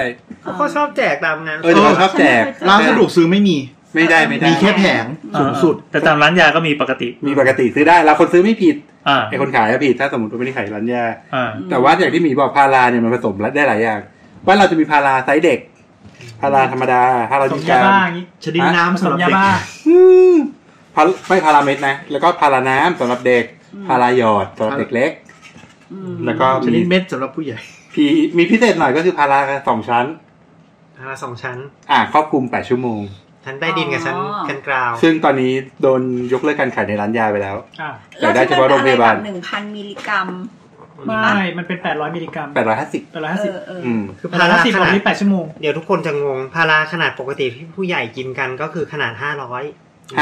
อ๋อ เขาชอบแจกตามงานศ เออ พ แต่เขาชอบแจก ร้านสะดวกซื้อไม่มี ไม่ได้ไม่ได้ มีแค่แผง อ่า สูงสุด แต่ตามร้านยาก็มีปกติ มีปกติซื้อได้เราคนซื้อไม่ผิด อ่า ไอคนขายก็ผิดถ้าสมมติว่าไม่ได้ขายร้านยา อ่า อืม แต่ว่าอย่างที่หมีบอกพาราเนี่ยมันผสมได้หลายอย่างว่าเราจะมีพาราไซส์เด็ก พาราธรรมดาพารา ผส ดิกายมาม บ้าอย่างงี้ ชนิดน้ำ ผส สำห ม รับ ยา เด็ก บ้า พาราไม่พาราเม็ดนะ แล้วก็พาราน้ำสำหรับเด็ก พาราหยอดสำหรับเด็กเล็ก อืม แล้วก็ ชนิ มี ดเม็ดสำหรับผู้ใหญ่ พีมีพิเศษหน่อยก็คือพาราสองชั้น พาราสองชั้น อ่าครอบคลุมแปดชั่วโมง ชั้นใต้ดินกับชั้นกันกราว ซึ่งตอนนี้โดนยกเลิกการขายในร้านยาไปแล้ว อ่า แต่ได้เฉพาะโรงพยาบาล หนึ่งพันมิลลิกรัม ไม่มันเป็น 800มิลลิกรัม 850 แปดร้อยห้าสิบ เออเอ อื อ ม คือ แปด พา ร้อย รา ห้าสิบ ข ของ นาด นี่แปดชั่วโมง เดี๋ยวทุกคนจะงง พาราขนาดปกติที่ผู้ใหญ่กินกันก็คือขนาดห้าร้อย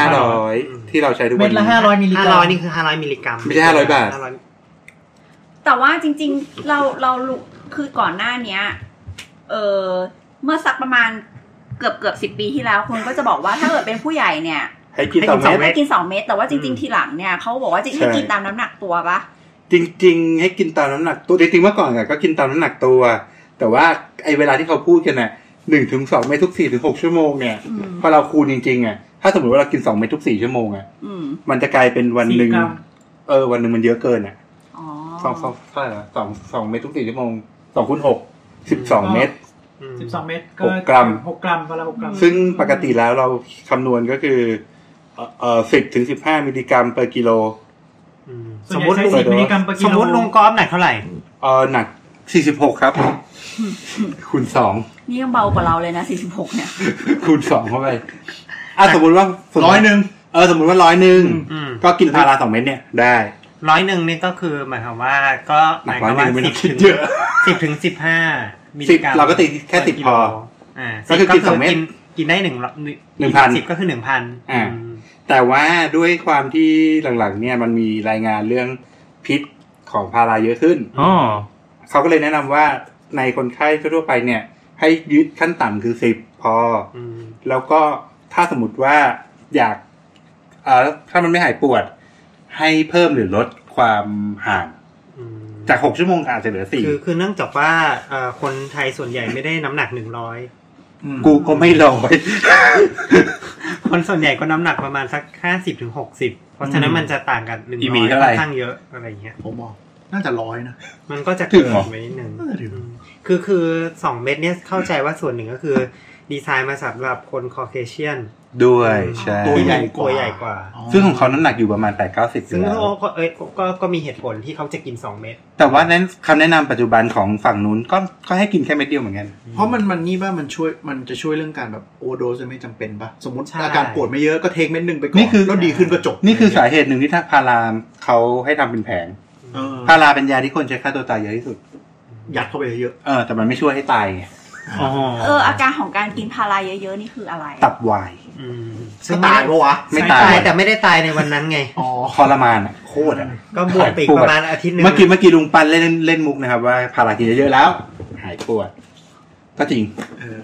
500 ที่เราใช้ทุกวั เม็ น ดละ นี้ ห้าร้อยมิลลิก ห้า รัม ร้อยนี่คือห้าร้อยมิลลิกรัม ไม่ใช่500บาท 500 แต่ว่าจริง ๆ เราเรารู้คือก่อนหน้าเนี้ย เออเมื่อสักประมาณเกือบเกือบสิบปีที่แล้วคนก็จะบอกว่าถ้าเกิดเป็นผู้ใหญ่เนี่ย ให้กินสองเม็ด ให้กินสองเม็ดแต่ว่าจริง ๆ ทีหลังเนี่ยเขาบอกว่าจริงๆ ใช่ ให้กินตามน้ำหนักตัวปะ จริง ๆ ให้กินตามน้ำหนักตัวจริงๆเมื่อก่อนอะก็กินตามน้ำหนักตัว แต่ว่าไอเวลาที่เขาพูดกันน่ะหนึ่งถึงสองเมตรทุกสี่ถึงหกชั่วโมงเนี่ย อืม พอเราคูณจริงๆอ่ะถ้าสมมติว่าเรากินสองเมตรทุกสี่ชั่วโมงอ่ะ อืม มันจะกลายเป็นวันหนึ่ง สี่กรัม เออวันหนึ่งมันเยอะเกินอ่ะ อ๋อ สองสองเท่าไหร่วะสองสองเมตรทุกสี่ชั่วโมงสองคูณหกสิบสองเมตร ม สิบสองเม็ดก็ หกกรัม หกกรัมวันละหกกรัม ซึ่งปกติแล้วเราคำนวณก็คือเอ่อเอ่อสิบถึงสิบห้ามิลลิกรัม per กิโล อืม ส่ ส วน ม ให ม ญ่ ติลุงใช้สิบสมิลลิกรัมเปอร์กิ สมโลมติลุงกอล์ฟหนักเท่าไหร่ เออหนักสี่สิบหกครับ คูณสอง นี่ยังเบากว่าเราเลยนะสี่สิบหกเนี่ย คูณสองเข้าไป อ่ะสมมติว่าสมมุติ ร้อยหนึ่ง เออสมมติว่าร้อยหนึ่ง อืม ก็กินพาราสองเม็ดเนี่ยได้ ร้อยหนึ่งนี่ก็คือหมายความว่าก็หมายความว่า หนักร้อยหนึ่งไม่ต้ สิถึอบ งคิด ง เยอะ สิบถึงสิบห้ามิลลิกรัม เราก็ตีแค่ ต่ 10 กิโล พอ อ่า ก็คือกินสองเม็ด กินได้หนึ่งร้อย หนึ่งพัน สิบก็คือหนึ่งพัน อ่า แต่ว่าด้วยความที่หลังๆ เนี่ยมันมีรายงานเรื่องพิษของพาราเยอะขึ้น อ๋อ เขาก็เลยแนะนำว่าในคนไข้ทั่วๆไปเนี่ย ให้ยึดขั้นต่ำคือสิบพอ อืม แล้วก็ถ้าสมมติว่าอยากเอ่อถ้ามันไม่หายปวด ให้เพิ่มหรือลดความห่าง อืม จากหกชั่วโมงอาจจะเหลือสี่ คือคือเนื่องจากว่าเอ่อคนไทยส่วนใหญ่ไม่ได้น้ำหนักหนึ่งร้อย กูก็ไม่ลอย คนส่วนใหญ่ก็น้ำหนักประมาณสักห้าสิบถึงหกสิบเพราะฉะนั้นมันจะต่างกันหนึ่ง อีหมี ร้อย เท่าไห ค่ ร่ อนข้างเยอะอะไรอย่างเงี้ย ผมมองน่าจะร้อยนะ มันก็จะ ถึงเหรอ ไว้นิดนึง เออถึง อืมคือคือสองเม็ดเนี่ยเข้าใจว่าส่วนหนึ่งก็คือ ดีไซน์มาสำหรับคนคอเคเชียน ด้วยใช่ ตัวใหญ่ก ตั ว่า วใหญ่กว่า ซึ่งของเขาน้ำหนักอยู่ประมาณแปดเก้าสิบ ซึ่ง แล้ว เขาก็เอ้ยก็ก็มีเหตุผลที่เขาจะกินสองเม็ด แต่ว่านั้นคำแนะนำปัจจุบันของฝั่งนู้นก็ก็ให้กินแค่เม็ดเดียวเหมือนกัน เพราะมันมันนี่ว่ามันช่วยมันจะช่วยเรื่องการแบบโอโดสไม่จำเป็นปะสมมติอาการปวดไม่เยอะก็เทคเม็ดหนึ่งไปก่อน นี่คือ แล้วดีขึ้นก็จบ นี่คือสาเหตุหนึ่งที่ถ้าพารามเขาให้ทำเป็นแผง เออ พาราเป็นยาที่คนใช้ฆ่าตัวตายเยอะที่สุด ยัดเข้าไปเยอะ เออ แต่มันไม่ช่วยให้ตายไง อ๋อ เออ อาการของการกินพาราเยอะๆ นี่คืออะไร ตับวาย อืม ๆ ซึ่ ก็ ง ตายปะวะ ไม่ ตา ตาย ยแต่ไม่ได้ตายในวันนั้นไง อ๋อ ทรมานอะโคตรอะ ก็บวกไปอีก ปวด ประมาณอาทิตย์หนึง เมื่อกี้เมื่อกี้ลุงปันเล่นเล่นมุกนะครับว่าพารากินเยอะๆแล้ว หายปวด ก็จริง เออ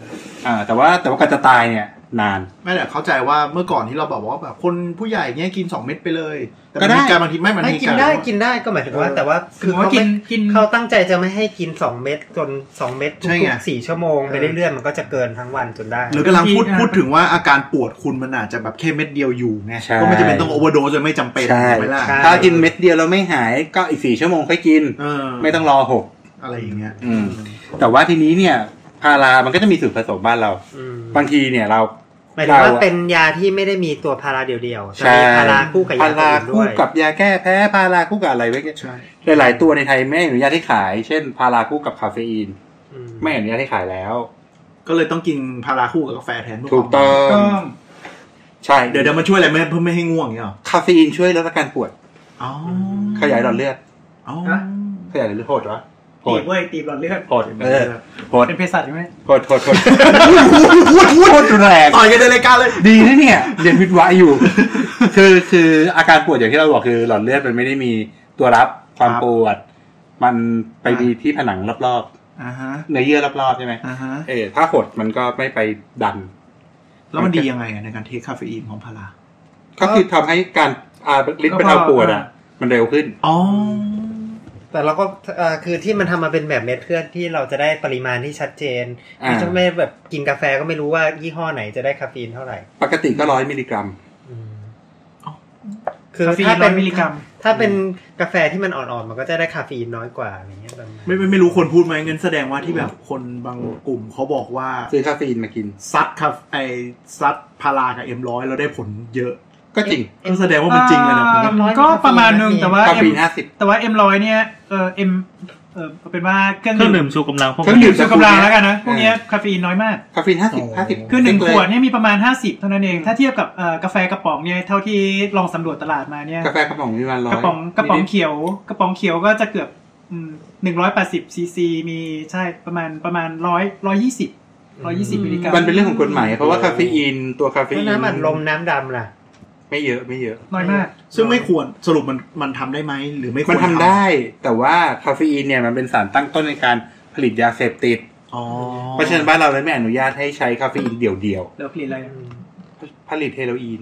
อ่า แต่ว่าแต่ว่าการจะตายเนี่ย นาน ไม่แต่เข้าใจว่าเมื่อก่อนที่เราบอกว่าแบบคนผู้ใหญ่เนี้ยกินสองเม็ดไปเลยแต่ ก็ มัน ได้ มีการบางทีไม่มัน ไม่ มี กิน การ ได้กินได้ก็หมายถึงว่า เออ แต่ว่า คื คือ อ ว่า เขา กิ ไม่ นกิน เขาตั้งใจจะไม่ให้กินสองเม็ดจนสองเม็ดทุ ใช่ไง กๆสี่ชั่วโมงไป เออ เรื่อยๆมันก็จะเกินทั้งวันจนได้ หรือกำลังพูดพูดถึงว่าอาการปวดคุณมันอาจจะแบบแค่เม็ดเดียวอยู่ไง ใช่ ก็ไม่จำเป็นต้องโอเวอร์โดสไม่จำเป็น ใช่ ถูกไหมล่ะ ใช่ ถ้ากินเม็ดเดียวแล้วไม่หายก็อีกสี่ชั่วโมงค่อยกิน เออ ไม่ต้องรอหก อะไรอย่างเงี้ย อืม แต่ว่าทีนี้เนี่ย พารามันก็จะมีสูตรผสมบ้านเรา อืม บางทีเนี่ยเรา หมายถึงว่า เราอะ เป็นยาที่ไม่ได้มีตัวพาราเดียวๆจะ ใช่ มีพาราคู่กับยาตัวพารา อื่นด้ คู่ วย กับยาแก้แพ้พาราคู่กับอะไรไว้ ใช่ หลายๆตัวในไทยไม่อนุญาตให้ขาย เช่น พาราคู่กับคาเฟอีน อืม ไม่อนุญาตให้ขายแล้ว ก็เลยต้องกินพาราคู่กับกาแฟแทนเพื่ ถูกต้อง ต้อง ใช่ เดี๋ยวเดี๋ยวมันช่วยอะไรไหมเพื่อไม่ให้ง่วงอย่างเงี้ยเหรอ คาเฟอีนช่วยลดอาการปวด อ๋อ ขยายหลอดเลือด อ๋อ ขยายหลอดเลือดโหดเหรอโห ตี ด บเว้ยตีบหลอดเลือด โหดเออโหด เป็นเภสัชใช่ไหม โหดโหดโหดโหดแรง ต่อยกันในรายการเลย ดีนะเนี่ยเรียนวิทย์วะอยู่ คือคืออาการปวดอย่างที่เราบอกคือหลอดเลือดมันไม่ได้มีตัวรับความ ครับ ปวด มันไป อ่ามี มีที่ผนังรอบ อ่าฮะ ๆเนื้อเยื่อรอบๆใช่ไหม อ่าฮะ เออถ้าหดมันก็ไม่ไปดัน แล้วมันดียังไงอะในการเทคคาเฟอีนของพารา ก็คือทำให้การอาลิดเป็นเอาปวดอ่ะ มันเร็วขึ้น อ๋อ แต่เราก็เอ่อคือที่มันทำมาเป็นแบบเม็ดเพื่อที่เราจะได้ปริมาณที่ชัดเจน อ่า ไม่ใช่ไม่แบบกินกาแฟก็ไม่รู้ว่ายี่ห้อไหนจะได้คาเฟอีนเท่าไหร่ ปกติก็ร้อยมิลลิกรัม คือ คาเฟอี ถ้าน ร้ เป็ อย น มิลลิกรัม ถ้าเป็นกาแฟที่มันอ่อนๆ มันก็จะได้คาเฟอีนน้อยกว่าอย่างเงี้ยประมาณ ไม่ไม่ไม่รู้คนพูดไหมงั้นแสดงว่าที่แบบคนบางกลุ่มเขาบอกว่า ซื้อคาเฟอีนมากิน ซัดครับไอซัดพารากับเอ็มร้อยเราได้ผลเยอะ ก็จริง ก็แสดงว่ามันจริงระดับนึง ก็ประมาณหนึงแต่ว่า คาเฟ เอ็ม อีนห้าสิบ แต่ว่าเอ็มร้อยเนี่ยเออเอ็มเออเอาเป็นว่าเครื่อง เครื่องดื่มชูกำลังพวก เครื่องดื่ม ชูกำลังแล้วกันนะพวกเนี้ยคาเฟอีนน้อยมาก คาเฟอีนห้าสิบห้าสิบ คือหนึ่งขวดเนี่ยมีประมาณ 50 เท่านั้นเอง ถ้าเทียบกับเอ่อกาแฟกระป๋องเนี่ยเท่าที่ลองสำรวจตลาดมาเนี่ย กาแฟกระป๋องมีประมาณร้อย กระป๋องกระป๋องเขียว กระป๋องเขียวก็จะเกือบหนึ่งร้อยแปดสิบซีซีมีใช่ประมาณประมาณร้อยร้อยยี่สิบร้อยยี่สิบมิลลิกรัม มันเป็นเรื่องของกฎหมายเพราะว่าคาเฟอีนตัวคาเฟ แล้ว อีน น้ำอัดลมน้ำดำล่ะ ไม่เยอะไม่เยอะ น้อยมาก ซึ่งไม่ควรสรุปมันมันทำได้ไหมหรือไม่ควร มันทำได้แต่ว่าคาเฟอีนเนี่ยมันเป็นสารตั้งต้นในการผลิตยาเสพติด อ๋อ เพราะฉะนั้นบ้านเราเลยไม่อนุญาตให้ใช้คาเฟอีนเดี่ยว แล้วผลิตอะไรอะ ๆผลิตเฮโรอีน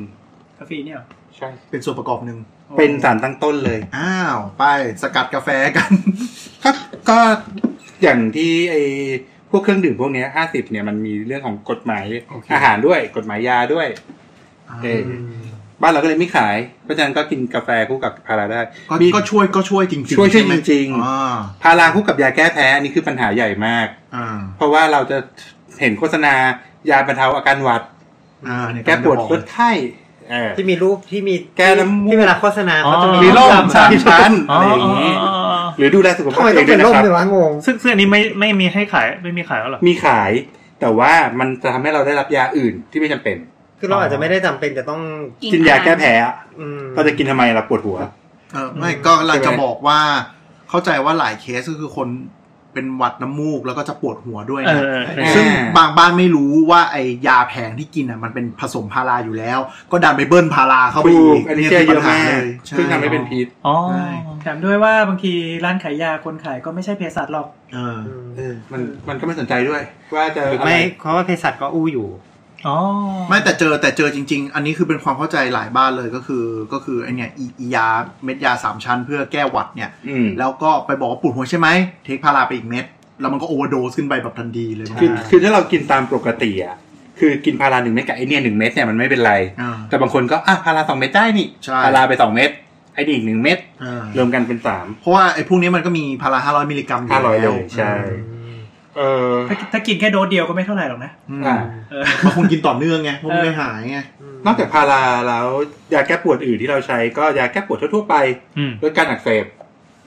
กาแฟเนี่ยเหรอ ใช่ เป็นส่วนประกอบหนึ่ง เป็นสารตั้งต้นเลย อ้าวไปสกัดกาแฟกัน ก็ก็อย่างที่ไอพวกเครื่องดื่มพวกเนี้ห้าสิบเนี่ยมันมีเรื่องของกฎหมาย โอเค อาหารด้วยกฎหมายยาด้วยเออบ้านเราก็เลยไม่ขาย เพราะฉะนั้นก็กินกาแฟคู่กับพาราได้ ก็ก็ช่วยก็ช่วยจริงๆ ช่วยช่วย ใไหม จริงๆ อ่า พาราคู่กับยาแก้แพ้อันนี้คือปัญหาใหญ่มาก อ่า เพราะว่าเราจะเห็นโฆษณายาบรรเทาอาการหวัด อ่าเนี่ย แก้ปวด ำลังจะบลอก ดไข้เออ ที่มีรูปที่มี แก้น้ำมูก ที่เวลาโฆษณาเขาจะมี มี รูป ร่มสามชั้นอะไรอย่างนี้ อ๋ออ๋ออ๋อ หรือดูแลสุข ทำ ภาพ ไมต้อตัวเอง ง เป็นด้วยนะ ร่ม ครับ เลยวะงง ซึ่งซึ่งอันนี้ไม่ไม่มีให้ขายไม่มีขายแล้วหรอ มีขาย แต่ว่ามันจะทำให้เราได้รับยาอื่นที่ไม่จำเป็น คือเราอาจจะไม่ได้จำเป็นจะต้อง กินยาแก้แพ้อะ อืม เราจะกินทำไมล่ะปวดหัว เออไม่ก็กำลังจะบอกว่า เข้าใจว่าหลายเคสก็คือคนเป็นหวัดน้ำมูกแล้วก็จะปวดหัวด้วย เอ นะ อเออ ซึ่ง อ่า บางบ้านไม่รู้ว่าไอ้ยาแผงที่กินอ่ะมันเป็นผสมพาราอยู่แล้ว ก็ดันไปเบิ้ลพาราเข้าไป ถู อี ก ก อันนี้เจอเยอะมาก นี่คือ ซึ่ง ปัญหาเลย ทำให้เป็นพิษ อ๋อ แถมด้วยว่าบางทีร้านขายยาคนขายก็ไม่ใช่เภสัชหรอก เออ เออมันมันก็ไม่สนใจด้วย ว่าจะ หรือไม่เพราะว่าเภสัชก็อู้อยู่ อ๋อ ไม่แต่เจอแต่เจอจริง ๆ อันนี้คือเป็นความเข้าใจหลายบ้านเลยก็คือ ก็คือไอเนี่ยอีอียาเม็ดยาสามชั้นเพื่อแก้หวัดเนี่ย อืม แล้วก็ไปบอกว่าปวดหัวใช่ไหมเทคพาราไปอีกเม็ดแล้วมันก็โอเวอร์โดสขึ้นไปแบบทันทีเลย คือคือถ้าเรากินตามปกติอะคือกินพาราหนึ่งเม็ดกับไอเนี่ยหนึ่งเม็ดเนี่ยมันไม่เป็นไร อ่า แต่บางคนก็อ่ะพาราสองเม็ดได้นี่ ใช่ พาราไปสองเม็ดไอนี่อีกหนึ่งเม็ด อ่าร วมกันเป็นสาม เพราะว่าไอ้พวกนี้มันก็มีพาราห้าร้อยมิลลิกรัมอยู่ ห้าร้อยเล แวย ใช่ เออ ถ้าถ้ากินแค่โดสเดียวก็ไม่เท่าไหร่หรอกนะ อืม อ่ะ เออ บางคนกินต่อเนื่องไงเพราะมันไม่หายไง นอกจากพาราแล้วยาแก้ปวดอื่นที่เราใช้ก็ยาแก้ปวดทั่วๆไป อืม ลดการอักเสบ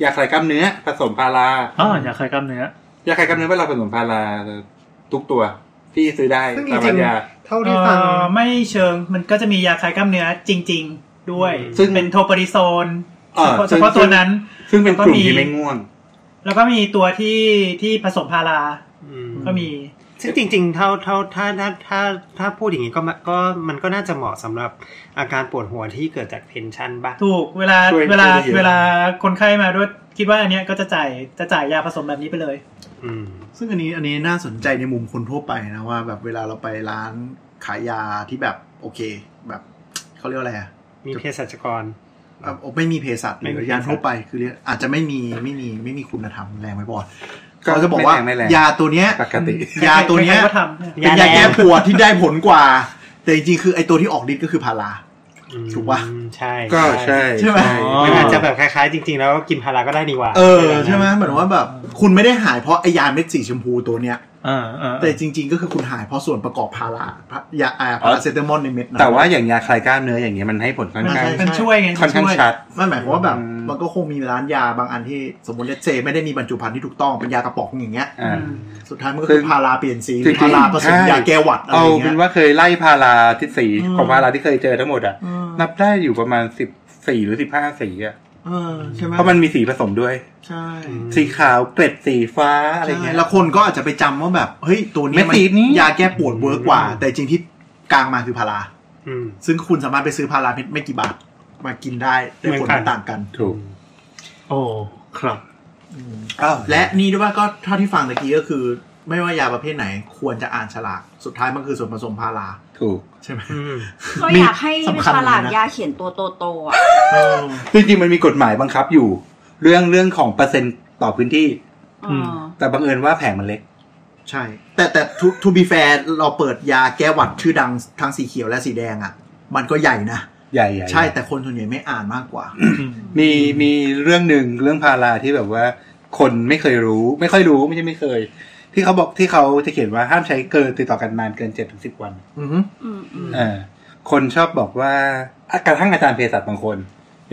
ยาคลายกล้ามเนื้อ ผสมพารา อ๋ออยากขายกล้ามเนื้อ ยาคลายกล้ามเนื้อเวลาผสมพาราทุกตัวที่ซื้อได้ ซึ่งจ ตาม ริ ร้าง นยา ๆเท่าที่ฟัง เอ่อไม่เชิงมันก็จะมียาคลายกล้ามเนื้อจริง ๆ ด้วย ซึ่ง เป็นโทปริโซน เอ่อ เฉพาะเฉซึ่ง พาะตัวนั้น ซึ่งเป็นกลุ่มที่ แล้วก็มี ไม่ง่วง แล้วก็มีตัวที่ที่ผสมพารา อืม ก็มี ซึ่งจริงๆ เท่าเท่าถ้าถ้าถ้าถ้าพูดอย่างนี้ก็มาก็มันก็น่าจะเหมาะสำหรับอาการปวดหัวที่เกิดจากเพนชันบ้าง ถูกเวลา ช่วย เวลา ช่วยได้เยอะ เวลาคนไข้มาด้วยคิดว่าอันเนี้ยก็จะจ่ายจะจ่ายยาผสมแบบนี้ไปเลย อืม ซึ่งอันนี้อันนี้น่าสนใจในมุมคนทั่วไปนะว่า แบบเวลาเราไปร้านขายยาที่แบบโอเค แบบเขาเรียกว่าอะไรอะ มีเภสัชกร แบบไม่มีเภสัชห ไม่มี รือ เภสัช ยาทั่วไปคือเรียกอาจจะไม่มีไม่มีไม่มีคุณธรรมแรงไว้บอด ก็ เขาจะบอกว่า ไม่แรงไม่แรง ยาย าตัวเนี้ย ปกติ ยาตัวเนี้ย ใครๆก็ทำเนี่ย เป็นยาแก้ปวดที่ได้ผลกว่า แต่จริงๆคือไอตัวที่ออกฤทธิ์ก็คือพารา อืม ถูกปะ ใช่ ก็ใช่ ใช่ไหม มันอาจจะแบบคล้ายๆ จริงๆ แล้วกินพาราก็ได้ดีกว่า เออใช่ไหมเหมือนว่าแบบคุณไม่ได้หายเพราะไอยาเม็ดสีชมพูตัวเนี้ย อ่าอ่า แต่จริง ๆ ก็คือคุณหายเพราะส่วนประกอบพารายาอ่าพาราเซตามอลในเม็ดนั้น แต่ว่าอย่างยาคลายกล้ามเนื้ออย่างเงี้ยมันให้ผลค่อนข้าง ใช่ มันช่วยไง ค่อนข้าง ช่วย ชัด มันหมายความว่าแบบ อืม มันก็คงมีร้านยาบางอันที่สมมติเลเจไม่ได้มีบรรจุภัณฑ์ที่ถูกต้องเป็นยากระป๋องอย่างเงี้ย อ่า สุดท้ายมันก็คือพาราเปลี่ยนสีหรือ จริ พาง ๆ ราผสม ใช่ ยาแก้หวัดอะไร เอา อย่าง เป็ เงี้ น ย ว่าเคยไล่พาราที่สี อืม ของพาราที่เคยเจอทั้งหมดอ่ะ อืม นับได้อยู่ประมาณสิบสี่หรือสิบห้าสีอ่ะ เออใช่ไหม เพราะมันมีสีผสมด้วย ใช่ สีขาวเกล็ดสีฟ้าอะไร ใช่ เงี้ย แล้วคนก็อาจจะไปจำว่าแบบเฮ้ยตัวเนี้ย เม็ มั ดสีนี้ ยาแก้ปวดเวิร์กกว่า แต่จริงที่กลางมาคือพารา อืม ซึ่งคุณสามารถไปซื้อพาราเม็ดไม่กี่บาทมากินได้ได้ผล เหมือนกัน ต่างกัน ถูก โอ้ ครับ และนี่ด้วยว่าก็เท่าที่ฟังตะกี้ก็คือ ไม่ว่ายาประเภทไหนควรจะอ่านฉลากสุดท้ายมันคือส่วนผสมพารา ถูก ใช่ไหม อืม ก็อยากให้ สำคัญ ฉลาก เลยนะ ยาเขียนตัวโตๆอ่ะ จริงๆมันมีกฎหมายบังคับอยู่ เรื่องเรื่องของเปอร์เซ็นต์ต่อพื้นที่ อืม เออ แต่บังเอิญว่าแผงมันเล็ก ใช่ แต่แต่ทูทูบีแฟร์เราเปิดยาแก้หวัดชื่อดังทั้งสีเขียวและสีแดงอะ่ะ มันก็ใหญ่นะ ใหญ่ใหญ่ ใช่แต่คนส่วนใหญ่ไม่อ่านมากกว่า มีมีเรื่องหนึ่งเรื่องพาราที่แบบว่า คนไม่เคยรู้ ไม่ค่อยรู้ไม่ใช่ไม่เคย ที่เขาบอกที่เขาจะเขียนว่าห้ามใช้เกินติดต่อกันนานเกินเจ็ดถึงสิบวัน อือฮึ อืมอืม อ่าคนชอบบอกว่าอ่ะกระทั่งอาจารย์เภสัชบางคน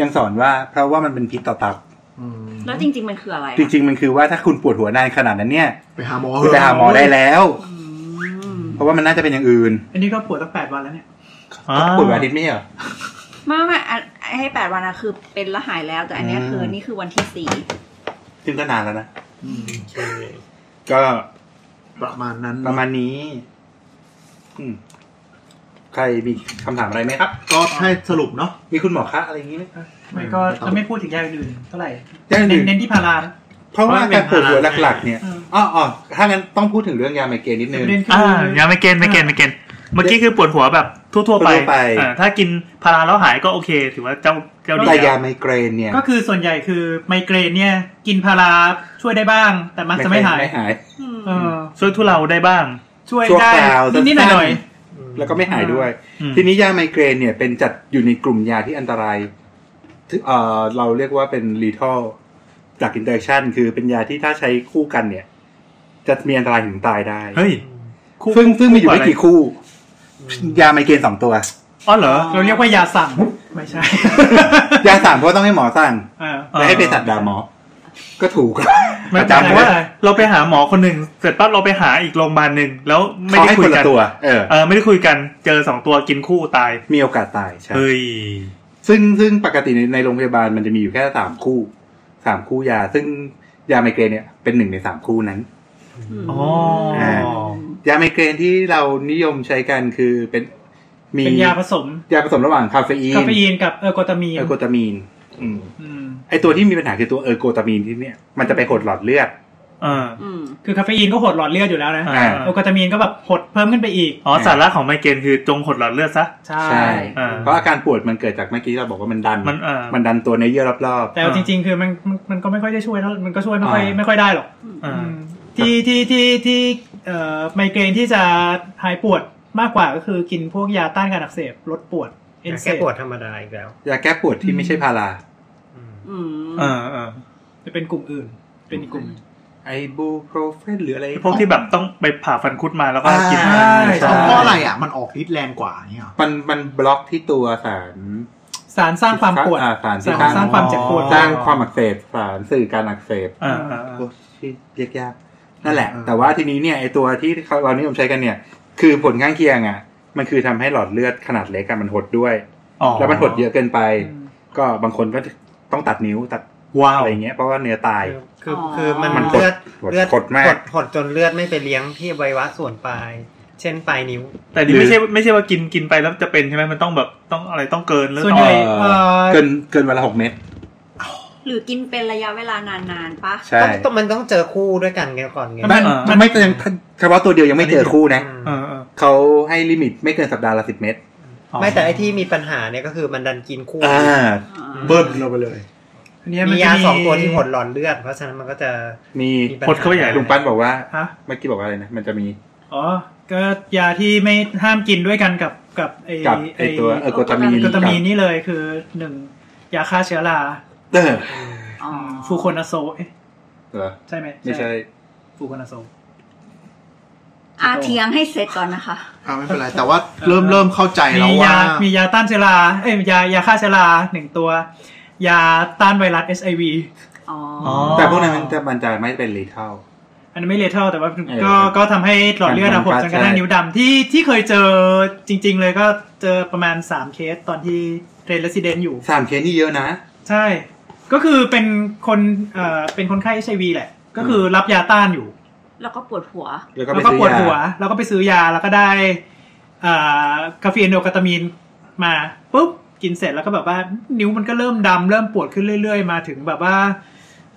ยังสอนว่าเพราะว่ามันเป็นพิษต่อตับ แล้วจริง ๆ มันคืออะไรอะ จริง ๆ มันคือว่าถ้าคุณปวดหัวนานขนาดนั้นเนี่ย ไปหาหมอ คุณไปหาหมอได้แล้ว อืม เพราะว่ามันน่าจะเป็นอย่างอื่น อันนี้ก็ปวดตั้งแปดวันแล้วเนี่ย อ่า ปวดวันอาทิตย์ไม่ใช่เหรอ ไม่ไม่อันให้แปดวันอะคือเป็นและหายแล้ว แต่อันเนี้ยคือ อืม นี่คือวันที่สี่ ซึ่งก็นานแล้วนะ โอเค ก็ ประมาณนั้น ประมาณนี้ อืมใครมีคำถามอะไรไหมครับ ก็ให้สรุปเนาะ มีคุณหมอคะอะไรอย่างนี้ไหมคะ ไม่ก็จะไม่พูดถึงยาอื่นเท่าไหร่ อย่างอื่น เน้นที่พารานะ เพราะว่าการปวดหัวหลัก ๆ เนี่ย เออ อ๋ออ๋อถ้างั้นต้องพูดถึงเรื่องยาไมเกรนนิดนึง ประเด็นคื อ่า อ ยังไม่เกณฑ์ไม่เกณฑ์ไม่เกณฑ์เมื่อกี้คือปวดหัวแบบทั่วๆไป ทั่วๆไป อ่าถ้ากินพาราแล้วหายก็โอเค ถือว่าเจ้าเจ้าดี แต่ยา แล้ว ไมเกรนเนี่ย ก็คือส่วนใหญ่คือไมเกรนเนี่ย กินพาราช่วยได้บ้าง แต่มักจะไม่หาย ไม่หาย อืม เออ ช่วยทุเลาได้บ้าง ช่วย ชั่ว ได้ คราว นิดๆห สั้นๆ น่อย แล้วก็ไม่หายด้วย อืม ทีนี้ยาไมเกรนเนี่ยเป็นจัดอยู่ในกลุ่มยาที่อันตรายถึเอ่อเราเรียกว่าเป็น lethal จาก interaction คือเป็นยาที่ถ้าใช้คู่กันเนี่ย จะมีอันตรายถึงตายได้ เฮ้ย ซึ่งซึ่งมีอยู่ไม่กี่คู่ ยาไมเกรนสองตัว อ๋อเหรอ ๆเราเรียกว่ายาสั่งไม่ใช่ ยาสามเพราะต้องให้หมอสั่ง เออ และให้เภสัชด่าหมอ ก็ถูก ไม่ อา จ จารย์ เพ บอ ราะ ก ว่า ว่า เราไปหาหมอคนหนึ่งเสร็จปั๊บเราไปหาอีกโรงพยาบาลหนึ่งแล้วไม่ เขา ได้ ให้ คุ ค ย น กั ละ น ตัว เออ เออไม่ได้คุยกันเจอสองตัวกินคู่ตาย มีโอกาสตายใช่ เฮ้ย ซึ่งซึ่งปกติในในโรงพยาบาลมันจะมีอยู่แค่สามคู่สามคู่ยา ซึ่งยาไมเกรนเนี่ยเป็นหนึ่งในสามคู่นั้น ม อ๋อ อ่า ยาไมเกรนที่เรานิยมใช้กันคือเป็นมี เป็นยาผสม ยาผสมระหว่างคาเฟอีน คาเฟอีนกับเออร์โกตามีน เออร์โกตามีนอืม อืม ไอตัวที่มีปัญหาคือตัวเออร์โกตามีนที่เนี่ย มันจะไปกดหลอดเลือด อ่า อืม คือคาเฟอีนก็หดหลอดเลือดอยู่แล้วนะ อ่า เออร์โกตามีนก็แบบหดเพิ่มขึ้นไปอีก อ๋อสาระของไมเกรนคือจงหดหลอดเลือดซะ ใช่ ใช่ อ่า เพราะอาการปวดมันเกิดจากเมื่อกี้เราบอกว่ามันดัน มันเออ มันดันตัวเนื้อเยื่อรอบ แต่เอาจริง ๆ คือมันมันมันก็ไม่ค่อยได้ช่วยเท่ามันก็ช่วยไม่ค่อย อ่า ไม่ค่อยได้หรอก อ่า อืมที่ที่ที่ที่เอ่อไมเกรนที่จะหายปวดมากกว่าก็คือกินพวกยาต้านการอักเสบลดปวดเอนเซ แก้ ม ปวดธรรมดาอีกแล้ว ๆยาแก้ปวดที่ไม่ใช่พารา อืม อืม อ่าอ่า จะเป็นกลุ่มอื่น เป็นอีกกลุ่มหนึ่ง ไอบูโพรเฟนหรืออะไร พวกที่แบบต้องไปผ่าฟันคุดมาแล้วก็กิน ใช่ มา เพ ใช่ ราะอะไรอ่ะ มันออกฤทธิ์แรงกว่าเนี่ยเหรอ มันมันบล็อกที่ตัวสาร สารสร้างความปวด อ่าสารที่ สารสร้างความเจ็บปวด สร้างความอักเสบสารสื่อการอักเสบ อ่าอ่าอ่า โอ้ชื่อเรียกยากนั่นแหละ เออ แต่ว่าทีนี้เนี่ยไอตัวที่เขาเรานิยมใช้กันเนี่ย คือผลข้างเคียงอ่ะ มันคือทำให้หลอดเลือดขนาดเล็กอะมันหดด้วย อ๋อ แล้วมันหดเยอะเกินไป อืม ก็บางคนก็ต้องตัดนิ้วตัด ว้าว อะไรเงี้ยเพราะว่าเนื้อตาย คือคือคือมัน มันกด เลือด กด เลือด กดมาก หดจนเลือดไม่ไปเลี้ยงที่อวัยวะส่วนปลาย เช่นปลายนิ้ว แต่นี่ไม่ใช่ไม่ใช่ว่ากินกินไปแล้วจะเป็นใช่ไหมมันต้องแบบต้องอะไรต้องเกินหรือ ส่วน ต้อง ใหญ่ เอ่อ เอ่อ เกินเกินวันละหกเม็ด หรือกินเป็นระยะเวลานานๆปะ ใช่ ต้องต้องมันต้องเจอคู่ด้วยกันไงก่อนไง ไม่ไม่แต่ยังเฉพาะตัวเดียวยังไม่เจอคู่นะ เออเออ เขาให้ลิมิตไม่เกินสัปดาห์ละสิบเม็ด อ๋อ ไม่แต่ไอที่มีปัญหาเนี่ยก็คือมันดันกินคู่ อ่า เบิ้ลลงไปเลย อันเนี้ยมัน มี จะ ยา มี สองตัวที่หดหลอดเลือด เพราะฉะนั้นมันก็จะ มี ปัญหา พดเข้าไปใหญ่เล ลุ ย งปั้นบอกว่า ฮะ เมื่อกี้บอกว่าอะไรนะมันจะมี อ๋อก็ยาที่ไม่ห้ามกินด้วยกันกับกับไอ กับไอตัวเออร์โกตามีน เออร์โกตามีน กับ นี่เลยคือหนึ่งยาฆ่าเชื้อรา เตอร์ อ๋อ ฟูโคนาโซเอ๊ะ เหรอ ใช่ไหม ไม่ใช่ ฟูโคนาโซ อาเทียงให้เสร็จก่อนนะคะ อ่าไม่เป็นไร แต่ว่าเริ่มเริ่มเข้าใจแล้ว มี ว่าย า มียาต้านเชื้อรา เอ้ย ยา ยาฆ่าเชื้อราหนึ่งตัว ยาต้านไวรัส HIV อ๋อ อ๋ อ อ แต่พวกนั้นมันจะมันจะไม่เป็นเลเทล อันนั้นไม่เลเทลแต่ว่า เออ ก็ ก็ทำให้หลอดเลือด มั อะ น ห ก็ ดจนกระทั่ง ใช่ นิ้วดำที่ ที่เคยเจอจริง ๆ เลยก็เจอประมาณ 3 เคสตอนที่เรนเรส i เดนอยู่ สามเคสนี่เยอะนะ ใช่ ก็คือเป็นคน เอ่อ เป็นคนไข้ HIV แหละ ก็คือรับยาต้านอยู่ แล้วก็ปวดหัว แล้วก็ไป แล้วก็ ซื้ ปวด อยา หัว แล้วก็ไปซื้อยา แล้วก็ได้ เอ่อ คาเฟอีนโอกาตามีนมาปุ๊บ กินเสร็จแล้วก็แบบว่า นิ้วมันก็เริ่มดำเริ่มปวดขึ้นเรื่อย ๆ มาถึงแบบว่า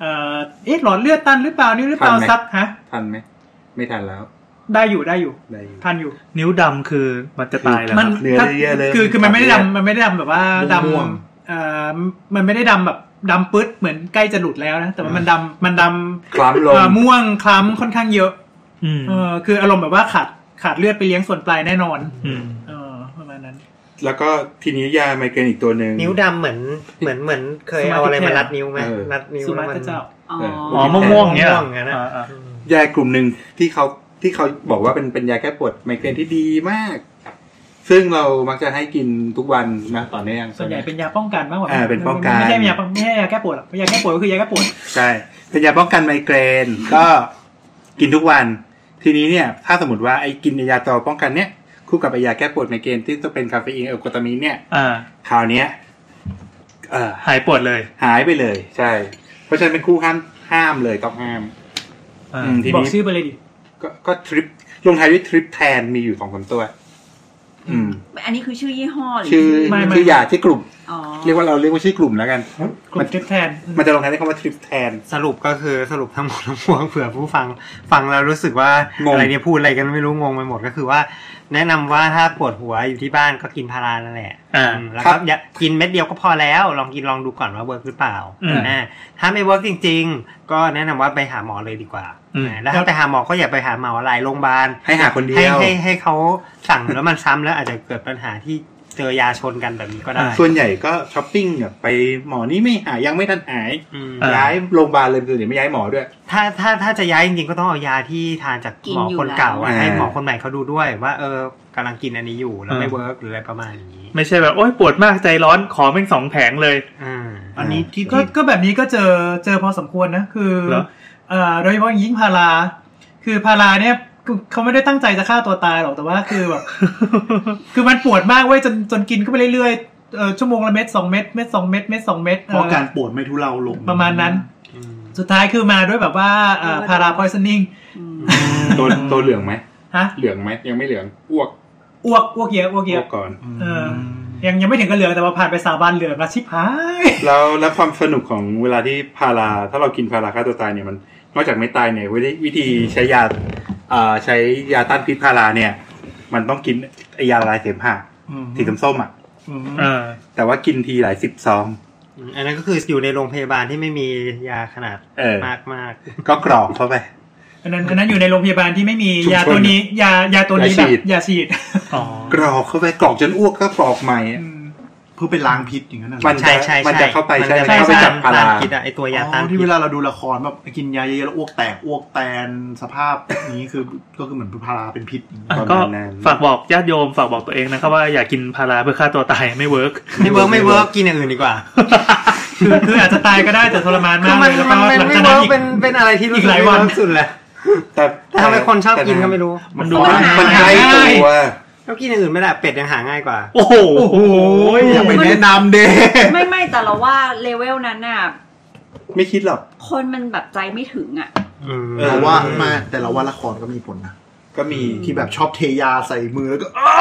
เอ่อ เอ๊ะหลอดเลือดตันหรือเปล่า นิ้วหรือเปล่าซักฮะ ทันไหมไม่ทันแล้ว ได้อยู่ได้อยู่ ได้อยู่ ทันอยู่ นิ้วดำคือมันจะตายแล้ว มั เนื้อเยอะๆเลย คือคือมันไม่ได้ เนื้อ ดำมันไม่ได้ดำแบบว่าด ม่วง ำเอ่อ มันไม่ได้ดำแบบดำปึ๊ดเหมือนใกล้จะหลุดแล้วนะ แต่ว่ามันดำมันดำ คล้ำลง เอ่อม่วงคล้ำค่อนข้างเยอะ อืม เออคืออารมณ์แบบว่าขาดขาดเลือดไปเลี้ยงส่วนปลายแน่นอน อืม เออประมาณนั้น จ แล้วก็ทีนี้ยาไมเกรนอีกตัวหนึ่ง นิ้วดำเหมือนเหมือนเหมือนเคยเอาอะไรมารัดนิ้วไหม เออ รัดนิ้ว สุมา แล้วมั เตะ น เจ้า อ๋อ อ๋ อ๋อม่วงๆเนี้ย ม่วงๆอย่างนั้นอะ อ่าอ่า ยากลุ่มหนึ่งที่เขาที่เขาบอกว่าเป็นเป็นยาแก้ปวดไมเกรนที่ดีมาก ซึ่งเรามักจะให้กินทุกวันนะต่อเนื่อง ส่วนใหญ่เป็นยาป้องกันมากกว่า อ่าเป็นป้องกัน ไม่ใช่ยาป้องไม่ใช่ยาแก้ปวดหรอกเพราะยาแก้ปวดก็คือยาแก้ปวด ใช่เป็นยาป้องกันไมเกรน ก็กินทุกวัน ทีนี้เนี่ย ถ้าสมมติว่าไอ้กินยาตัวป้องกันเนี่ยคู่กับไอ้ยาแก้ปวดไมเกรนที่จะเป็นคาเฟอีนเอลโกตามีนเนี่ย อ่า คราวเนี้ยเอ่อ หายปวดเลย หายไปเลย ใช่ เพราะฉะนั้นเป็นคู่ห้ามห้ามเลยต้องห้าม อ่า อืม ทีนี้ บอกชื่อไปเลยดิ ก็ก็ทริปลงท้ายด้วยทริปแทนมีอยู่สองสามตัว อืม อันนี้คือชื่อยี่ห้อหรื ชื่อชื่อยาที่กลุ่ม อ๋อ เรียกว่าเราเรียกว่าชื่อกลุ่มแล้วกัน กลุ่มทริปแทน มันจะลงท้ายด้วยคำว่าทริปแทน สรุปก็คือสรุปทั้งหมดทั้งปวงเผื่อผู้ฟังฟังแล้วรู้สึกว่าง งง อะไรเนี่ยพูดอะไรกันไม่รู้งงไปหมดก็คือว่า แนะนำว่าถ้าปวดหัวอยู่ที่บ้านก็กินพารานั่นแหละ อ่า อืมแล้วก็อย่ากินเม็ดเดียวก็พอแล้วลองกินลองดูก่อนว่าเวิร์กหรือเปล่า อืม อ่าถ้าไม่เวิร์กจริง ๆ ก็แนะนำว่าไปหาหมอเลยดีกว่า อืม อ่าแล้วถ้าไปหาหมอก็อย่าไปหาหมอหลายโรงพยาบาล ให้หาคนเดี ให้ ยว ให้ให้เขาสั่งแล้วมันซ้ำแล้วอาจจะเกิดปัญหาที่เจอยาชนกันแบบนี้ก็ได้ ส่วนใหญ่ก็ช้อปปิ้งแบบไปหมอนี่ไม่หายยังไม่ทันหาย อืม อ่า ย้ายโรงพยาบาลเลยคือเดี๋ยวไม่ย้ายหมอด้วย ถ้าถ้าถ้าจะย้ายจริงๆก็ต้องเอายาที่ทานจากหมอคนเก่าอะ กินอยู่แล้ว ให้หมอคนใหม่เขาดูด้วยว่าเออกำลังกินอันนี้อยู่แล้วไม่เวิร์กหรืออะไรประมาณนี้ ไม่ใช่แบบโอ๊ยปวดมากใจร้อนขอเป็นสองแผงเลย อ่า อันนี้ที่ก็ก็แบบนี้ก็เจอเจอพอสมควรนะคือ เหรอ เอ่อโดยเฉพาะอย่างยิ่งพาราคือพาราเนี่ยคือเขาไม่ได้ตั้งใจจะฆ่าตัวตายหรอกแต่ว่าคือแบบ คือมันปวดมากเว้ยจนจนกินเข้าไปเรื่อยๆเออชั่วโมงละเม็ดสองเม็ดเม็ดสองเม็ดเม็ดสองเม็ด เพราะการปวดไม่ทุเลาลง ประมาณนั้น อืม สุดท้ายคือมาด้วยแบบว่าพาราพอยซนิ่ง อืม ตัวตัวเหลืองไหม ฮะ เหลืองไหมยังไม่เหลืองอ้วก อ้วกอ้วกเยอะอ้วกเย อ้ว อะ กก่อน เออยังยังไม่ถึงกับเหลืองแต่ว่าผ่านไปสามวันเหลืองละชิบหาย แล้วแล้วความสนุกของเวลาที่พารา ถ้าเรากินพาราฆ่าตัวตายเนี่ยมัน นอกจากไม่ตายเนี่ยวิธีวิธีใช้ยาอ่าใช้ยาต้านพิษพาราเนี่ย มันต้องกินไอ้ยาละลายเสมหะสีส้มๆอ่ะ อ่า แต่ว่ากินทีหลายสิบซอง อันนั้นก็คืออยู่ในโรงพยาบาลที่ไม่มียาขนาด เออ มากมาก ก็กรอกเข้าไป อันนั้นอันนั้นอยู่ในโรงพยาบาลที่ไม่มี ชุมยาชนตัวนี้ยายาตัวนี้ ยาฉี แบบ ด ยาฉีด อ๋อ กรอกเข้าไปกรอกจนอ้วกก็กรอกใหม่อะ เพื่อไปล้างพิษอย่างนั้นนะ มั ๆใช่ใช่ มันจะเข้าไปใช่ไหนมจะ เข้าไปจับพารา ต้นพิษอะไอตัวยา อ๋ ต้าน อ พิ ที่ ษ เวลาเราดูละครแบบกินยาเยอะๆแล้วอ้วกแตกอ้วกแตนสภาพนี้คือก็คือเหมือนพาราเป็นพิษอย่างนี้ อ่ะ ประ ก็ มาณนั้น ฝากบอกญาติโยมฝากบอกตัวเองนะครับว่าอย่ากินพาราเพื่อฆ่าตัวตายไม่เวิร์ก ไม่เวิร์กไม่เวิร์กกินอย่างอื่นดีกว่า คือคืออาจจะตายก็ได้แต่ทรมาน คื มา อก เล มันมัยแล้วก็ น หลั มันไม่เวิร์กงจากนั้นอีก เป็นเป็นอะไรที่รู้สึ อี ก กหลายวัน ไม่เวิร์กสุดแหละ แต่ แต่ทำไมคนชอบกินก็ไม่รู้ มันดู มัน มัน หา มันใกล้ ง่าย ตัว ก็กินอย่างอื่นไม่ได้เป็ดยังหาง่ายกว่า โอ้โห ยังไปแนะนำเด้ ไม่ไม่แต่เราว่าเลเวลนั้นน่ะ ไม่คิดหรอก คนมันแบบใจไม่ถึงอ่ะ เออ แต่ว่าไมาแต่เราว่าละครก็มีผลนะ ก็มี ที่แบบชอบเทยาใส่มือแล้วก็อ้า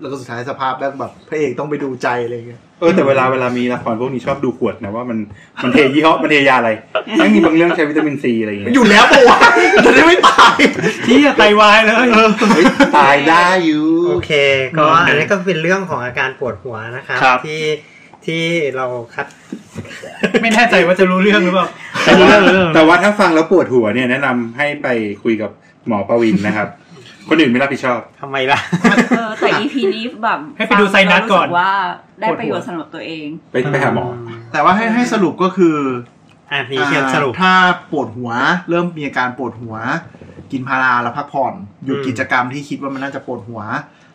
แล้วก็สุดท้ายสภาพแล้วแบบพระเอกต้องไปดูใจอะไรเงี้ย เออแต่เวลาเวลามีละครพวกนี้ชอบดูขวดนะว่ามันมันเทยี่ห้อมันเทยาอะไรทั้งมีบางเรื่องใช้วิตามินซีอะไรอย่างเงี้ย อยู่แล้วปะวะจะได้ไม่ตาย ที่จะไตวายเลย เฮ้ยตายได้อยู่ โอเค ก็ อืม อันนี้ก็เป็นเรื่องของอาการปวดหัวนะครับ ครับ ที่ที่เราคัด ไม่แน่ใจว่าจะรู้เรื่องหรือเปล่า แต่เรื่องเรื่อง แต่ว่าถ้าฟังแล้วปวดหัวเนี่ยแนะนำให้ไปคุยกับหมอประวินนะครับ คนอื่นไม่รับผิดชอบ ทำไมล่ะ เออ แต่ EP นี้แบบ ให้ไปดูไซนัสก่อน เรารู้สึว่าได้ประโยชน์สำหรับตัวเอง ไปไปหาหมอ แต่ว่าให้ให้สรุปก็คือ อ่ะนี่เชียง อ่า สรุป ถ้าปวดหัว เริ่มมีอาการปวดหัว กินพาราแล้วพักผ่อนหยุด อืม กิจกรรมที่คิดว่ามันน่าจะปวดหัว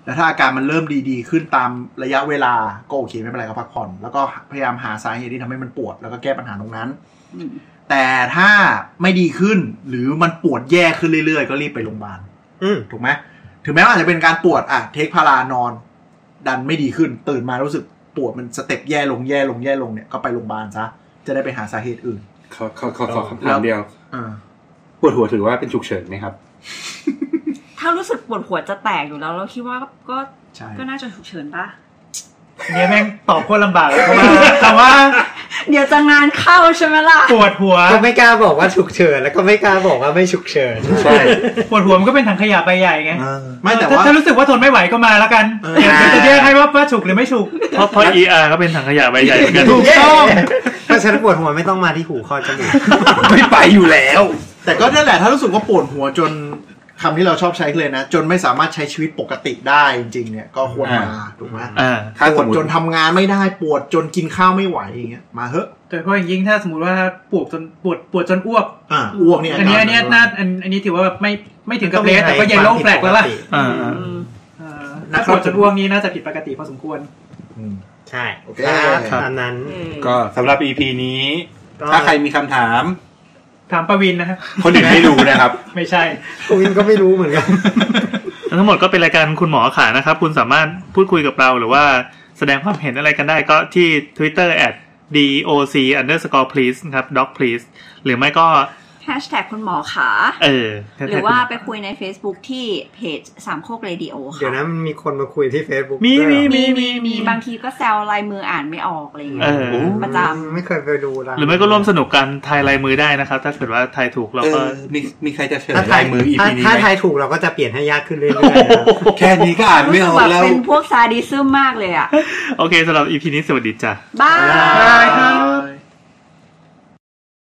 แล้วถ้าอาการมันเริ่มดีๆ ขึ้นตามระยะเวลาก็โอเคไม่เป็นไรก็พักผ่อน แล้วก็พยายามหาสาเหตุที่ทำให้มันปวดแล้วก็แก้ปัญหาตรงนั้น อืม แต่ถ้าไม่ดีขึ้นหรือมันปวดแย่ขึ้นเรื่อยๆ ก็รีบไปโรงพยาบาล อืม ถูกไหมถึงแม้ว่าอาจจะเป็นการปวดอ่ะเทคพารานอน ดันไม่ดีขึ้น ตื่นมารู้สึกปวดมันสเต็ปแย่ลงแย่ลงแย่ลงเนี่ยก็ไปโรงพยาบาลซะจะได้ไปหาสาเหตุอื่น ขอขอขอขอคำถามเดียว อ่า ปวดหัวถือว่าเป็นฉุกเฉินไหมครับ ถ้ารู้สึกปวดหัวจะแตกอยู่แล้วเราคิดว่าก็ ใช่ ก็น่าจะฉุกเฉินปะ เนี่ยแม่งตอบโคตรลำบากเลยเพราะว่าคำว่า เดี๋ยวจะงานเข้าใช่ไหมล่ะ ปวดหัว ก็ไม่กล้าบอกว่าฉุกเฉินแล้วก็ไม่กล้าบอกว่าไม่ฉุกเฉิน ใช่ ปวดหัวมันก็เป็นถังขยะใบใหญ่ไง ไม่แต่ ถ้ ว่า ถ้ารู้สึกว่าทนไม่ไหวก็มาแล้วกัน เออ เดี๋ยวฉันจะแยกให้ว่าว่าฉุกหรือไม่ฉุก เพราะเพราะ ER ก็เป็นถังขยะใบใหญ่เหมือนกัน ถูกต้อง เพราะฉะนั้นปวดหัวไม่ต้องมาที่หูคอจมูก ไม่ไปอยู่แล้ว แต่ก็นั่นแหละถ้ารู้สึกว่าปวดหัวจน คำที่เราชอบใช้เลยนะ จนไม่สามารถใช้ชีวิตปกติได้จริงๆเนี่ยก็ควรมา อ่า ถูกไหม อ่า ถ้า ป ส ว ม ด มติ จนทำงานไม่ได้ปวดจนกินข้าวไม่ไหวอย่างเงี้ยมาเถอะ โดยเฉพาะอย่างยิ่งถ้าสมมติว่าปวดจนปวดปวดจนอ้วก อ่าอ้วกเนี่ย อันนี้อันนี้ กร น่าอันอันนี้ถือว่าแบบไม่ไม่ถึงกับเลสแต่ก็เยลโล่แฟลกแล้วล่ะ อ่า เออถ้าปวดจนอ้วกนี้น่าจะผิดปกติพอสมควร อืม ใช่ โอเค ตามนั้น ก็สำหรับ EP นี้ ก็ ถ้าใครมีคำถาม ถามประวินนะฮะ คนอื่นไม่รู้นะครับ ไม่ใช่ วินก็ไม่รู้เหมือนกัน ทั้งหมดก็เป็นรายการคุณหมอขานะครับ คุณสามารถพูดคุยกับเราหรือว่าแสดงความเห็นอะไรกันได้ก็ที่ Twitter at doc underscore please ครับ doc please หรือไม่ก็ แฮชแท็กคุณหมอขา เออ หรือว่าไปคุยใน Facebook ที่เพจสามโคกเรดิโอ เดี๋ยว ค่ะ นะมันมีคนมาคุยที่ Facebook มี ด้วยเหรอ มีมี มี มี มี มี มีบางทีก็แซวลายมืออ่านไม่ออกอะไรอย่างเงเอี้ย อ ประจำ ไม่เคยไปดูะ หรือไม่ก็ร่วมสนุกกันทายลายมือได้นะครับ ถ้าเกิดว่าทายถูกเรา เอ ก็ อมีมีใครจะเฉล ถ้าย ทา ลาย ยมือ EP นี้ ถ้า ไหม ทายถูกเราก็จะเปลี่ยนให้ยากขึ้นเรื่อย แค่นี้ก็อ่าน รู้ ไม่ สึ อกอก แบบ แล้ว เป็นพวกซาดิซึมมากเลยอ่ะ โอเคสำหรับ EP นี้สวัสดีจ้ะ บ้า ๆ บาย